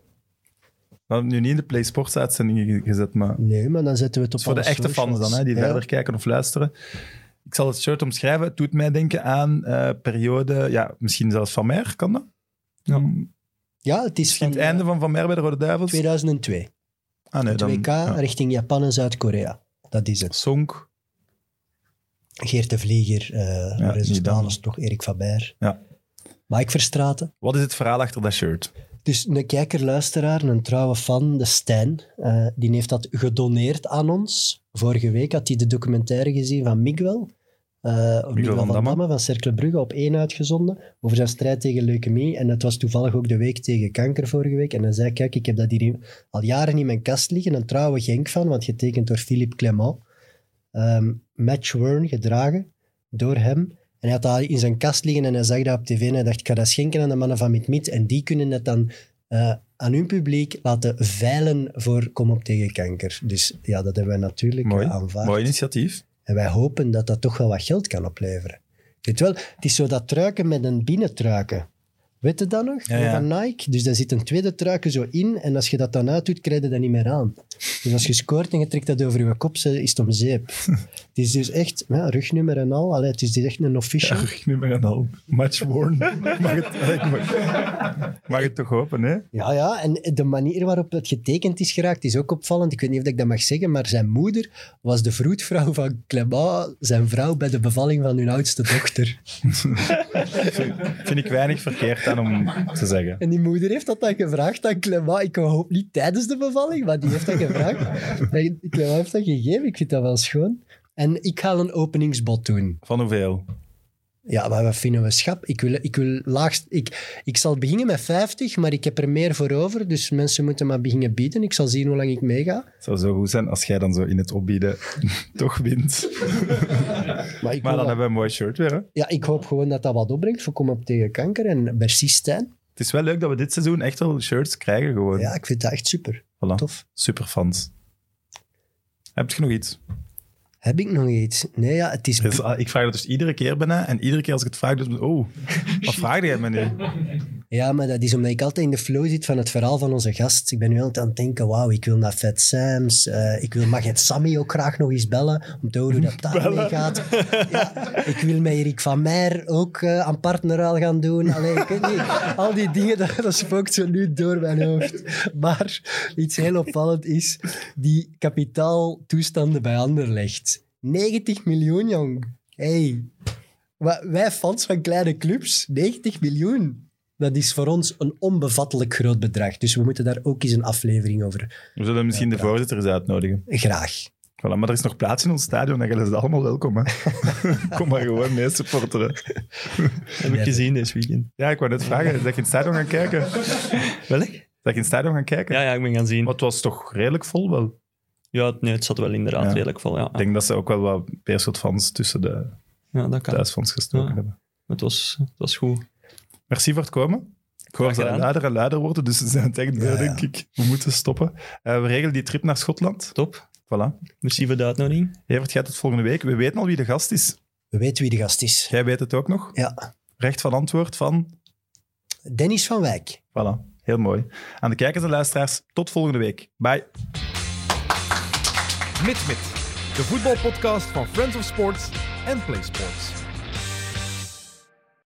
We hadden het nu niet in de Play Sports uitzendingen ge- gezet, maar het
nee, maar dan zetten we het op
is voor de
alle
echte
socials.
fans dan, hè, die
Ja.
verder kijken of luisteren. Ik zal het shirt omschrijven. Het doet mij denken aan eh, periode, ja, misschien zelfs Van Meer, kan dat? Hm,
Ja.
Misschien
Ja, het is van
het einde van eh, Van Meer bij de Rode Duivels?
2002.
Ah nee,
Het
dan...
WK
ja.
richting Japan en Zuid-Korea. Dat is het.
Sonk.
Geert de Vlieger, eh
Ja,
Lorenzo
die dan.
Stanos, toch Erik Faber.
Ja.
Mike Verstraten.
Wat is het verhaal achter dat shirt?
Dus een kijker, luisteraar, een trouwe fan, de Stijn, eh, die heeft dat gedoneerd aan ons. Vorige week had hij de documentaire gezien van Miguel. eh, of Miguel van,
Damme.
Damme van Cercle Brugge op één uitgezonden over zijn strijd tegen leukemie. En dat was toevallig ook de week tegen kanker vorige week. En hij zei, kijk, ik heb dat hier in- al jaren in mijn kast liggen. Een trouwe genk van, want getekend door Philippe Clement. Ehm Match Wern gedragen door hem. En hij had dat in zijn kast liggen en hij zag dat op tv en hij dacht, ik ga dat schenken aan de mannen van Mitmit en die kunnen het dan eh, aan hun publiek laten veilen voor Kom op tegen kanker. Dus ja, dat hebben wij natuurlijk
Mooi.
eh, aanvaard.
Mooi initiatief.
En wij hopen dat dat toch wel wat geld kan opleveren. Weet wel, het is zo dat truiken met een binnentruiken. Weet je dat nog?
Ja, ja.
Van Nike. Dus daar zit een tweede truiken zo in. En als je dat dan uit doet, krijg je dat niet meer aan. Dus als je scoort en je trekt dat over je kop, ze- is het om zeep. het is dus echt ja, rugnummer en al. Allee, het is dus echt een official. Ja,
Ik nu maar een al. Match worn. mag, het, ik mag, mag het toch hopen, hè?
ja, En de manier waarop het getekend is geraakt is ook opvallend. Ik weet niet of ik dat mag zeggen, maar zijn moeder was de vroedvrouw van Clément, zijn vrouw bij de bevalling van hun oudste dochter.
Vind ik weinig verkeerd aan om te zeggen.
En die moeder heeft dat dan gevraagd aan Clement. Ik hoop niet tijdens de bevalling, maar die heeft dat gevraagd. En Clement heeft dat gegeven. Ik vind dat wel schoon. En ik ga een openingsbod doen.
Van hoeveel?
Ja, maar wat vinden we schap? Ik wil, ik wil laagst... Ik, ik zal beginnen met 50, maar ik heb er meer voor over. Dus mensen moeten maar beginnen bieden. Ik zal zien hoe lang ik meega.
Het zou zo goed zijn als jij dan zo in het opbieden toch wint.
Maar,
Maar
ik, wil
dan
wel-
hebben we een mooi shirt weer. Hè?
ja, ik hoop gewoon dat dat wat opbrengt. Voor Kom op tegen kanker en merci Stijn.
Het is wel leuk dat we dit seizoen echt wel shirts krijgen gewoon.
Ja, ik vind dat echt super.
Voilà.
Tof.
Superfans. Heb je nog iets?
Heb ik nog iets? Nee, ja, het is...
Dus, ah, ik vraag dat dus iedere keer bijna. En iedere keer als ik het vraag, dus oh, wat vraag jij me nu?
Ja, maar dat is omdat ik altijd in de flow zit van het verhaal van onze gast. Ik ben nu altijd aan het denken, wauw, ik wil naar Fat Sam's. eh, ik wil Maget Sammy ook graag nog eens bellen, om te horen hoe dat daarmee gaat. Ja, ik wil met Erik van Meijer ook eh, aan partnerruil gaan doen. Alleen, ik weet niet, al die dingen, dat, dat spookt zo nu door mijn hoofd. Maar iets heel opvallend is die kapitaaltoestanden bij Anderlecht. 90 miljoen, jong. Hey. Wa- Wij fans van kleine clubs, 90 miljoen. Dat is voor ons een onbevattelijk groot bedrag. Dus we moeten daar ook eens een aflevering over.
We zullen misschien de voorzitter eens uitnodigen.
Graag.
Voilà, maar er is nog plaats in ons stadion. Dan zijn ze allemaal welkom. Hè? Kom maar gewoon mee supporteren.
heb ik gezien dit weekend.
Ja, ik wou net vragen. Zeg je in het stadion gaan kijken? Zeg
Welk?
je in het stadion gaan kijken?
Ja, ja, ik ben gaan zien.
Maar het was toch redelijk vol wel.
Ja, het- nee, het zat wel inderdaad
Ja.
redelijk vol. Ja.
Ik denk dat ze ook wel wat Beerschot-fans tussen de
ja, dat kan.
thuisfans gestoken
Ja.
hebben.
Het was, het was goed.
Merci voor het komen. Ik hoor
Graag
ze
gedaan.
luider en luider worden, dus ze zijn het echt,
Ja,
bij,
ja.
denk ik. We moeten stoppen. Eh, we regelen die trip naar Schotland.
Top.
Voilà.
Merci voor de uitnodiging.
Evert, jij tot volgende week. We weten al wie de gast is.
We weten wie de gast is.
Jij weet het ook nog.
Ja.
Recht van antwoord van...
Dennis van Wijk.
Voilà. Heel mooi. Aan de kijkers en luisteraars, tot volgende week. Bye.
MidMid, de voetbalpodcast van Friends of Sports en Play Sports.